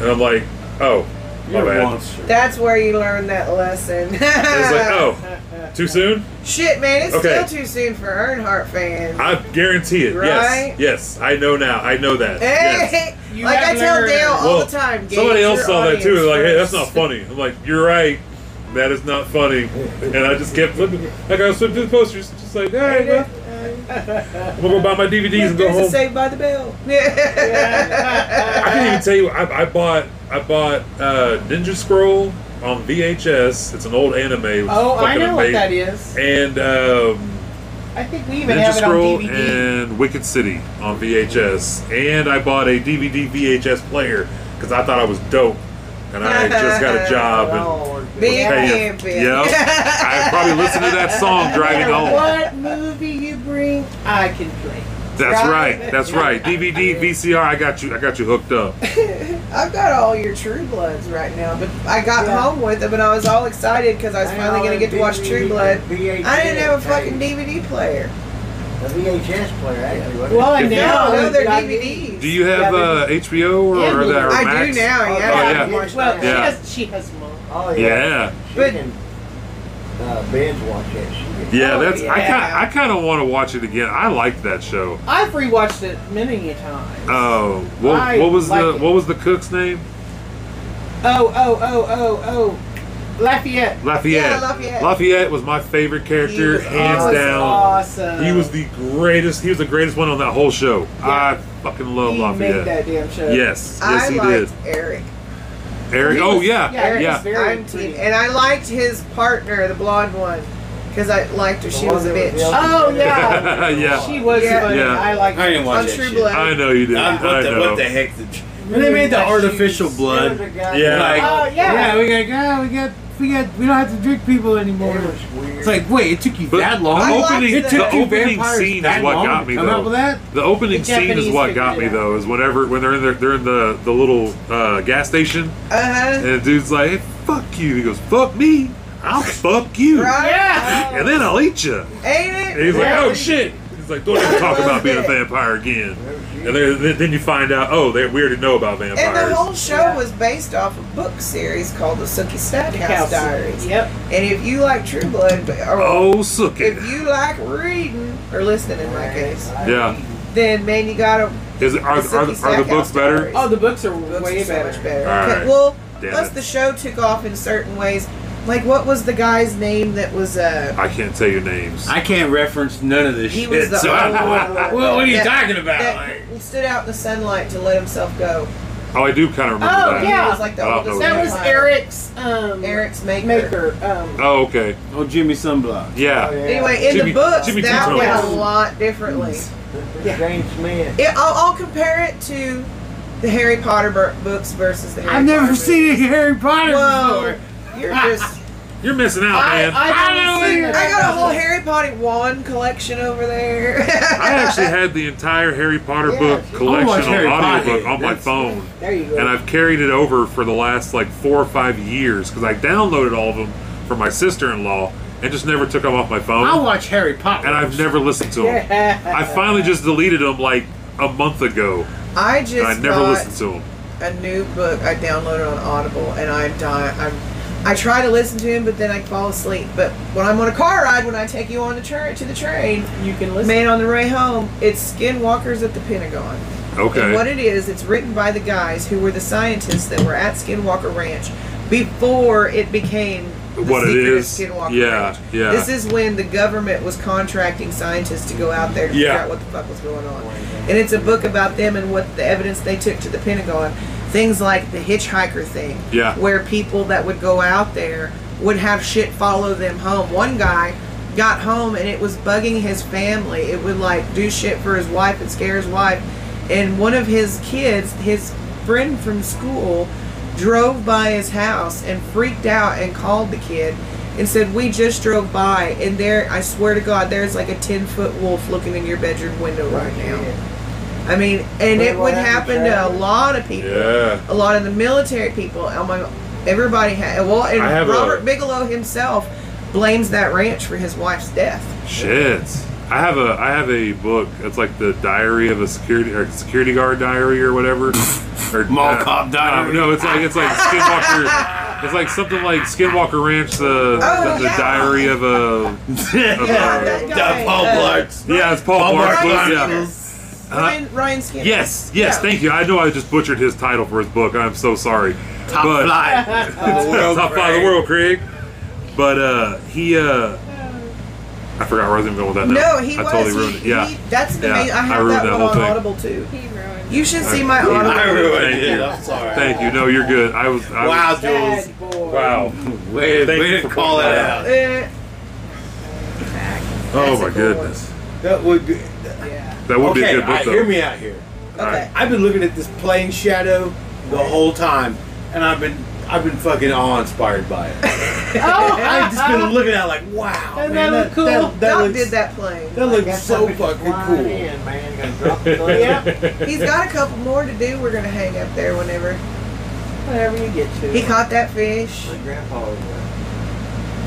F: And I'm like, "Oh, my
D: you're a
F: bad."
D: monster.
E: That's where you learn that lesson.
F: And It's like, "Oh, too soon."
E: Shit, man, it's
F: Okay.
E: still too soon for Earnhardt fans.
F: I guarantee it.
E: Right?
F: Yes, yes, I know now. I know that. Yes.
E: Hey,
H: You
E: like I
H: have
E: tell
H: learned.
E: Dale all
F: Well,
E: the time. gauge
F: Somebody else
E: your
F: saw that too.
E: audience
F: They're like, hey, that's not
E: first."
F: funny. I'm like, you're right. That is not funny. And I just kept flipping. Like I was flipping through the posters, just like, all right, well, I'm gonna go buy my DVDs and go
E: There's a
F: home.
E: Saved by the Bell. Yeah.
F: I can't even tell you. I, I bought I bought uh, Ninja Scroll on VHS. It's an old anime. It was
H: Oh, I
F: fucking
H: know what
F: amazing.
H: that is.
F: And um,
H: I think we even
F: Ninja
H: have it on
F: Scroll
H: DVD.
F: and Wicked City on VHS, and I bought a DVD VHS player because I thought I was dope, and I had just got a job and
G: Lord.
E: Big
F: Hey,
E: man, big.
F: yeah, I probably listened to that song driving
H: No matter
F: home.
H: What movie you bring, I can play.
F: That's
E: Right.
F: right, that's right. DVD, VCR, I got you, I got you hooked up.
E: I've got all your True Bloods right now, but I got
H: Yeah.
E: home with them and I was all excited because I was finally going to get to watch True Blood. I didn't have a fucking DVD player.
G: A VHS player, actually. wasn't it?
H: Well, and
F: If you-
H: now
E: No, no, they're
H: I-
E: DVDs.
F: Do you have
H: Yeah,
F: uh, HBO or,
H: Yeah,
F: or that or
E: I
F: Max?
E: do now,
G: Oh,
E: yeah.
F: yeah. Yeah.
H: Well, she has she has more.
G: Oh,
F: Yeah,
G: She
E: But-
G: can, uh, binge watch that shit.
F: yeah.
E: Oh,
F: That's
E: yeah.
F: I kind I kind of want to watch it again. I liked that show.
H: I've rewatched it many a time.
F: Oh, what,
H: I
F: what was the
H: like it.
F: what was the cook's name?
H: oh, oh, oh, oh, oh, Lafayette.
F: Lafayette.
E: Yeah, Lafayette.
F: was my favorite character,
E: was
F: hands
H: That was
F: down.
H: Awesome.
F: He was the greatest. He was the greatest one on that whole show. I fucking love
H: he
F: Lafayette.
H: made that damn show.
F: Yes, yes,
E: I
F: he
E: liked
F: did.
E: Eric.
F: Eric.
H: He
F: oh
H: was-
F: yeah,
H: yeah, Eric was
F: yeah.
H: Very
E: I'm team.
H: pretty.
E: And I liked his partner, the blonde one, because I liked her.
G: The
E: She
G: one
E: was a
G: that was
E: bitch.
G: yellow.
H: Oh yeah.
F: Yeah.
H: She was
E: Yeah.
H: funny.
F: Yeah.
H: I like.
O: I didn't watch
E: On
O: that
E: True
O: shit.
E: Blood.
F: I know you did.
O: I-
F: I
O: what, the,
F: know.
O: what the heck? Did,
D: When they made the
H: That
D: artificial
H: she's-
G: There
D: blood.
G: was a guy-
F: Yeah.
O: Like-
H: Oh yeah.
D: Yeah, we got, yeah, we got, we got, we don't have to drink people
G: It
D: anymore.
G: was weird.
D: It's like, wait, it took you
F: But
D: that long.
E: I
F: The
E: liked
F: opening,
E: it.
F: the
E: It took
D: you
F: opening
D: vampires
F: scene
D: that
F: is what
D: long
F: got
D: to
F: me
D: come
F: though.
D: up with that?
F: The opening
H: The
F: scene is
H: Japanese
F: what
H: figured
F: got
H: it
F: me
H: out.
F: though. Is whenever when they're in their, they're in the the little uh, gas station
E: Uh huh.
F: and the dude's like, hey, "Fuck you," he goes, "Fuck me." I'll fuck you,
E: Right?
H: Yeah.
F: and then I'll eat you.
E: Ain't
F: And
E: it?
F: he's like, oh shit. He's like, don't even talk about being a vampire again. And then, then you find out, oh, they, we already know about
E: And the whole
F: vampires.
E: show was based off a book series called The Sookie Stackhouse
H: House
E: Diaries.
H: Yep.
E: And if you like True Blood, or
F: Oh, suck it.
E: if you like reading or listening in my case,
F: Yeah.
E: then man, you gotta.
F: Is it, are,
E: Sookie
F: are, the- are the books
E: Stackhouse
F: better?
E: Diaries.
H: Oh, the books are
E: Books
H: way
E: are so
H: better.
E: much better.
F: All
E: Okay,
F: right.
E: Well,
F: Damn
E: plus
F: it.
E: the show took off in certain ways. Like, what was the guy's name that was uh?
F: I can't tell your names.
D: I can't reference none of this
E: He
D: shit.
E: was the
D: so I don't know what, what, what are you
E: Yeah.
D: talking about?
E: That stood out in the sunlight to let himself go.
F: oh, I do kind of remember
H: Oh,
F: that.
H: yeah.
E: He was like the
F: I don't
E: oldest.
F: know
H: That was
E: vampire.
H: Eric's um,
E: Eric's maker.
H: maker. Um,
F: Oh, okay.
D: oh, Jimmy Sunblock.
F: Yeah.
G: Oh, yeah.
E: Anyway, in
F: Jimmy-
E: the books,
F: Jimmy
E: that
F: Two-Tones.
E: went a lot differently.
H: Yeah.
G: James Smith.
E: It, I'll, I'll compare it to the Harry Potter bur- books versus the Harry
D: I've never
E: Potter
D: seen a Harry Potter
E: Whoa,
D: before.
E: you're just.
F: You're missing out,
H: I,
F: man. I,
H: I've only seen
E: I
H: it.
E: got a whole Harry Potter wand collection over there.
F: actually had the entire Harry Potter
E: Yeah.
F: book collection on
D: Harry Potter.
F: audiobook on my
D: That's-
F: phone.
H: There you go.
F: and I've carried it over for the last like four or five years because I downloaded all of them for my sister-in-law and just never took them off my phone.
D: I watch Harry
F: Oh.
D: Potter.
F: and I've never listened to them. I finally just deleted them like a month ago,
E: I just
F: and I never
E: got
F: listened to them.
E: a new book I downloaded on Audible, and I'm dying. I'm I try to listen to him, but then I fall asleep. But when I'm on a car ride, when I take you on the train to the train,
H: You can listen.
E: man on the way home, it's Skinwalkers at the Pentagon. And what
P: Okay.
E: it is, it's written by the guys who were the scientists that were at Skinwalker Ranch before it became the
P: What it
E: secret of
P: is.
E: Skinwalker
P: Yeah,
E: Ranch.
P: yeah.
E: This is when the government was contracting scientists to go out there to figure
P: Yeah.
E: out what the fuck was going on. And it's a book about them and what the evidence they took to the Pentagon. Things like the hitchhiker thing,
P: Yeah.
E: where people that would go out there would have shit follow them home. One guy got home and it was bugging his family. It would like do shit for his wife and scare his wife. And one of his kids, his friend from school, drove by his house and freaked out and called the kid and said, We just drove by and there I swear to God, there's like a ten foot wolf looking in your bedroom window right now. I mean, and it
G: Remember what
E: would happen
G: happened to
E: to a
G: Chad?
E: lot of people
F: Yeah.
E: a lot of the military people. Oh my, everybody had. Well, and
F: I have a-
E: Robert Bigelow himself blames that ranch for his wife's death.
P: Shit. I have a I have a book. It's like the diary of a security or security guard diary or whatever. or
D: Mall
P: uh,
D: cop diary.
P: uh, no, it's like it's like Skinwalker. it's like something like Skinwalker Ranch. The
E: Oh,
P: the,
E: yeah.
P: diary of a
E: Yeah, that guy.
Q: Paul
E: uh,
Q: Blart.
P: yeah, it's Paul,
Q: Paul
P: Blart.
Q: Blart.
P: but Yeah.
E: Skinner. Ryan, Ryan Skinner.
P: Yes, yes,
E: Yeah.
P: thank you. I know I just butchered his title for his book. I'm so sorry.
D: Top
P: but,
D: fly.
P: top five in the world, Craig. But uh, he, uh, I forgot where I was even going with that. now.
E: No, he
P: I
E: was.
P: totally
E: he-
P: ruined it. Yeah,
E: he- that's the
P: Yeah,
E: main. I
P: I
E: have
P: ruined
E: that,
P: that
E: one
P: whole
E: on
P: thing.
E: Audible too.
L: He ruined
E: You should see my
P: I ruined
Q: I
E: Audible.
Q: ruined it. I'm sorry.
P: thank you. No, you're good. I was. I
Q: Wow,
P: Was,
Q: Jules.
H: Bad boy.
F: Wow.
D: Wait,
F: Thank
D: wait.
F: you for calling
Q: that
F: that
Q: out.
F: out.
E: Eh,
P: oh
E: That's a
P: my
E: good
P: goodness,
Q: That would be.
H: Yeah.
P: that would
Q: okay,
P: be a good book
Q: alright,
P: though.
Q: hear me out here.
E: okay.
Q: I've been looking at this plane shadow the whole time, and I've been I've been fucking awe inspired by it.
H: Oh,
Q: I've just been looking at it like, wow,
H: Doesn't
Q: man,
H: that look cool?
Q: That, that
E: Doc
Q: looks,
E: did that plane.
Q: that
G: I
Q: looks
G: guess
Q: so
G: somebody's
Q: fucking
G: flying
Q: cool.
G: in, man. Gonna drop the plane.
E: He's got a couple more to do. We're gonna hang up there whenever
H: whenever you get to.
E: he caught that fish.
G: My grandpa was a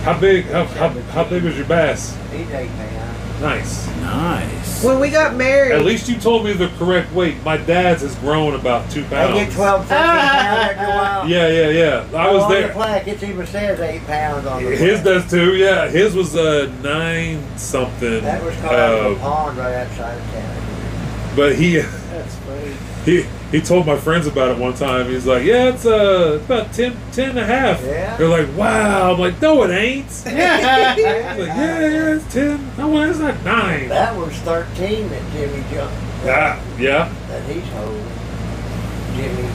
F: How big? How, how, how big was your bass?
G: meat egg man.
F: Nice.
D: Nice.
E: When we got married,
F: At least you told me the correct weight. My dad's has grown about two
G: They
F: pounds.
G: get 12, 13 pounds after a while.
F: Yeah, yeah, yeah. I
G: on
F: was
G: The
F: there.
G: plaque, it even says eight pounds on the
F: His
G: plaque.
F: does too. Yeah, his was uh, nine something.
G: That was called out of a
F: Uh,
G: pond right outside of town.
F: but he
H: That's funny.
F: he he told my friends about it one time. He's like, yeah, it's uh, about 10, 10 and a half.
G: Yeah.
F: They're like, wow. I'm like, no, it ain't. I'm like, yeah, yeah, it's ten. No, it's not nine.
G: That was 13 that Jimmy jumped.
F: Ah, yeah.
G: That he's holding. Jimmy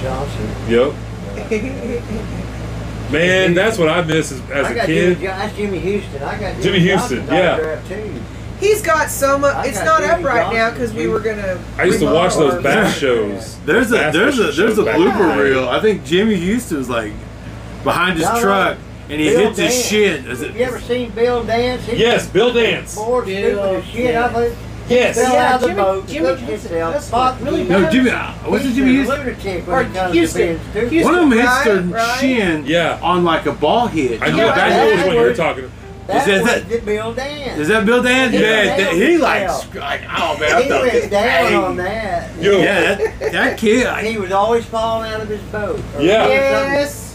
G: Johnson.
F: Yep. Man, that's what I miss as, as
G: I
F: a
G: got
F: kid.
G: Jimmy, Jo- that's Jimmy Houston. I got Jimmy,
F: Jimmy Houston,
G: Johnson's
F: yeah.
G: autograph, too.
E: He's got so much.
G: I
E: It's
G: got
E: not up
G: Jimmy
E: right now
G: Johnson,
E: because we
G: dude.
E: were gonna.
F: I used to
E: remodel
F: watch
E: our-
F: those bass shows.
D: There's a
F: Bass
D: there's a
F: fishing
D: there's a
F: shows back in the
D: blooper
F: day.
D: reel. I think Jimmy Houston was like behind his
G: Y'all
D: truck
G: know,
D: and he
G: Bill
D: hits his
G: Dance.
D: shit. Is it-
G: You ever seen Bill dance? He
F: Yes, Bill Dance.
G: More stupid
H: Bill
G: as shit
H: Dance.
G: of it. Fell
F: Yes.
H: Yeah,
G: out of the
H: Jimmy-
G: boat,
H: Jimmy
G: Jimmy,
H: Houston,
G: himself,
H: that's
G: fucked
H: really
G: me
H: bad.
G: up.
D: no, Jimmy. uh, What's it, Jimmy
G: a
D: Houston?
G: Lunatic
H: Or
G: when it comes
H: Houston.
G: to being stupid.
H: Houston.
D: One of them hits their
E: Right, right.
D: shin
F: Yeah.
D: on like a ball hit.
F: I know
E: Yeah,
F: that's
E: that
F: always what you're
G: was-
F: talking.
G: That
D: Is that-
G: was the Bill dance.
D: Is that Bill Dan?
G: Yeah.
D: Man, that- he like, sc- like, oh man, I
G: he
D: thought-
G: went down
D: Hey.
G: on that.
F: Yo,
D: Yeah, that, that kid.
G: And
D: I,
G: He was always falling out of his boat. or
F: Yeah.
G: doing
H: Yes.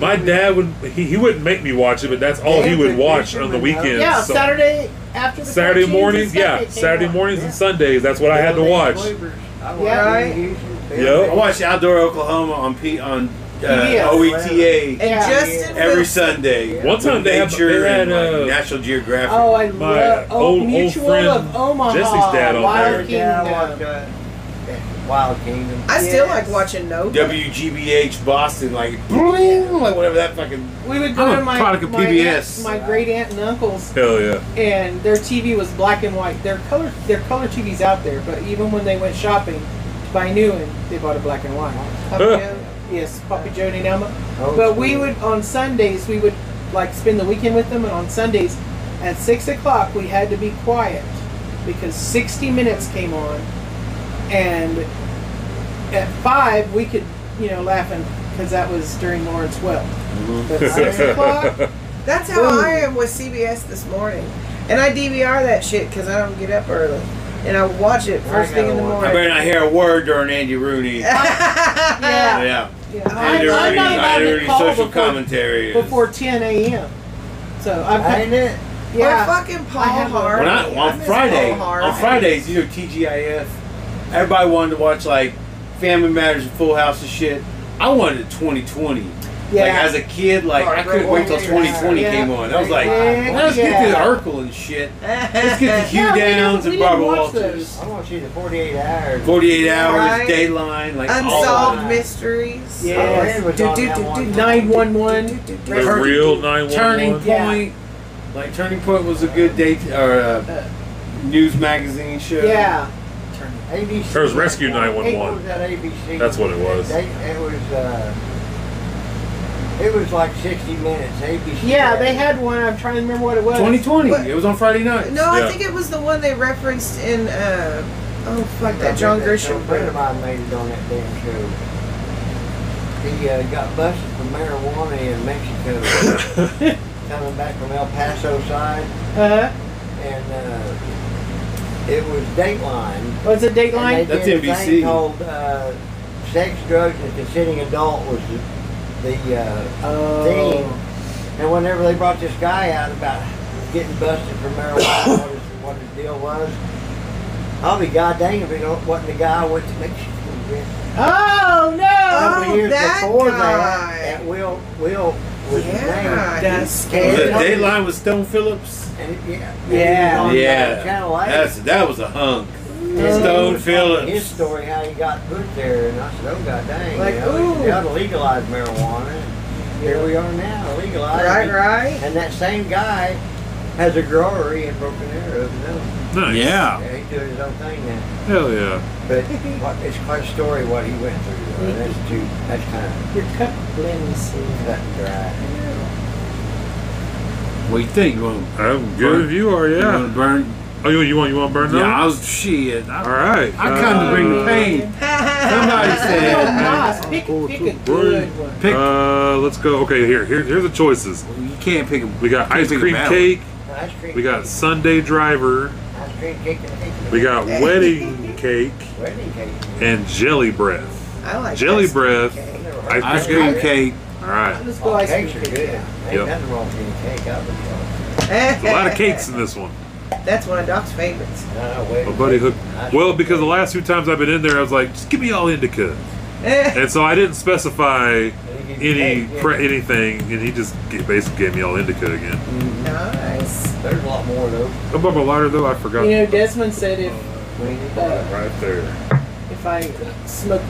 F: my dad would he, he wouldn't make me watch it, but that's all he would watch on the weekends.
H: Yeah,
F: So-
H: Saturday after the
F: Saturday
H: 14th,
F: mornings,
H: Sunday
F: yeah,
H: came
F: Saturday
H: on.
F: mornings
G: Yeah.
F: and Sundays. That's what I had to
G: something.
F: watch.
G: I watched
H: Yeah.
G: Whitney Houston, Bill
F: Yo.
D: I
G: Dance.
D: watched Outdoor Oklahoma on P on uh,
F: E
H: Yeah.
D: OETA
E: And
H: Yeah.
E: Justin
D: every
E: Wilson-
D: Sunday.
F: One time
D: With
F: they had-
D: nature
F: they had,
D: and like,
F: uh,
D: National Geographic.
H: Oh, I
F: My
H: love oh,
F: old- old
H: Mutual
F: friend
H: of Omaha.
F: Jesse's dad on
H: Wild
F: there.
G: Yeah, I watched
H: Kingdom.
G: uh, that Wild Kingdom.
E: I still
H: Yes.
E: like watching Nova.
D: WGBH Boston, like, like whatever that fucking.
H: We would go
D: I'm a
H: to my
D: product of
H: my
D: PBS.
H: aunt- my great aunt and uncles,
F: Hell yeah.
H: and their TV was black and white. Their color their color TVs out there, but even when they went shopping to buy new and they bought a black and white.
E: Papa
F: Huh.
E: Joe.
H: Yes, Papa Joe and Elma.
G: Old
H: But we
G: school.
H: would on Sundays we would like spend the weekend with them, and on Sundays at six o'clock we had to be quiet because sixty minutes came on, and at five we could you know laughing because that was during Lawrence Welk. But six o'clock,
E: That's how
H: Boom.
E: I am with CBS this morning, and I DVR that shit because I don't get up early, and I watch it
G: I
E: first thing in the
G: gotta watch
E: morning.
Q: not hear a word during Andy Rooney.
H: yeah.
Q: yeah.
H: Yeah.
D: I
H: I'm,
D: do
H: I'm
D: any-
H: not allowed
D: I do
H: to
D: any
H: call
D: social
H: before,
D: commentary.
H: before 10 a.m. So I'm
G: Ain't it?
E: Yeah.
H: yeah.
E: fucking Paul
H: I have a-
E: Hart.
D: When I,
E: I
D: on
E: miss
D: Friday,
E: Paul Hart.
D: on Fridays, you know, TGIF, everybody wanted to watch like Family Matters and Full House and shit. I wanted 2020.
H: Yeah.
D: Like as a kid, like I couldn't wait till 2020
H: Yeah.
D: came on. I was like,
H: Yeah.
D: let's get to
H: Yeah.
D: Urkel and shit. Let's get to Hugh
H: Yeah, we didn't-
D: Downs
H: we
D: and
H: didn't
D: Barbara
H: watch
D: Walters.
H: those.
G: I want you to 48 hours.
D: 48 hours,
E: Right.
D: Dayline, like all
E: Unsolved
D: that.
E: mysteries.
H: Yeah.
G: Oh, Rand was
E: Do,
G: on
E: do,
G: that
E: do,
G: one.
E: do,
H: Nine one one.
F: The real nine
D: Turning
F: one one.
H: Yeah.
D: Point. Like Turning Point was a good date or uh, news magazine show.
H: Yeah.
G: ABC.
F: There's Rescue
G: What
F: 911.
G: was that ABC?
F: That's what it was.
G: They, it was. Uh, it was like 60 minutes. ABC.
H: Yeah, they had one. I'm trying to remember what it was.
D: 2020.
E: But-
D: it was on Friday night.
E: No,
F: Yeah.
E: I think it was the one they referenced in. Uh, oh fuck that John Grisham.
G: A friend of mine made it on that damn show. He uh, got busted for marijuana in Mexico, coming back from El Paso side,
H: Uh,
G: and uh, it was Dateline.
H: was it
G: And they
H: Dateline?
D: That's
G: did a
D: NBC.
G: Thing called uh, sex, drugs, and consenting adult was the, the uh, thing.
H: Oh.
G: And whenever they brought this guy out about getting busted for marijuana, what, his, what his deal was, I'll be goddamn if it don't- wasn't the guy I went to Mexico with.
H: Oh no!
G: Couple years
E: that
G: before
E: guy.
G: that, that Will Will was his
E: Yeah,
G: name.
H: That's
D: The
E: he's scary.
G: Yeah.
D: Dateline was Stone Phillips.
G: And it- yeah, and he
H: Yeah.
G: was on, uh,
D: Yeah.
G: Channel 8.
D: That's that was a hunk.
G: And he
D: Stone
G: was telling His
D: Phillips.
G: story, how he got put there, and I said, oh god dang,
E: Like,
G: you know,
E: ooh.
G: they ought to legalize marijuana. And Here we are now, legalized.
E: Right, right.
G: And that same guy has a growery in Broken Arrow, you know.
F: Nice.
R: Yeah.
G: Yeah, he's doing his own thing now.
F: Hell yeah.
G: But what, it's quite a story what he went through. though. That's too, that's kind
H: Your cup blends
G: of
H: here.
G: cut and dry.
R: What do you think? You want
F: I'm good if you are,
R: to
F: yeah.
R: burn?
F: Oh, you, you want you want burn
R: Yeah,
F: that?
R: I was shit. I,
F: All right. Uh,
R: I come to bring the
D: Uh,
R: pain. Somebody
H: Yo,
R: said
H: Nas, pick, pick a good one.
R: pick.
F: Uh, let's go. Okay, here, here here's the choices.
R: you can't pick. A,
F: We got
R: Can't
F: ice
R: pick a
F: cream
R: bad
F: cake.
G: Ice cream.
F: We got Sunday driver.
G: Ice cream cake and cake.
F: We got wedding cake
G: Wedding cake.
F: and jelly breath.
E: I like
F: Jelly
E: ice cream
F: breath.
E: cake.
F: Ice
R: Ice cream
F: Yeah.
R: cake.
F: All right,
H: Let's go
G: Oh,
H: ice
G: cakes
H: cream.
G: are good.
H: cake.
G: Ain't
F: Yep.
G: nothing wrong with eating cake. I would
F: a
G: tell.
F: lot of cakes in this one.
E: That's one of Doc's favorites.
G: No, wait.
F: My buddy hooked. Well, because the last two times I've been in there, I was like, just give me all indica,
E: Eh,
F: and so I didn't specify any
G: Hey, yeah.
F: pre- anything, and he just g- basically gave me all indica again.
E: nice.
G: There's a lot more though.
F: I'm a lighter though. I forgot.
H: You know, Desmond said if uh,
F: Right there.
H: if I smoke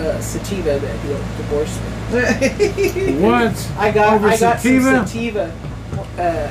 H: uh, sativa that he'll divorce me.
R: What?
H: I got
R: Over
H: I got
R: sativa?
H: some sativa uh,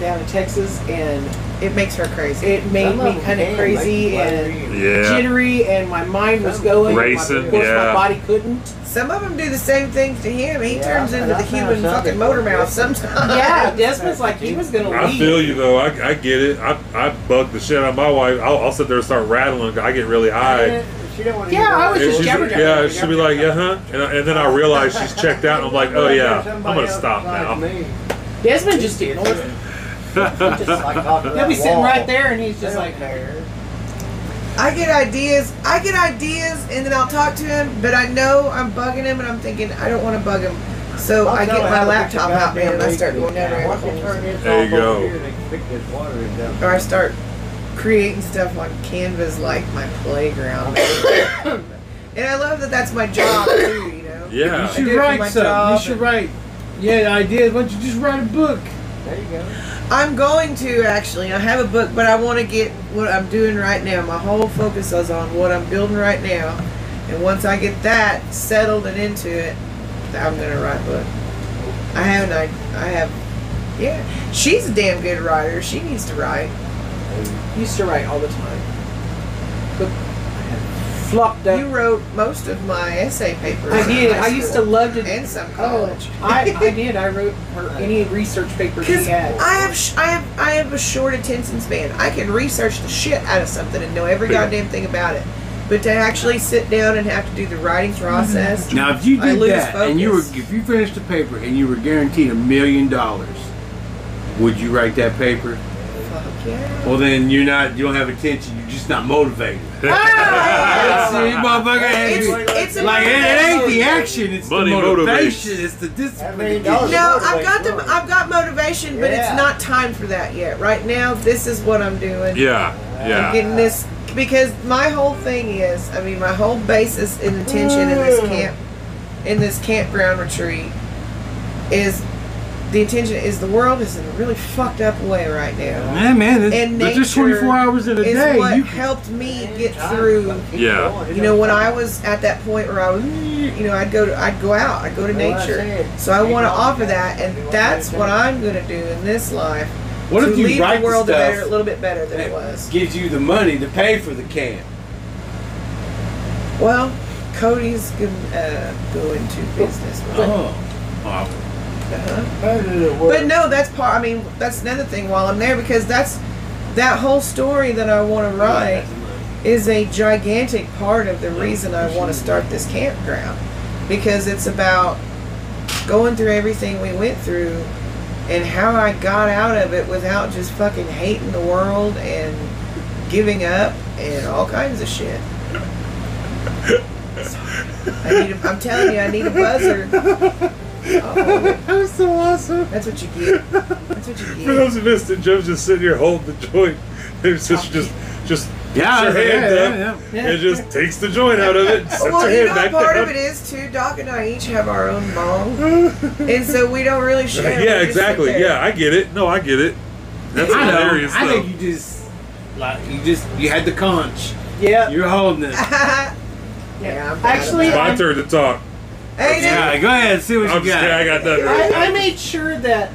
H: down in Texas, and
E: it makes her crazy.
H: it made me kind of crazy and
F: Yeah.
H: jittery, and my mind was going.
F: Racing,
H: my, of course,
F: yeah.
H: my body couldn't.
E: Some of them do the same things to him. He
G: Yeah,
E: turns into
G: and I
E: the
G: found
E: human fucking
G: something.
E: motor mouth sometimes.
H: Yeah, Desmond's like he was gonna
F: I
H: leave.
F: feel you though. I, I get it. I, I bug the shit out of my wife. I'll, I'll sit there and start rattling. I get really high.
G: She don't want to
H: Yeah, I was
F: And
H: just
F: she's-
H: jabber jabbering,
F: yeah,
H: jabber
F: she'll be like, yeah, huh? And, I, and then I realize she's checked out, and I'm like, oh yeah, I'm gonna stop now.
H: Desmond just ignored him. He'll
G: He'll
H: be sitting right there, and he's just like,
E: I get ideas. I get ideas, and then I'll talk to him. But I know I'm bugging him, and I'm thinking I don't want to bug him. So i get my laptop out, man, and I start going down rabbit holes.
F: There you go.
E: or I start creating stuff on Canvas like my playground. and I love that that's my job too. You know.
R: You
F: Yeah.
E: do it
R: should
E: for
R: write
E: my
R: something. You
E: job
R: should
E: and-
R: write. Yeah, ideas. Why don't you just write a book?
G: There you go.
E: I'm going to actually. I have a book, but I want to get what I'm doing right now. My whole focus is on what I'm building right now, and once I get that settled and into it, I'm gonna write a book. I have an I, I have, yeah. She's a damn good writer. She needs to write.
H: used to write all the time, but flopped
E: You
H: up.
E: wrote most of my essay papers.
H: I
E: in
H: did.
E: high
H: I used to
E: school
H: love to.
E: and some
H: Oh,
E: college.
H: I, I did. I wrote her any research paper she
E: Because
H: had.
E: I have, sh- I have, I have a short attention span. I can research the shit out of something and know every goddamn thing about it. But to actually sit down and have to do the writing
D: Mm-hmm.
E: process,
R: Now, if you
E: I
R: did
E: lose
R: that and you were,
E: focus.
R: if you finished the paper and you were guaranteed a million dollars, would you write that paper?
E: Fuck yeah.
D: Well, then you're not. You don't have attention. You're just not motivated. See, motherfucker,
E: It's-
D: it's-
E: it's a
D: Ah! like it, it ain't the
E: motivation.
D: action. It's
F: Money
D: the
F: motivates.
D: motivation. It's the
G: That
D: discipline.
G: million
D: to get-
G: dollars
E: No,
G: motivates
E: I've got the
G: one.
E: I've got motivation, but
G: Yeah.
E: it's not time for that yet. Right now, this is what I'm doing.
F: Yeah,
E: I'm
F: yeah.
E: getting this because my whole thing is, I mean, my whole basis and intention in
D: Mm.
E: this camp, in this campground retreat, is the intention is the world is in a really fucked up way right now.
D: Man, man, it's,
E: And
D: but there's
E: nature
D: 24 hours in a
E: Is
D: day.
E: what
D: You can-
E: helped me get through.
F: Yeah.
E: You know, when I was at that point where I was, you know, I'd go to, I'd go out, I'd go to
G: Well, I
E: nature.
G: said,
E: So I
G: keep
E: want to
G: on
E: offer
G: doing
E: that,
G: that.
E: and
G: Do what
E: that's
G: you
E: what
G: do.
E: I'm going to do in this life.
S: What
E: to
S: if you
E: leave
S: write
E: the world a,
S: stuff
E: better, a little bit better than it was?
S: gives you the money to pay for the camp?
E: Well, Cody's gonna uh, go into business. with it.
D: Oh. Wow.
E: Uh-huh. But
G: But
E: no, that's part. I mean, that's another thing while I'm there because that's that whole story that I want to write is a gigantic part of the reason I want to start this campground because it's about going through everything we went through and how I got out of it without just fucking hating the world and giving up and all kinds of shit. I need a, I'm telling you, I need a buzzer. Oh,
F: That's so awesome.
E: that's what you get. That's what you
F: For
E: get.
F: those who missed it, Joe's just sitting here holding the joint. There's just just just
D: Yeah,
F: puts her
D: Ah, yeah,
F: hand
D: yeah,
F: up and just takes the joint out of it. and Sets
E: Oh, well,
F: her
E: you
F: hand
E: know,
F: back
E: part
F: down.
E: of it is too. Doc and I each have our own mom, and so we don't really share. We
F: yeah,
E: just sit
F: exactly.
E: there.
F: Yeah, I get it. No, I get it. That's
D: I know.
F: hilarious
D: I
F: though.
D: think you just like you just you had the conch.
H: Yeah.
D: You're holding it.
E: yeah. I'm proud of
H: Actually,
E: that.
F: My turn to talk.
E: Hey, dude,
D: Yeah, go ahead. See what
F: I'm
D: you
F: just kidding. I
D: got.
F: got nothing.
H: I, I made sure that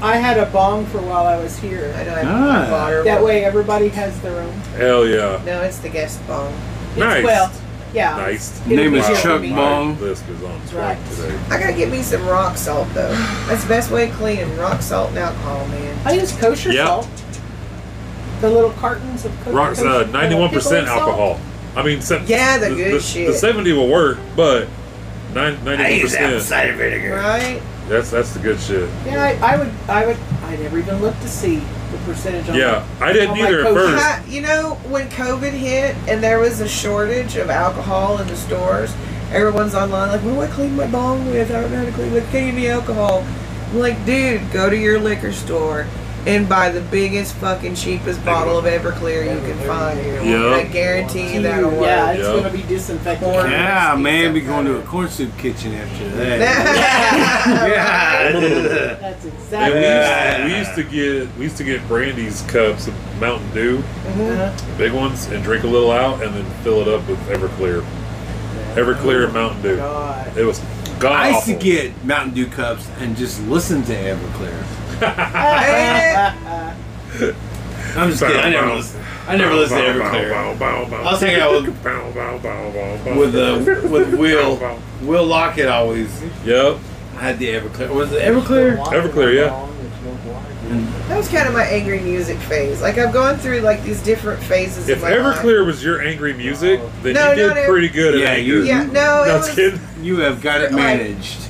H: I had a bong for while I was
E: I
H: here.
E: don't have
D: Ah.
E: water.
H: That way, everybody has their own.
F: Hell yeah.
E: No, it's the guest bomb.
H: It's-
F: Nice.
H: Well, yeah.
F: Nice.
H: It'll
D: Name
H: be
D: is
H: good for
D: Chuck
H: me.
D: Bong.
F: My list is on track
H: Right.
F: today.
E: I gotta get me some rock salt though. That's the best way of cleaning rock salt and alcohol, man.
H: I use kosher
F: Yeah.
H: salt. The little cartons of co-
F: Rocks uh,
H: kosher-
F: 91%
H: pickling salt.
F: alcohol. I mean, se-
E: Yeah, the good
F: the,
E: shit.
F: The 70 will work, but nine- 91%.
D: vinegar.
E: Right?
F: That's that's the good shit.
H: Yeah, I, I would. I would. I never even looked to see the percentage. on
F: Yeah, I
H: Oh
F: didn't
H: my
F: either at
H: coach.
F: first.
E: I, you know, when COVID hit and there was a shortage of alcohol in the stores, everyone's online like, "What do I clean my bong with? I don't know how to clean with. Can you give me alcohol?" I'm like, dude, go to your liquor store and buy the biggest fucking cheapest bottle of Everclear you can find.
F: Yeah.
E: I guarantee you
H: Dude,
E: that'll work.
H: Yeah, it's
F: Yeah.
H: gonna be disinfected.
D: Yeah, man, we going to a corn soup kitchen after that.
F: And
H: That's
F: we,
H: exactly.
F: used to, we used to get we used to get Brandy's cups of Mountain Dew,
E: Mm-hmm.
F: the big ones, and drink a little out, and then fill it up with Everclear, Everclear and Mountain Dew.
H: God.
F: It was god
D: I used to
F: awful.
D: get Mountain Dew cups and just listen to Everclear. I'm just kidding. I never listened. I never listened to Everclear. I was hanging out with with uh, with Will. Will Lockett always
F: Yep.
D: had the Everclear. Was it Everclear?
F: Everclear, yeah.
E: That was kind of my angry music phase. Like I've gone through like these different phases.
F: If
E: of my life.
F: Everclear was your angry music, then
E: No,
F: you did
E: not Ever-
F: pretty good.
D: Yeah,
F: at
D: you-
F: anger.
E: yeah, no,
F: No,
E: it
F: I was
E: was
F: kidding.
D: You have got it
E: Like-
D: managed.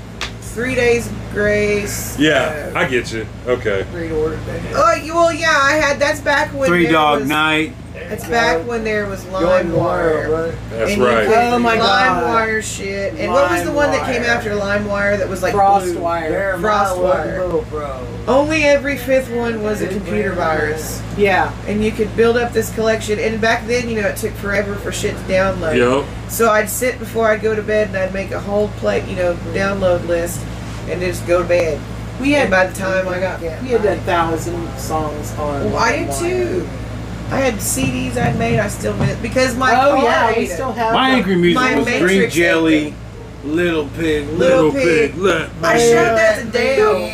E: three days grace.
F: Yeah,
E: uh,
F: I get you. Okay.
H: Great order. but-
E: Oh you- well, yeah, I had. That's back when
D: Three
E: there
D: dog
E: was,
D: night.
E: That's back when there was lime
G: Going wild,
E: wire.
G: brother.
F: That's
E: And you
F: right.
E: could-
H: Oh my
E: lime
H: God.
E: wire shit. And what was the one that came
H: LimeWire.
E: after lime wire that was like
H: Frost
E: blue?
H: wire.
E: Frost
G: Jeremiah was
E: wire.
G: a little bro.
E: Only every fifth one was a computer virus,
H: Yeah.
E: and you could build up this collection. And back then, you know, it took forever for shit to download.
F: Yep.
E: So I'd sit before I'd go to bed and I'd make a whole plate, you know, download list and just go to bed.
H: We
E: And
H: had
E: by the time I got
H: we had a thousand songs on.
E: Well, I did
H: LimeWire.
E: too. I had CDs I made, I still made because my
H: oh
E: car
H: yeah,
E: ate
H: we
E: it.
H: still have.
D: My
H: them.
D: angry music
E: My
D: was green
E: Matrix
D: jelly, little pig,
E: Little Pig.
F: let
E: I
F: me-
E: showed that to Dale.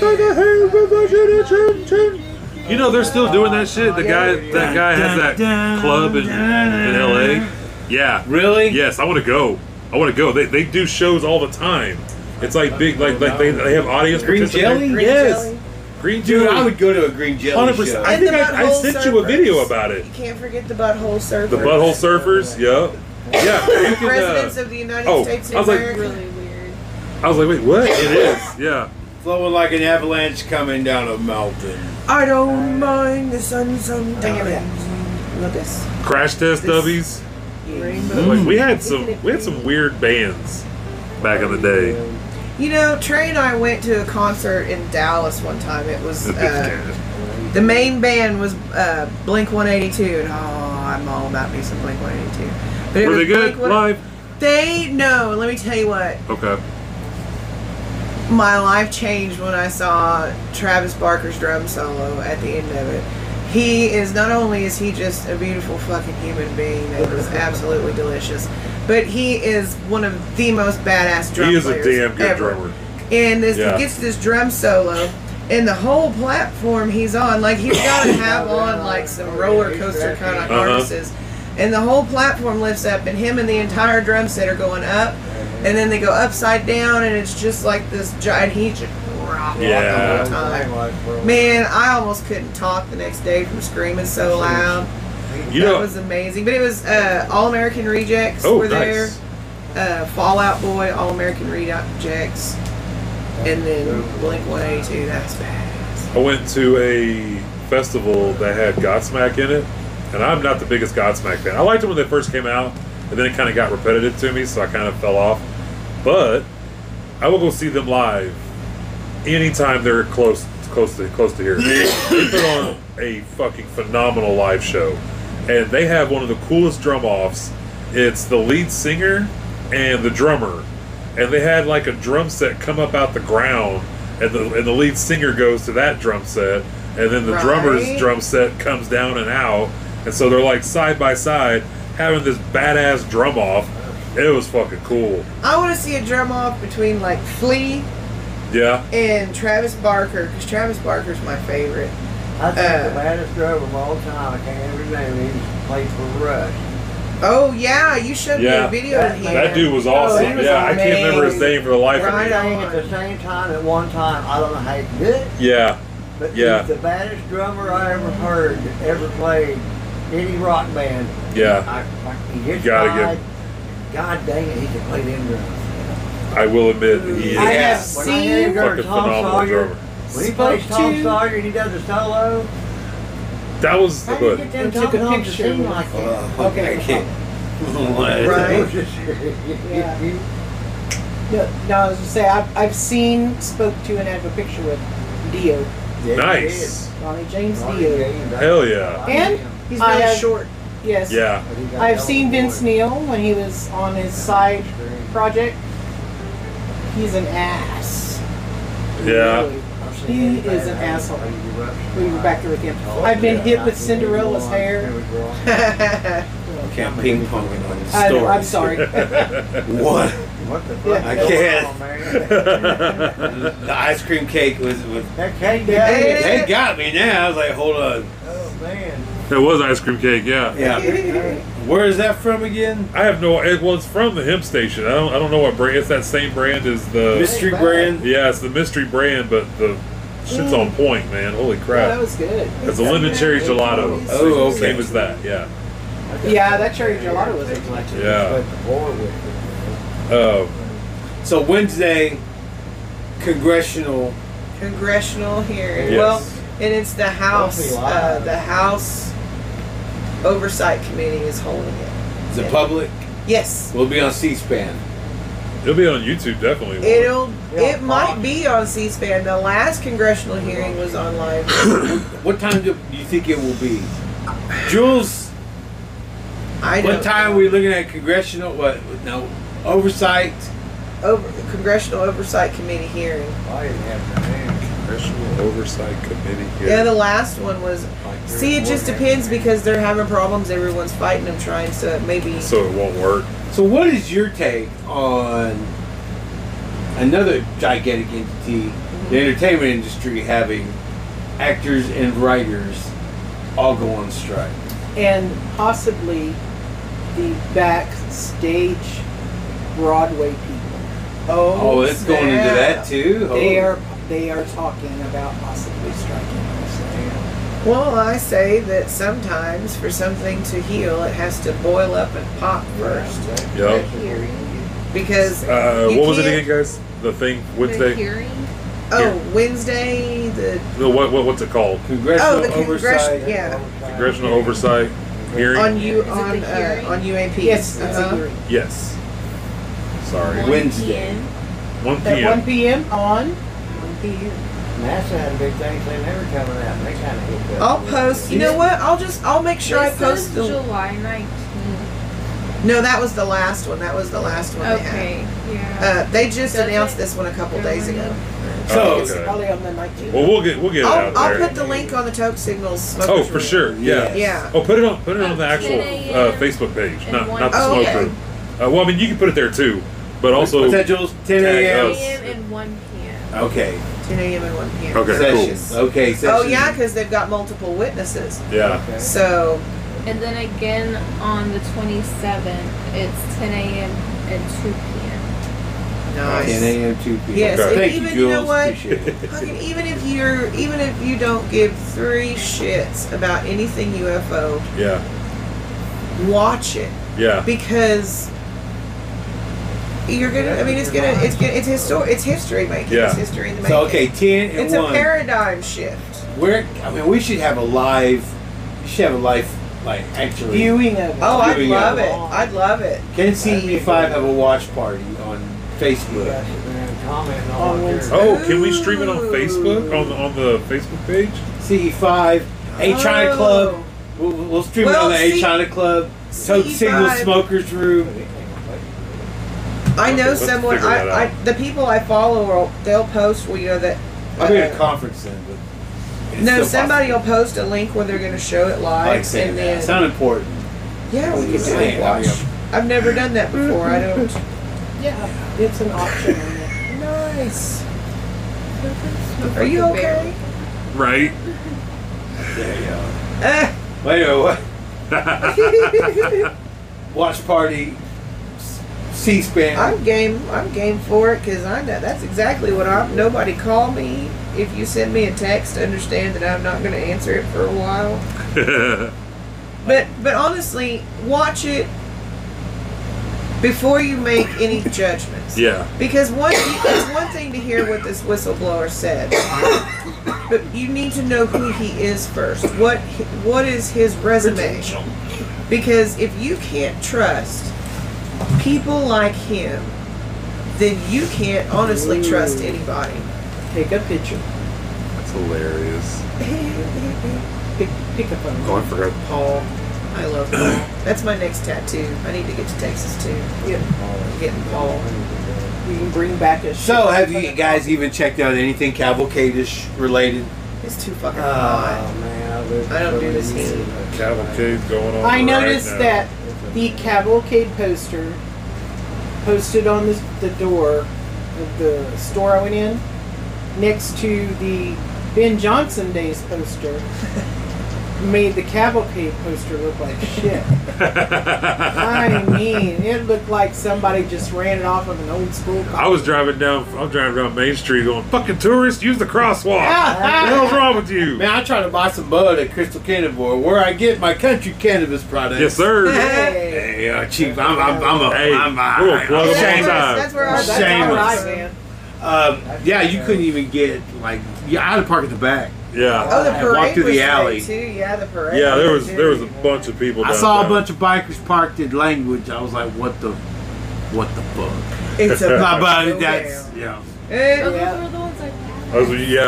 F: You know they're still doing that shit. The guy, that guy has that club in, in L.A. Yeah.
D: Really?
F: Yes, I want to go. I want to go. They, they do shows all the time. It's like big, like like they, they have audience.
D: Green
F: participation.
D: jelly?
E: Green
F: yes.
E: jelly.
F: Green jelly.
S: Dude, I would go to a green jelly
F: 100%.
S: show.
F: I
E: And the
F: think I, I
E: butthole
F: sent you a video
E: surfers.
F: about it.
E: You can't forget the butthole surfers.
F: The butthole surfers. Yep. Yeah. you can, uh,
E: Presidents of the United
F: oh,
E: States of
F: I was like-
E: America.
T: Really weird.
F: I was like, wait, what? It is. Yeah.
N: flowing like an avalanche coming down a mountain.
E: I don't mind the sun sometimes. Look this.
F: Crash Test Dubbies. Like we had some we had some weird bands back in the day.
E: You know, Trey and I went to a concert in Dallas one time. It was uh, the main band was uh, Blink 182, and oh, I'm all about me some Blink 182. But it
F: Were
E: was
F: they good
E: Blink-1-
F: live?
E: They no. Let me tell you what
F: Okay.
E: my life changed when I saw Travis Barker's drum solo at the end of it. He is not only is he just a beautiful fucking human being that is absolutely delicious, but he is one of the most badass drum
F: He is a
E: players
F: damn good
E: ever.
F: drummer.
E: And this
F: Yeah.
E: he gets this drum solo, and the whole platform he's on, like he's got to have on like some roller coaster kind of
F: Uh-huh.
E: harnesses, and the whole platform lifts up, and him and the entire drum set are going up, and then they go upside down, and it's just like this giant heat.
F: Yeah.
E: The whole time. Man, I almost couldn't talk the next day from screaming so loud.
F: You
E: that
F: know-
E: was amazing. But it was uh, All American Rejects
F: Oh,
E: were there,
F: nice.
E: uh, Fallout Boy, All American Rejects, and then Blink 182. That's bad.
F: I went to a festival that had Godsmack in it, and I'm not the biggest Godsmack fan. I liked them when they first came out, and then it kind of got repetitive to me, so I kind of fell off. But I will go see them live anytime they're close, close to close to here. they put on a fucking phenomenal live show, and they have one of the coolest drum offs. It's the lead singer and the drummer, and they had like a drum set come up out the ground, and the and the lead singer goes to that drum set, and then the drummer's
E: Right.
F: drum set comes down and out, and so they're like side by side having this badass drum off. It was fucking cool.
E: I want to see a drum off between like Flea
F: Yeah.
E: and Travis Barker because Travis Barker's my favorite.
G: I think
E: Uh.
G: the baddest drummer of all time, I can't remember his name, he played for Rush.
E: Oh yeah, you showed
F: Yeah.
E: me a video of him.
F: That dude was awesome.
E: he was
F: yeah, I can't remember his
E: amazing.
F: name for the life
E: Right
F: of
E: on.
F: me.
G: Sang at the same time at one time, I don't know how he did it,
F: Yeah,
G: but
F: Yeah.
G: he's the baddest drummer I ever heard that ever played any rock band.
F: yeah.
G: I, I, he just
F: You gotta
G: died. God dang it, he can play them drums.
F: I will admit that he is
E: I have
G: When I had a
E: seen
G: girl,
F: fucking
G: Tom
F: phenomenal
G: Sawyer,
F: drummer.
G: when he plays
E: Spoke
G: Tom
E: to-
G: Sawyer and he does a solo,
F: That was
G: how
F: the
G: do you get
F: good.
G: them
H: We took a
G: tom-toms to
H: picture
G: sing
H: with-
G: like that?
N: I can't.
E: Right.
H: Yeah. No, no, I was just saying, I've, I've seen, spoke to, and have a picture with Dio,
F: Nice.
H: Ronnie James Dio.
F: Hell
G: Hell
F: yeah.
H: And
E: He's
H: I
E: really
H: have-
E: short.
H: Yes.
F: Yeah.
H: I've seen Vince Neil when he was on his side project. He's an ass.
F: Yeah.
H: Really. He is an asshole. We were back there with him.
G: Oh,
H: I've been hit with Cinderella's hair.
N: Can't ping pong it on the
H: I
N: story.
H: know, I'm sorry.
N: What?
G: What the fuck?
H: Yeah.
N: I can't.
F: yeah.
N: The ice cream cake was. was
G: That cake
E: Hey.
G: guy.
N: they got me now. I was like, hold on.
G: Oh man.
F: It was ice cream cake. Yeah.
N: Yeah. Where is that from again?
F: I have no. It was from the hemp station. I don't. I don't know what brand. It's that same brand as the.
N: Mystery brand.
F: Yeah, it's the mystery brand, but the shit's on point, man. Holy
H: That
F: crap.
H: was good.
F: It's a lemon cherry gelato.
N: Oh, okay.
F: Same as that. Yeah.
H: Yeah, that cherry gelato was good.
F: Yeah.
G: But the boy with
F: Uh,
N: So Wednesday, congressional.
E: Congressional hearing.
F: Yes.
E: Well, and it's the House.
G: Hopefully
E: Uh,
G: live.
E: the House Oversight Committee is holding it.
N: The public
E: Yes.
N: will be on C-SPAN.
F: it'll be on YouTube definitely.
E: It'll.
G: Yeah,
E: It might
G: Fox.
E: be on C-SPAN. The last congressional hearing was online.
N: What time do you think it will be? Jules,
E: I don't.
N: what time are we looking at congressional? What? No, oversight.
E: Over, congressional Oversight Committee hearing.
G: the boy didn't have
F: Congressional Oversight Committee.
E: Yeah. the last one was.
G: the man.
E: See, it just depends because they're having problems. Everyone's fighting them, trying so maybe.
F: So it won't work.
N: So, what is your take on another gigantic entity,
E: Mm-hmm.
N: the entertainment industry, having actors and writers all go on strike?
H: And possibly the backstage Broadway people.
N: Oh, it's going into that too.
H: They
N: Oh.
H: are, they are talking about possibly striking us.
E: Well, I say that sometimes for something to heal, it has to boil up and pop first.
F: Yep.
L: hearing.
E: Because
F: Uh,
E: You
F: what was it
E: can't-
F: again, guys? The thing
L: The
F: Wednesday.
L: hearing.
E: Oh, Wednesday the
F: No, what, what what's it called?
E: oh
D: Congressional
E: the
D: oversight.
E: congression yeah
F: Congressional oversight hearing.
E: on you
L: Is it
E: on
L: the
E: uh,
L: hearing?
E: on UAP.
H: Yes, it's
E: Uh-huh.
H: a hearing.
F: yes. Sorry.
D: One Wednesday.
L: PM.
F: 1
H: At
F: p.m.
H: 1 p.m. on.
G: NASA had a big thing saying they were coming out. and They kind of hit that.
E: I'll post. You know what? I'll just I'll make sure I
L: This
E: post
L: is
E: the.
L: July 19th.
E: No, that was the last one. That was the last one. They, had.
L: Okay, yeah.
E: Uh, they just
L: Does
E: announced
L: it?
E: this one a couple days ago.
F: Oh,
H: It's
F: okay.
H: probably on the 19th.
F: Well, we'll get we'll get it out
E: I'll, I'll
F: there.
E: put the link on the Toke Signals.
F: oh,
E: Smokers
F: for
E: Room.
F: sure. Yeah.
E: Yeah.
F: Oh, put it on put it on the
L: 10
F: actual
L: a.m.
F: uh, Facebook page,
L: and
F: not
L: one-
F: not the
E: Oh,
F: smoke
E: okay.
F: room. Uh, well, I mean, you can put it there too, but also
D: What's that, Jules? 10
F: Tag
D: a.m.
L: 10
F: us.
L: AM and 1 PM.
D: Okay.
E: 10 a.m. and 1 p.m.
F: Okay,
D: Sessions. Okay. Sessions.
E: Oh yeah, because they've got multiple witnesses.
F: yeah.
E: So
L: And then again on the 27th, it's 10 a.m. and 2 p.m.
E: nice.
D: 10 a.m. 2 p.m.
E: Yes, and
D: Thank you,
E: even- you know
D: Jules.
E: what?
D: Appreciate it.
E: Fucking even if you're, even if you don't give three shits about anything UFO,
F: Yeah.
E: watch it
F: Yeah.
E: because you're gonna. I mean, it's gonna, it's gonna, it's history, it's history making.
F: Yeah.
E: It's history in the making.
D: So okay, 10 and
E: it's a
D: one.
E: paradigm shift.
D: We're. I mean, we should have a live. We should have a live, like actually.
H: Viewing of it.
E: Oh, I'd
D: Doing
E: love
D: it.
E: it. I'd love it.
D: Can CE five have a watch party on
G: You
D: Facebook?
G: guys sit there and comment on
H: On
G: what
H: Wednesday.
G: you're
F: Oh, can we stream it on
E: Ooh.
F: Facebook on the, on the Facebook page?
D: CE E five, H China
E: Oh.
D: Club. We'll, we'll stream
E: Well,
D: it
E: E
D: on the
E: see-
D: H China Club. Tote
E: CE5
D: Signal Smokers Room.
E: I
F: Okay,
E: know
F: let's
E: someone.
F: figure that
E: I, I, the people I follow, will, they'll post. We know that.
D: I'll be at a
E: uh,
D: conference then. But it's
E: No,
D: still
E: somebody
D: possible.
E: will post a link where they're going to show it
D: I
E: live,
D: like saying
E: and
D: that. It's
E: then
D: not important.
E: yeah, we could do
D: Saying,
E: it.
D: like,
E: I've never done that before. I don't.
H: Yeah, it's an option. on there.
E: Nice. Are you okay?
F: Right.
D: There you go.
E: Eh,
D: Well, anyway, what?
F: Oh.
D: watch party, C SPAN.
E: I'm game. I'm game for it because I know that's exactly what I'm. Nobody call me. If you send me a text, understand that I'm not going to answer it for a while. But but honestly, watch it before you make any judgments.
F: yeah.
E: Because one, it's one thing to hear what this whistleblower said, but you need to know who he is first. What what is his resume? Because if you can't trust people like him, then you can't honestly trust anybody.
H: Take a picture.
F: That's hilarious.
H: Pick, pick up on
F: Oh, I forgot.
E: Paul, I love Paul. That's my next tattoo. I need to get to Texas too. I'm getting Paul.
G: Oh,
H: We can bring back a
D: So, have you guys even checked out anything cavalcade-ish related?
E: It's too fucking
G: Oh,
E: hot.
G: man, I, live
E: I don't do this
G: for
E: heat.
G: years.
F: Cavalcade going on.
H: I
F: right
H: noticed
F: now.
H: that the cavalcade poster posted on the, the door of the store I went in next to the Ben Johnson Days poster made the cavalcade poster look like shit. I mean, it looked like somebody just ran it off of an old school
F: I was driving down. I'm driving down Main Street, going, "Fucking tourists, use the crosswalk." what the hell's wrong with you?
D: Man, I'm trying to buy some bud at Crystal Cannibal, where I get my country cannabis products.
F: Yes, sir.
H: Hey.
D: Hey, uh, Chief, I'm, I'm, I'm a,
F: Hey,
D: I'm, a-
F: we're a plug
D: I'm
F: them all
D: ashamed.
F: time.
E: That's where
H: Oh,
E: our
H: that's all
D: Shameless.
H: right, man.
D: Um, yeah, you couldn't even get like, yeah, I had to park at the back.
F: Yeah,
E: Oh, the
D: I
E: parade
D: walked through the
E: was great,
D: alley.
E: too. Yeah, the parade.
F: yeah. There was
E: too.
F: there was a bunch of people.
U: I saw a
F: downtown.
U: bunch of bikers parked in language. I was like, what the, what the fuck?
E: It's a
U: But,
E: bunch
U: but
E: of
U: that's
E: them.
U: yeah.
L: Oh,
E: Eh,
L: those
H: Yeah.
L: were the ones I found.
F: I was, yeah,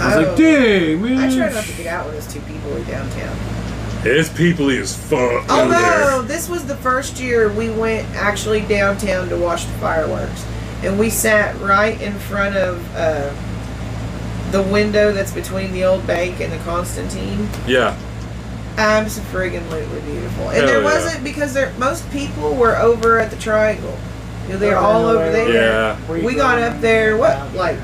U: I was
E: oh.
U: like, dang man.
E: I try not to get out when there's two people in downtown.
F: it's peoply as fuck
H: Oh,
F: over there.
E: Although this was the first year we went actually downtown to watch the fireworks, and we sat right in front of uh, the window that's between the old bank and the Constantine.
F: Yeah,
E: Absolutely beautiful, and
F: Hell
E: there
F: yeah.
E: wasn't because there most people were over at the Triangle. You know, they're all over there.
F: yeah.
E: We got up there what like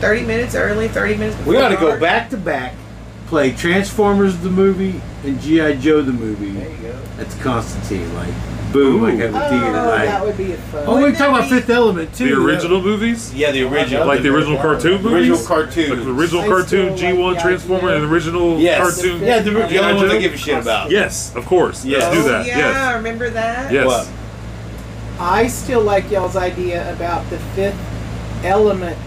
E: thirty minutes early, thirty minutes.
D: We got to
E: before
D: go back to back, play Transformers the movie and GI Joe the movie.
G: There you go.
U: That's Constantine. Like, boom. Like at the
H: Oh,
U: theater.
H: that
U: Like,
H: would be a fun.
U: oh, we
E: Wouldn't
U: talking
E: that
U: about
E: be-
U: Fifth Element too.
F: The original movies,
D: Yeah, the original,
F: like the original cartoon
D: the original
F: movies, like the
D: cartoon.
F: original
H: I still
F: cartoon
H: like
F: G one
H: the
F: Transformer
H: idea.
F: and the original
D: Yes.
F: cartoon.
D: Yeah, the, the
F: G.I.
D: only ones I
F: Joe?
D: give a shit about.
F: Yes, of course.
D: Yes.
F: Let's do
E: Oh,
F: that.
E: Yeah,
F: Yes.
E: I remember that.
F: Yes.
D: What?
H: I still like y'all's idea about the fifth Element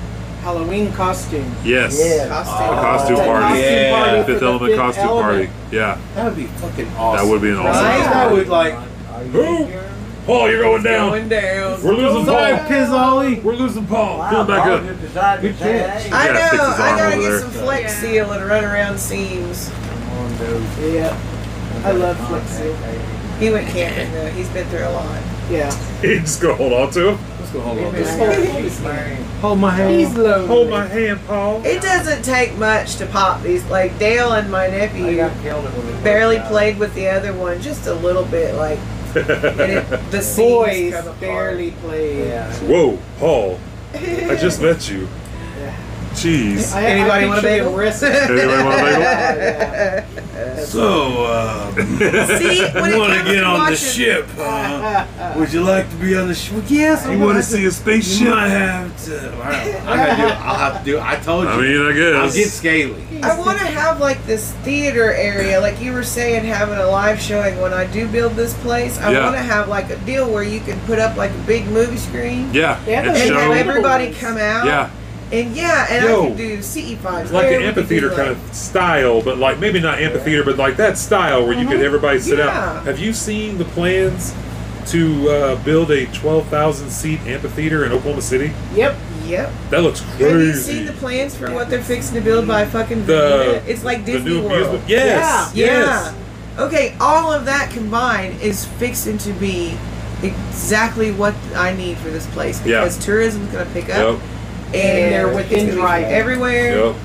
H: Halloween costume.
F: Yes.
G: Yeah.
H: Costume,
F: A Uh, costume
H: the
F: party.
H: costume
N: Yeah.
H: party for
F: Fifth
H: the
F: Element
H: Fifth
F: costume
H: Element.
F: party. Yeah,
N: That would be fucking awesome.
F: that would be an awesome.
H: Right?
F: party.
N: I would like.
G: Are you
F: Who? Oh,
G: sure?
F: Paul, you're going down.
H: Going down.
F: We're losing
D: Sorry,
F: Paul.
D: Pizzoli.
F: We're losing Paul.
G: Wow,
F: Fill back
G: Paul,
F: up.
G: you decided to
D: Good
G: say,
D: catch.
G: hey,
E: I know.
F: gotta fix his
E: I
F: arm
E: gotta
F: over
E: get
F: there.
E: some Flex
L: Yeah.
E: Seal and run around seams.
G: come on, dude.
H: Yeah, I love Flex Seal.
E: He went camping though. He's been through a lot.
H: yeah.
F: He's just gonna hold on to him.
N: Let's go hold on. to
H: He's
N: this.
H: lonely.
D: Hold my hand.
H: He's lonely.
F: Hold my hand, Paul.
E: It doesn't take much to pop these. Like Dale and my
G: I
E: nephew
G: got killed when we
E: barely
G: worked out.
E: played with the other one, just a little bit. Like and it, the
H: Boys
E: seams come apart.
H: barely played.
G: Yeah.
F: Whoa, Paul. I just met you. Jeez.
H: I,
E: Anybody
H: I
E: want a
H: picture
E: bagel?
H: the wrist- Yeah,
F: Anybody want a bagel?
H: yeah.
N: So, uh,
E: See, when it
N: wanna
E: comes to watching,
N: huh? Would you like to be on the ship? Yes.
F: You want to see a spaceship?
N: You might have to. I, I gotta do it. I'll have to do it. I told you.
F: I mean, I
N: I'll get
F: guess.
N: scaly.
E: I want to have like this theater area, like you were saying, having a live showing. When I do build this place, I
F: Yeah.
E: want to have like a deal where you can put up like a big movie screen
F: Yeah.
H: They have
F: And
H: those
E: and have
H: little
F: show.
E: everybody
H: ones.
E: come out.
F: Yeah.
E: And yeah, and
F: Yo.
E: I can do CE fives.
F: It's like an amphitheater kind of style, but like maybe not amphitheater, but like that style where you could everybody sit
E: Uh-huh. Yeah.
F: out. Have you seen the plans to uh, build a 12,000 seat amphitheater in Oklahoma City?
H: Yep.
E: Yep.
F: That looks
E: Have you
F: crazy.
E: seen the plans for what they're fixing to build by fucking
F: The-
E: Vita? It's like
F: The
E: Disney World.
F: amusement- Yes.
E: Yeah.
F: Yes.
E: Okay, all of that combined is fixing to be exactly what I need for this place
F: Yeah.
E: because tourism's going to pick up.
F: Yep.
E: and
H: And they're within
E: it's gonna be
H: driving.
E: everywhere.
F: Yep.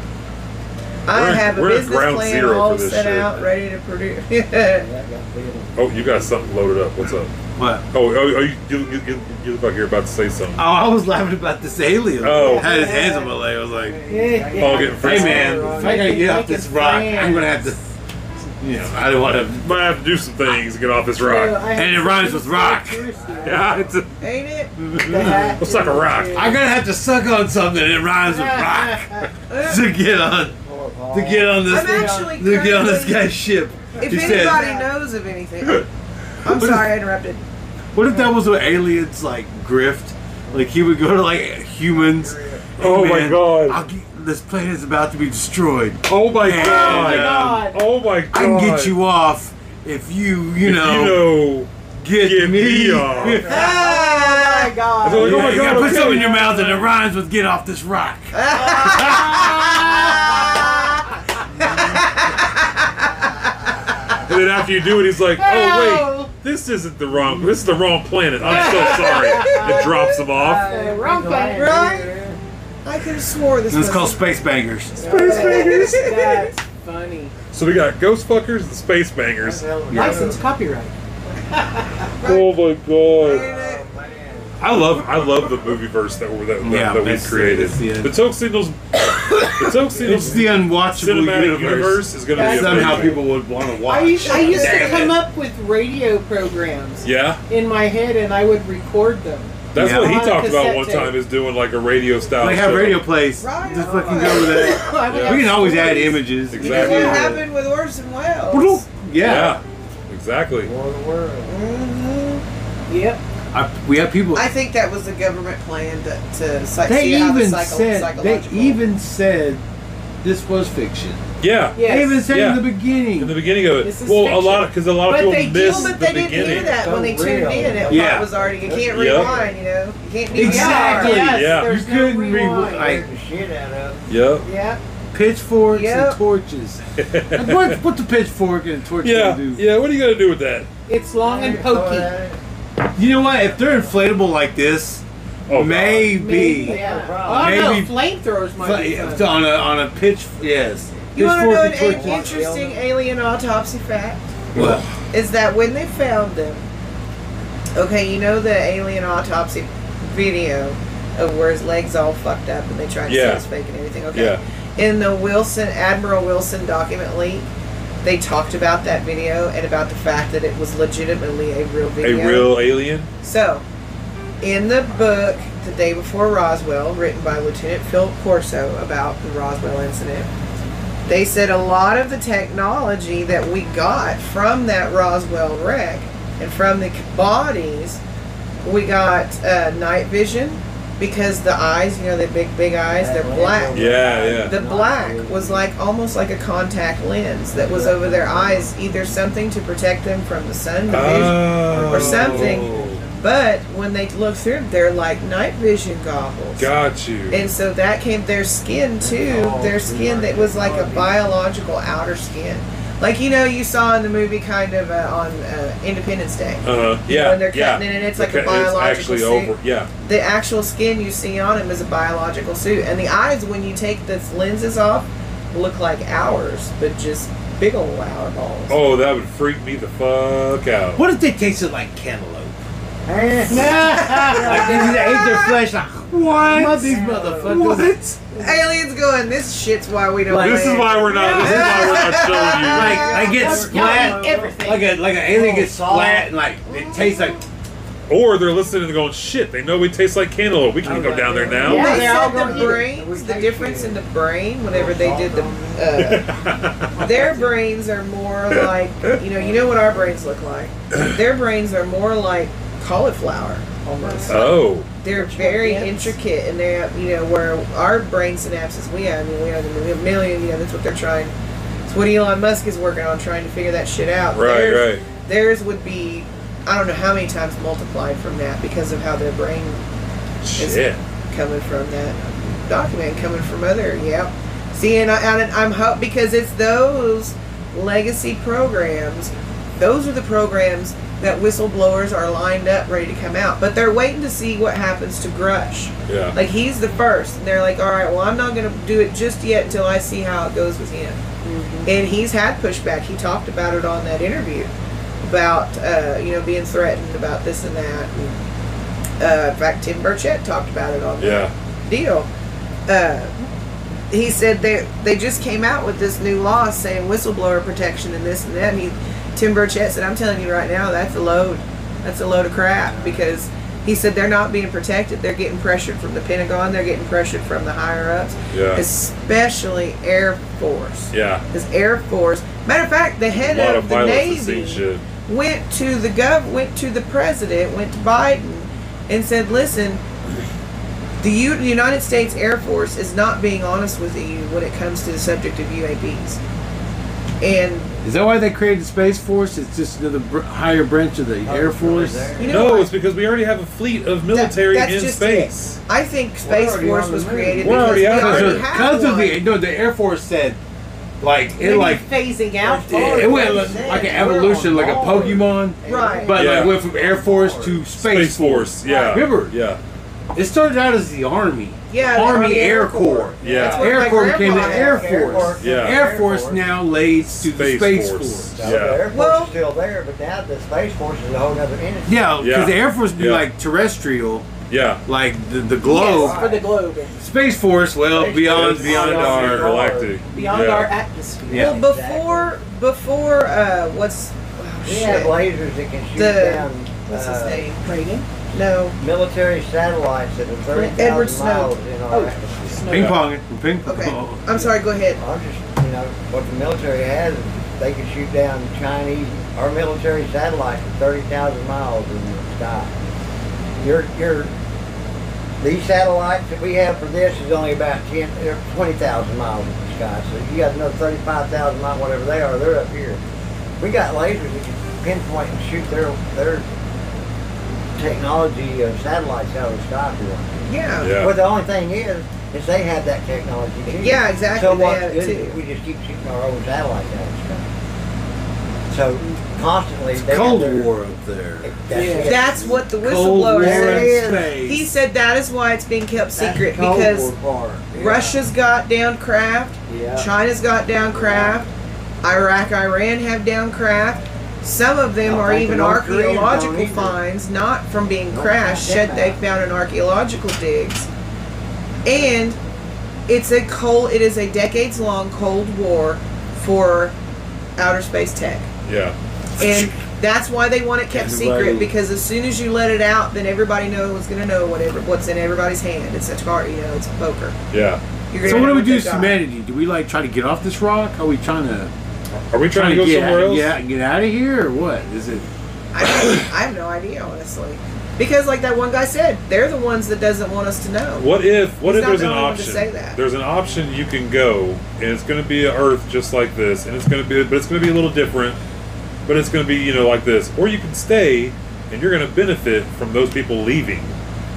F: We're
E: I
F: in-
E: have a
F: we're in
E: business
F: ground
E: plan
F: zero
E: all
F: for this
E: set
F: shit.
E: out, ready to produce. yeah,
G: Yeah, I got killed.
F: Oh, you got something loaded up. What's up?
D: What?
F: Oh, oh, oh you, you, you, you- you look like you're about to say something.
D: Oh, I was laughing about this alien.
F: Oh.
D: had his hands on my leg. I was like,
H: Yeah.
F: Paul getting
D: "Hey
F: frisky.
D: man, if I gotta get off this rock, I'm gonna have to." You know, I don't want to.
F: Might have to do some things to get off this rock.
D: And it rhymes with rock.
F: Yeah, it's a,
E: ain't it?
D: Mm.
F: looks like a rock.
D: I'm gonna have to suck on something that rhymes with rock to get on
G: Poor Paul.
D: to get on this
E: I'm actually
D: to get on this
E: currently-
D: guy's ship.
E: If
D: He said-
E: anybody knows of anything, I'm sorry I interrupted.
D: What if that was what aliens like grift? Like he would go to like humans.
F: Oh my God.
D: I'll get, this planet is about to be destroyed.
F: Oh my
D: And,
F: god!
H: God.
F: Oh my god!
D: I can get you off if you you
F: If
D: know,
F: you know
D: get,
F: get
D: me.
F: me off.
H: Oh my god.
F: Like, oh my
D: Yeah, you gotta
F: God,
D: put
F: okay.
D: something in your mouth and it rhymes with "get off this rock."
F: And then after you do it, he's like, "Oh
H: Hello.
F: wait, this isn't the wrong. This is the wrong planet. I'm so sorry." It drops him off.
H: Uh, wrong button.
E: Right? I could have swore this
D: This is
E: was
D: called space bangers.
H: That's funny.
F: So we got ghost fuckers and space bangers.
H: License copyright.
F: Oh my god!
E: Ain't it?
F: I love I love the movie verse that we that, that,
D: Yeah,
F: that we
D: it's-
F: created.
D: it's the-
F: The Toke Signals. The Toke Signals.
D: It's the unwatchable
F: Cinematic
D: universe.
F: universe, is going to be
D: Somehow
F: amazing.
D: people would want to watch.
H: I used, I used to
F: Damn
H: come
F: it.
H: up with radio programs
F: Yeah,
H: in my head and I would record them.
F: that's
D: Yeah.
F: what he
H: On
F: talked about
H: cassette
F: one
H: tape.
F: time is doing like a radio style.
D: They have
F: show.
D: radio plays.
E: Right
D: Just
E: on.
D: fucking go with that.
H: I would
F: Yeah.
H: have
D: We can always add
H: stories.
D: images.
E: That's
F: Exactly.
E: what happened with Orson
D: Yeah.
E: Welles.
F: Yeah, exactly.
G: War of the world.
E: Mhm.
H: Yep.
D: I, we have people.
E: I think that was the government plan to, to psych-
D: they
E: see how the
D: even
E: psycho-
D: said. They
E: psychological.
D: even said this was fiction.
F: Yeah.
H: Yes.
D: They even said
F: Yeah.
D: in the beginning.
F: In the beginning of it,
H: This is
F: well, a
H: fiction.
F: lot because a lot of
H: But
F: people
H: they do,
F: miss
E: but
F: the
E: they didn't
F: beginning.
E: hear that when they
G: So
E: tuned
G: real.
E: in. It
D: Yeah.
E: was already you can't
F: Yeah.
E: rewind. You know, you can't be
D: Exactly.
H: Yes,
F: Yeah.
H: there's
D: You
H: no
D: couldn't re-
H: rewind.
D: like-
G: Beat the shit out of
F: Yep.
H: yeah.
D: pitchforks
E: Yep.
D: and torches. Like, what, what's a pitchfork and a torch
F: Yeah.
D: gonna do?
F: Yeah. What are you gonna do with that?
H: It's long and
G: them.
H: pokey.
D: You know what? If they're inflatable like this,
F: Oh,
D: maybe.
H: Yeah. Oh
G: Problem.
D: Maybe-
H: no, flamethrowers might be
D: But,
H: fun.
D: uh, on a on a pitch, yes.
E: You want to know an
D: Pitchfork and
E: a-
D: torches.
E: interesting alien autopsy fact?
D: What?
E: Is that when they found them? Okay, you know the alien autopsy video of where his legs all fucked up and they tried to
F: Yeah.
E: see his fake and everything. Okay. In the God. Wilson Admiral Wilson document leak, they talked about that video and about the fact that it was legitimately a real
F: A
E: video.
F: real alien.
E: So, in the book The Day Before Roswell, written by Lieutenant Phil Corso about the Roswell incident, they said a lot of the technology that we got from that Roswell wreck and from the bodies, we got uh, night vision because the eyes, you know, the big big eyes, they're black.
J: Yeah, yeah.
E: The black was like almost like a contact lens that was over their eyes, either something to protect them from the sun the
F: Ah,
E: vision, or something.
J: Oh.
E: But when they look through, they're like night vision goggles.
J: Got Oh, you.
E: And so that came their skin too. Their skin that was like a biological outer skin, like you know you saw in the movie kind of uh, on uh, Independence Day.
J: Uh,
E: You know,
J: yeah,
E: when they're
J: yeah.
E: cutting it and it's like a
J: Okay,
E: biological
J: actually
E: suit.
J: over. Yeah,
E: The actual skin you see on him is a biological suit, and the eyes when you take the lenses off look like ours, but just big old hour balls.
J: Oh, that would freak me the fuck out.
D: What if they tasted like cantaloupe?
E: Aliens
D: Like they just ate their flesh. Like what? these motherfuckers.
E: going. This shit's why we don't.
J: this is
E: live."
J: why we're not. This is why we're not showing you.
D: Like I get splat.
H: everything.
D: Like a like an alien gets splat and like it tastes like.
J: Or they're listening and going, "Shit, they know we taste like cantaloupe. We
E: Oh,
J: can't go down there now."
E: They
H: Yeah.
E: said the
H: Yeah.
E: brains, the difference in the brain whenever they did the, uh, their brains are more like you know you know what our brains look like. Their brains are more like cauliflower almost.
J: Oh,
E: They're very intricate and they are you know where our brain synapses we have I mean, we have a million you know that's what they're trying. It's what Elon Musk is working on trying to figure that shit out.
J: right,
E: Theirs-
J: right.
E: Theirs would be I don't know how many times multiplied from that because of how their brain
J: Shit.
E: coming from that document, coming from other, yep. See, and, I, and I'm hope because it's those legacy programs. Those are the programs that whistleblowers are lined up, ready to come out, but they're waiting to see what happens to Grush.
J: Yeah.
E: Like he's the first, and they're like, "All right, well, I'm not going to do it just yet until I see how it goes with him." And he's had pushback. He talked about it on that interview about uh, you know being threatened about this and that. And, uh, in fact, Tim Burchett talked about it on the
J: Yeah.
E: deal. Uh, he said they they just came out with this new law saying whistleblower protection and this and that. And he, Tim Burchett said, "I'm telling you right now, that's a load. That's a load of crap because." He said they're not being protected. They're getting pressured from the Pentagon. They're getting pressured from the higher ups,
J: Yeah.
E: especially Air Force.
J: Yeah.
E: This Air Force. Matter of fact, the
J: A
E: head
J: lot
E: of,
J: of
E: the
J: pilots have seen
E: Navy
J: shit.
E: went to the gov went to the president went to biden and said listen the U- united states air force is not being honest with you when it comes to the subject of uaps and
D: Is that why they created the space force? It's just another br- higher branch of the
E: Oh,
D: air force.
E: you know
J: No,
E: what?
J: it's because we already have a fleet of military
E: that's
J: in
E: just
J: space.
E: i think space
G: already
E: force
G: on the
E: was
G: moon.
E: created
J: We're
E: because
J: already
E: we
J: out there.
E: already had
D: Because of
E: one.
D: the no, the air force said, like
H: Maybe
D: it like
H: phasing out.
E: Oh,
D: it, it went like, like an evolution, like a Pokemon,
E: right
D: but
J: Yeah.
D: like went from air force to space,
J: Space Force. Yeah.
D: Remember?
J: Yeah.
D: It started out as the army,
E: yeah the
D: army air corps.
E: That's
J: Yeah.
E: what my
D: Air Corps became the
E: grandpa
D: Air
E: had.
D: Force.
J: Yeah.
D: Air Force now lays to the
J: Space
D: Space
J: Force.
D: Force.
G: So
J: Yeah.
G: The Air Force
E: Well-
G: is still there, but now the Space Force is a whole other entity.
D: Yeah, because
J: Yeah.
D: the Air Force would be
J: Yeah.
D: like terrestrial,
J: Yeah.
D: like the, the globe.
H: Yes, for the globe,
D: Space Force, well,
G: Space
D: beyond
G: Force.
D: beyond our.
J: galactic.
H: beyond
J: yeah.
H: our atmosphere.
D: Yeah.
E: well before before uh what's oh,
G: We have
E: shit.
G: lasers that can shoot
E: The-
G: down
E: what's his
G: uh,
E: name
H: Reagan.
E: no
G: military satellites that are
E: Edward
G: 30,000
E: Snow.
G: miles in our
H: Oh.
G: atmosphere.
D: Ping ponging, ping pong.
E: okay i'm sorry go ahead
G: I'm just, you know, what the military has, is they can shoot down Chinese, our military satellites at 30,000 miles in the sky. Your, your, these satellites that we have for this is only about 10, or 20,000 miles in the sky. So you got another 35,000 miles, whatever they are, they're up here. We got lasers that can pinpoint and shoot their, their technology of satellites out of the sky for us.
E: yeah
J: Yeah.
G: But the only thing is, is they have that technology too.
E: Yeah, exactly,
G: So
E: they
G: what's
E: have it
G: good
E: too.
G: is we just keep shooting our own satellites out of the sky. So constantly they have
D: Cold
G: their-
D: War up there.
G: That's, it.
E: That's what the
D: Cold War
E: whistleblower
D: in
E: said.
D: space.
E: He said that is why it's being kept
G: That's
E: secret
G: Cold
E: because
G: War part, yeah.
E: Russia's got down craft,
G: Yeah.
E: China's got down craft, Iraq, Iran have down craft. Some of them
G: I
E: are
G: think
E: even
G: North Korea don't
E: archaeological
G: either.
E: finds, not from being
G: Don't
E: crashed, said
G: have that.
E: they found in archaeological digs. And it's a cold it is a decades long cold war for outer space tech
J: Yeah.
E: and that's why they want it kept
D: Everybody-
E: secret because as soon as you let it out, then everybody knows going to know whatever what's in everybody's hand. It's a card, you know, it's poker.
J: Yeah.
E: You're gonna
D: So what
E: know
D: do we do
E: they
D: as
E: got.
D: humanity? Do we like try to get off this rock? Are we trying to
J: Are we trying to go
D: get
J: somewhere else?
D: Yeah, get out of here or what? Is it
E: I, I have no idea, honestly. Because, like that one guy said, they're the ones that doesn't want us to know.
F: What if what
E: He's
F: if
E: not
F: there's
E: the
F: an
E: only one to
F: option?
E: say that.
F: There's an option you can go, and it's going to be an Earth just like this, and it's going to be, but it's going to be a little different, but it's going to be you know like this, or you can stay, and you're going to benefit from those people leaving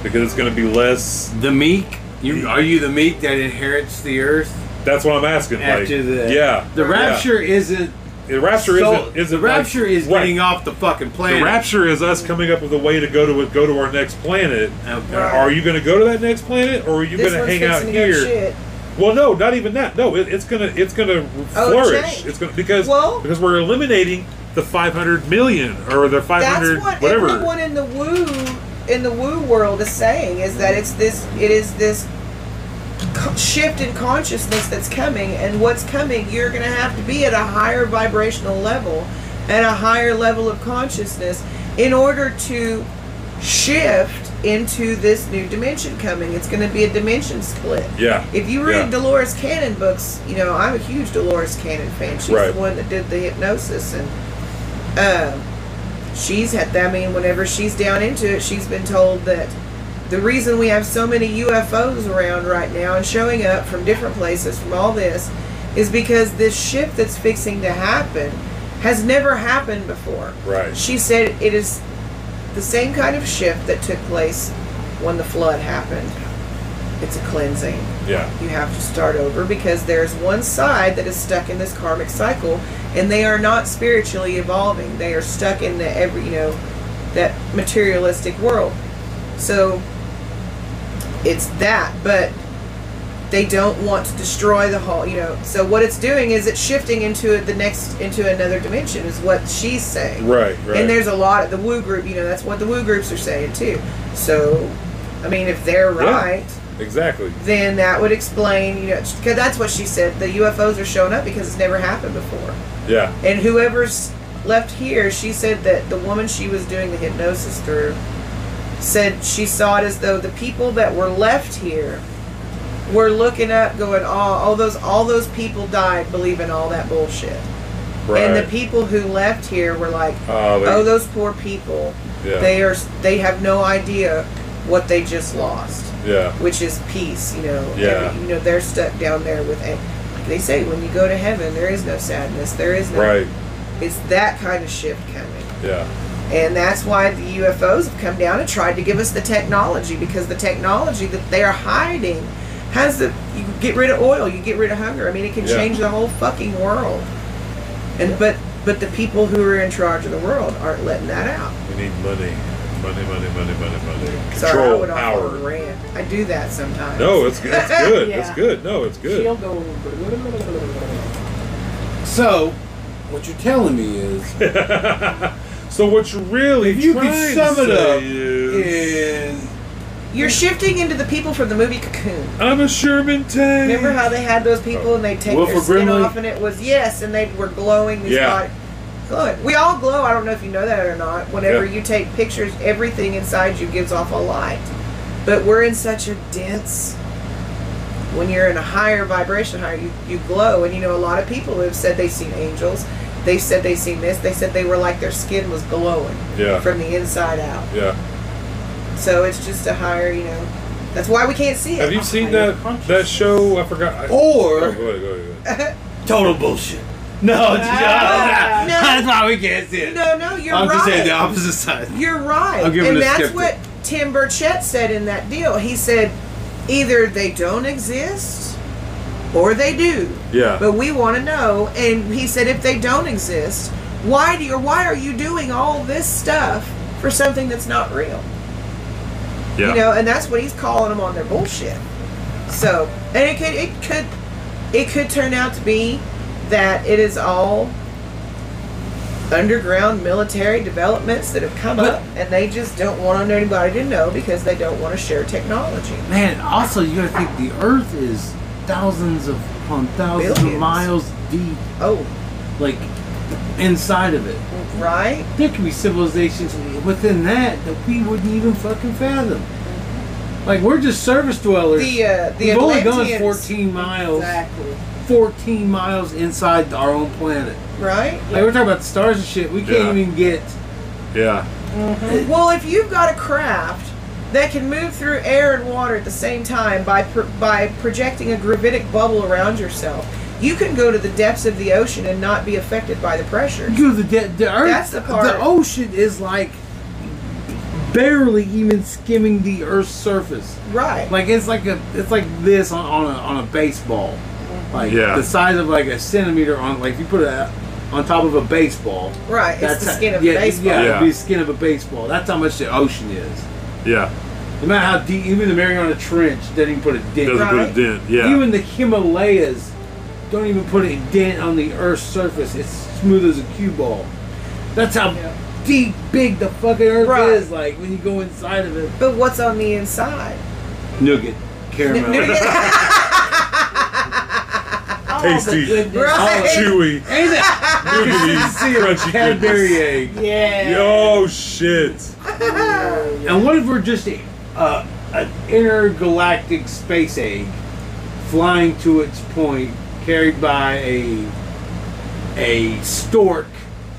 F: because it's going to be less.
D: The meek? You, are you the meek that inherits the earth?
F: That's what I'm asking.
D: After
F: like,
D: the
F: yeah,
D: the
F: Yeah.
D: rapture isn't
F: The rapture
D: so-
F: isn't, isn't
D: the rapture
F: like-
D: is
F: right.
D: getting off the fucking planet.
F: The rapture is us coming up with a way to go to go to our next planet.
D: Okay.
F: Are you going to go to that next planet, or are you
E: This
F: going to
E: one's
F: hang out
E: fixing to go
F: here?
E: shit.
F: Well, no, not even that. No, it, it's gonna it's gonna
E: Oh,
F: flourish.
E: change.
F: It's gonna because
E: Well-
F: because we're eliminating the 500 million or the 500
E: That's what
F: whatever.
E: everyone in the woo in the woo world is saying is that it's this it is this co- shift in consciousness that's coming and what's coming you're going to have to be at a higher vibrational level and a higher level of consciousness in order to shift into this new dimension coming it's going to be a dimension split
F: Yeah.
E: if you read
F: Yeah.
E: Dolores Cannon books, you know I'm a huge Dolores Cannon fan. She's
F: Right.
E: the one that did the hypnosis, and um, she's had. I mean, whenever she's down into it, she's been told that the reason we have so many UFOs around right now and showing up from different places from all this is because this shift that's fixing to happen has never happened before.
F: Right.
E: She said it is the same kind of shift that took place when the flood happened. It's a cleansing
F: Yeah.
E: you have to start over because there's one side that is stuck in this karmic cycle and they are not spiritually evolving they are stuck in the every you know that materialistic world so it's that but they don't want to destroy the whole you know so what it's doing is it's shifting into the next into another dimension is what she's saying
F: Right, right.
E: and there's a lot of the woo group you know that's what the woo groups are saying too so i mean if they're
F: Yeah.
E: right
F: exactly.
E: then that would explain, you know, because that's what she said. The UFOs are showing up because it's never happened before.
F: Yeah.
E: And whoever's left here, she said that the woman she was doing the hypnosis through said she saw it as though the people that were left here were looking up, going, "Oh, all those, all those people died believing all that bullshit."
F: Right.
E: And the people who left here were like,
F: Oh, they-
E: "Oh, those poor people.
F: Yeah.
E: They are, they have no idea what they just lost."
F: yeah.
E: which is peace. You know,
F: Yeah.
E: Every- you know, they're stuck down there with, a- like they say, when you go to heaven, there is no sadness, there is no.
F: Right.
E: It's that kind of shift coming,
F: Yeah.
E: and that's why the UFOs have come down and tried to give us the technology because the technology that they are hiding has the you get rid of oil, you get rid of hunger. I mean, it can
F: Yeah.
E: change the whole fucking world, and but. But the people who are in charge of the world aren't letting that out.
F: We need money. Money, money, money, money, money.
E: Sorry, I
F: Control
E: went off on a
F: power.
E: rant. I do that sometimes.
F: No, it's good. It's good.
V: Yeah.
F: It's good. No, it's
V: She'll
F: good.
V: go.
H: So, what you're telling me is,
F: so what you're really
H: if you
F: trying
H: could sum
F: to
H: it
F: say
H: up,
F: is,
H: is
E: You're shifting into the people from the movie Cocoon.
F: I'm a Sherman tank.
E: Remember how they had those people and they take their
H: Wilford
E: skin
H: Brimley?
E: off and it was yes, and they were glowing. These
F: Yeah.
E: body- glowing. We all glow. I don't know if you know that or not. Whenever
F: Yeah.
E: you take pictures, everything inside you gives off a light. But we're in such a dense. When you're in a higher vibration, higher you, you glow, and you know a lot of people have said they've seen angels. They said they seen this. They said they were like their skin was glowing
F: Yeah.
E: from the inside out.
F: yeah.
E: So it's just a higher, you know. That's why we can't see it.
F: Have you seen that that show? I forgot. I,
H: Or-
F: Oh, go ahead, go ahead, go ahead.
H: total bullshit. No, it's-
E: Ah,
H: oh,
E: no.
H: that's why we can't see it.
E: No, no, you're
D: I'm
E: right.
D: just saying the opposite side.
E: You're right.
D: I'll give
E: and
D: it a
E: that's
D: skeptic.
E: what Tim Burchett said in that deal. He said either they don't exist or they do.
F: Yeah.
E: But we want to know and he said if they don't exist, why do you why are you doing all this stuff for something that's not real?
F: yeah.
E: You know, and that's what he's calling them on their bullshit. So, and it could it could it could turn out to be that it is all underground military developments that have come up, and they just don't want anybody to know because they don't want to share technology.
D: Man, also you gotta think the Earth is thousands of upon thousands
E: Billions.
D: of miles deep,
E: Oh,
D: like inside of it.
E: right?
D: There could be civilizations within that that we wouldn't even fucking fathom. Like we're just surface dwellers.
E: The uh, the
D: We've only gone
E: Atlanteans,
D: 14 miles,
V: Exactly.
D: 14 miles inside our own planet.
E: right?
D: Like we're talking about the stars and shit. We can't
F: Yeah.
D: even get
F: Yeah.
E: Well, if you've got a craft that can move through air and water at the same time by pr- by projecting a gravitic bubble around yourself, you can go to the depths of the ocean and not be affected by the pressure.
D: You know, the, de- the earth,
E: That's the part-
D: ocean is like barely even skimming the Earth's surface.
E: Right.
D: Like it's like a it's like this on, on a on a baseball,
E: Mm-hmm.
D: like
F: Yeah.
D: the size of like a centimeter on like if you put it on top of a baseball.
E: Right. It's the
D: how-
E: skin of
D: yeah,
E: a baseball.
D: Yeah, it'd
F: Yeah.
D: be the skin of a baseball. That's how much the ocean is.
F: Yeah.
D: No matter how deep, even the Mariana Trench doesn't even put a dent.
F: Doesn't
E: Right.
F: put a dent. Yeah.
D: Even the Himalayas don't even put a dent on the Earth's surface. It's smooth as a cue ball. That's how deep, big the fucking Earth
E: Right.
D: is. Like when you go inside of it,
E: But what's on the inside?
D: nougat, caramel,
F: Tasty.
E: right.
F: Chewy.
D: ain't that
F: Noogity. Crunchy.
D: Cadbury egg?
H: Yeah.
F: Yo, shit.
D: And what if we're just a, uh, an intergalactic space egg flying to its point, carried by a a stork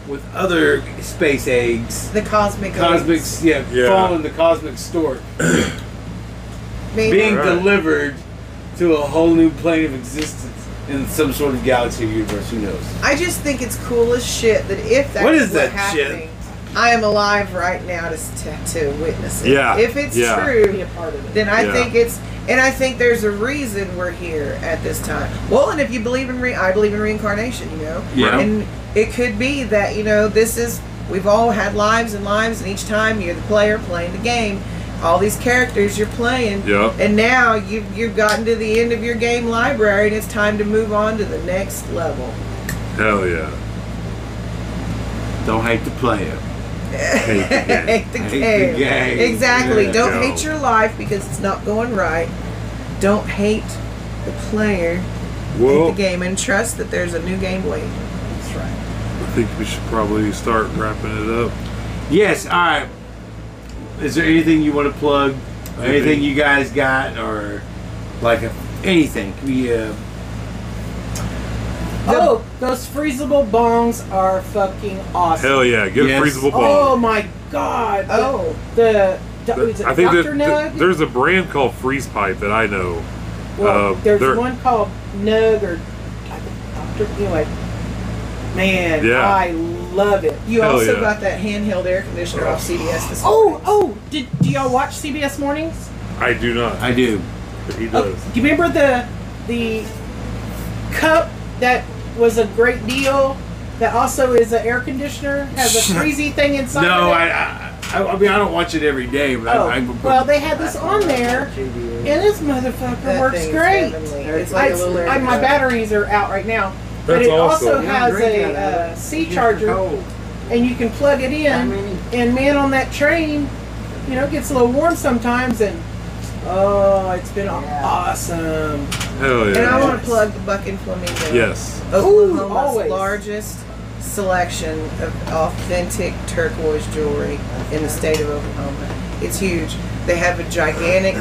D: with other space eggs?
E: The cosmic
D: Cosmic,
E: waves.
D: yeah,
F: Yeah.
D: following the cosmic stork,
E: Maybe.
D: being
F: Right.
D: delivered to a whole new plane of existence in some sort of galaxy or universe. Who knows?
E: I just think it's cool as shit that if that's
D: What
E: what
D: is
E: is
D: that shit?
E: happening, I am alive right now to to, to witness it.
F: Yeah,
E: If it's
F: yeah.
H: Be
E: true,
H: a part of it.
E: then I
F: Yeah.
E: think it's and I think there's a reason we're here at this time. Well, and if you believe in re, I believe in reincarnation. You know,
F: Yeah.
E: and it could be that you know this is we've all had lives and lives, and each time you're the player playing the game. All these characters you're playing,
F: Yep.
E: and now you've you've gotten to the end of your game library, and it's time to move on to the next level.
F: Hell yeah.
D: Don't hate the player.
F: Hate the game.
E: hate the
D: Hate the
E: game.
D: game.
E: Exactly.
D: Yeah.
E: Don't
F: Go.
E: hate your life because it's not going right. Don't hate the player,
F: Well,
E: hate the game, and trust that there's a new game waiting. That's right.
F: I think we should probably start wrapping it up.
D: Yes. All right. Is there anything you want to plug? Or anything you guys got, or like a, anything? Can be uh,
H: Oh, those freezable bongs are fucking awesome.
F: Hell yeah. Get
D: Yes.
F: a freezable
H: Oh
F: ball.
H: my god.
E: Oh.
H: The, the,
F: Th-
H: is it
F: I think
H: Dr.
F: that-
H: Nug?
F: th- there's a brand called Freeze Pipe that I know.
H: Well,
F: Uh,
H: there's
F: there-
H: one called Nug or I think Dr. Anyway, man,
F: Yeah.
H: I love it.
E: You
F: Hell
E: also
F: yeah.
E: got that handheld air conditioner off CBS this
H: Oh,
E: morning.
H: oh, did do y'all watch CBS Mornings?
F: I do not.
D: I do.
F: but he
H: Oh,
F: does.
H: do you remember the the cup that was a great deal? That also is an air conditioner has a freezy thing inside.
D: No,
H: of it?
D: I, I, I, I mean I don't watch it every day, but
H: Oh,
D: I, I
H: well, they had this on there, and this motherfucker
E: That
H: works
E: thing is
H: great.
E: heavenly. It's like a
H: I-
E: little air
H: I- my
E: conditioner.
H: batteries are out right now, but
F: That's
H: it also
F: awesome.
H: has a uh, C charger, and you can plug it in. And man, on that train, you know, it gets a little warm sometimes, and oh, it's been awesome.
F: Hell
E: And I
F: yeah.
E: want to plug the Bucking Flamingo.
F: Yes.
H: Ooh,
E: Oklahoma's
H: always.
E: largest selection of authentic turquoise jewelry in the state of Oklahoma. It's huge. They have a gigantic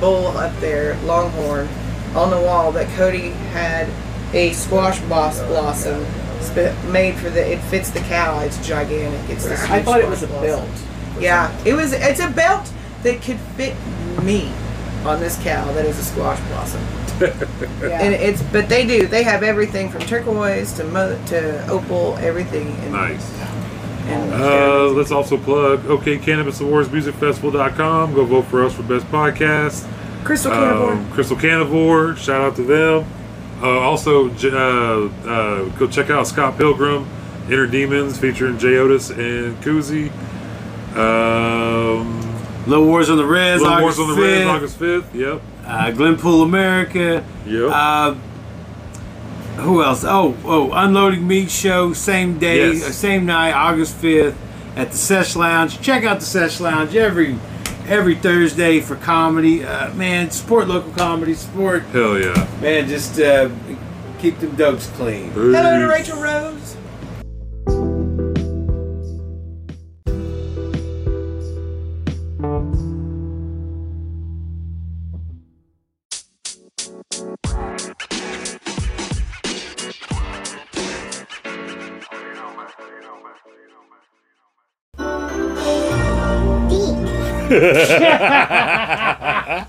E: bull up there, longhorn, on the wall that Cody had a squash boss blossom sp- made for the. It fits the cow. It's gigantic. It's this.
H: I
E: huge
H: thought it
E: squash
H: was a
E: blossom.
H: belt.
E: Yeah, it was. It's a belt that could fit me on this cow that is a squash blossom. And
H: Yeah.
E: it's but they do. They have everything from turquoise to mo- to opal, everything. In,
F: Nice.
E: And
F: Uh, let's also plug OK Cannabis Awards Music Festival.com. Go vote for us for Best Podcast.
E: crystal
F: Um,
E: carnivore.
F: Crystal Carnivore. Shout out to them. Uh, also, j- uh, uh, go check out Scott Pilgrim, Inner Demons, featuring Jay Otis and Koozie. Um,
D: Low Wars on the Reds,
F: Little
D: August
F: Wars on the Red,
D: 5th,
F: August 5th. Yep.
D: uh, Glenpool America.
F: Yep.
D: Uh, who else? Oh, oh, Unloading Meat Show, same day,
F: Yes.
D: uh, same night, August 5th at the Sesh Lounge. Check out the Sesh Lounge every every Thursday for comedy. Uh, man, support local comedy, support.
F: Hell yeah.
D: Man, just uh, keep them dopes clean.
E: Hello to
F: Peace.
E: Rachel Rose.
J: That's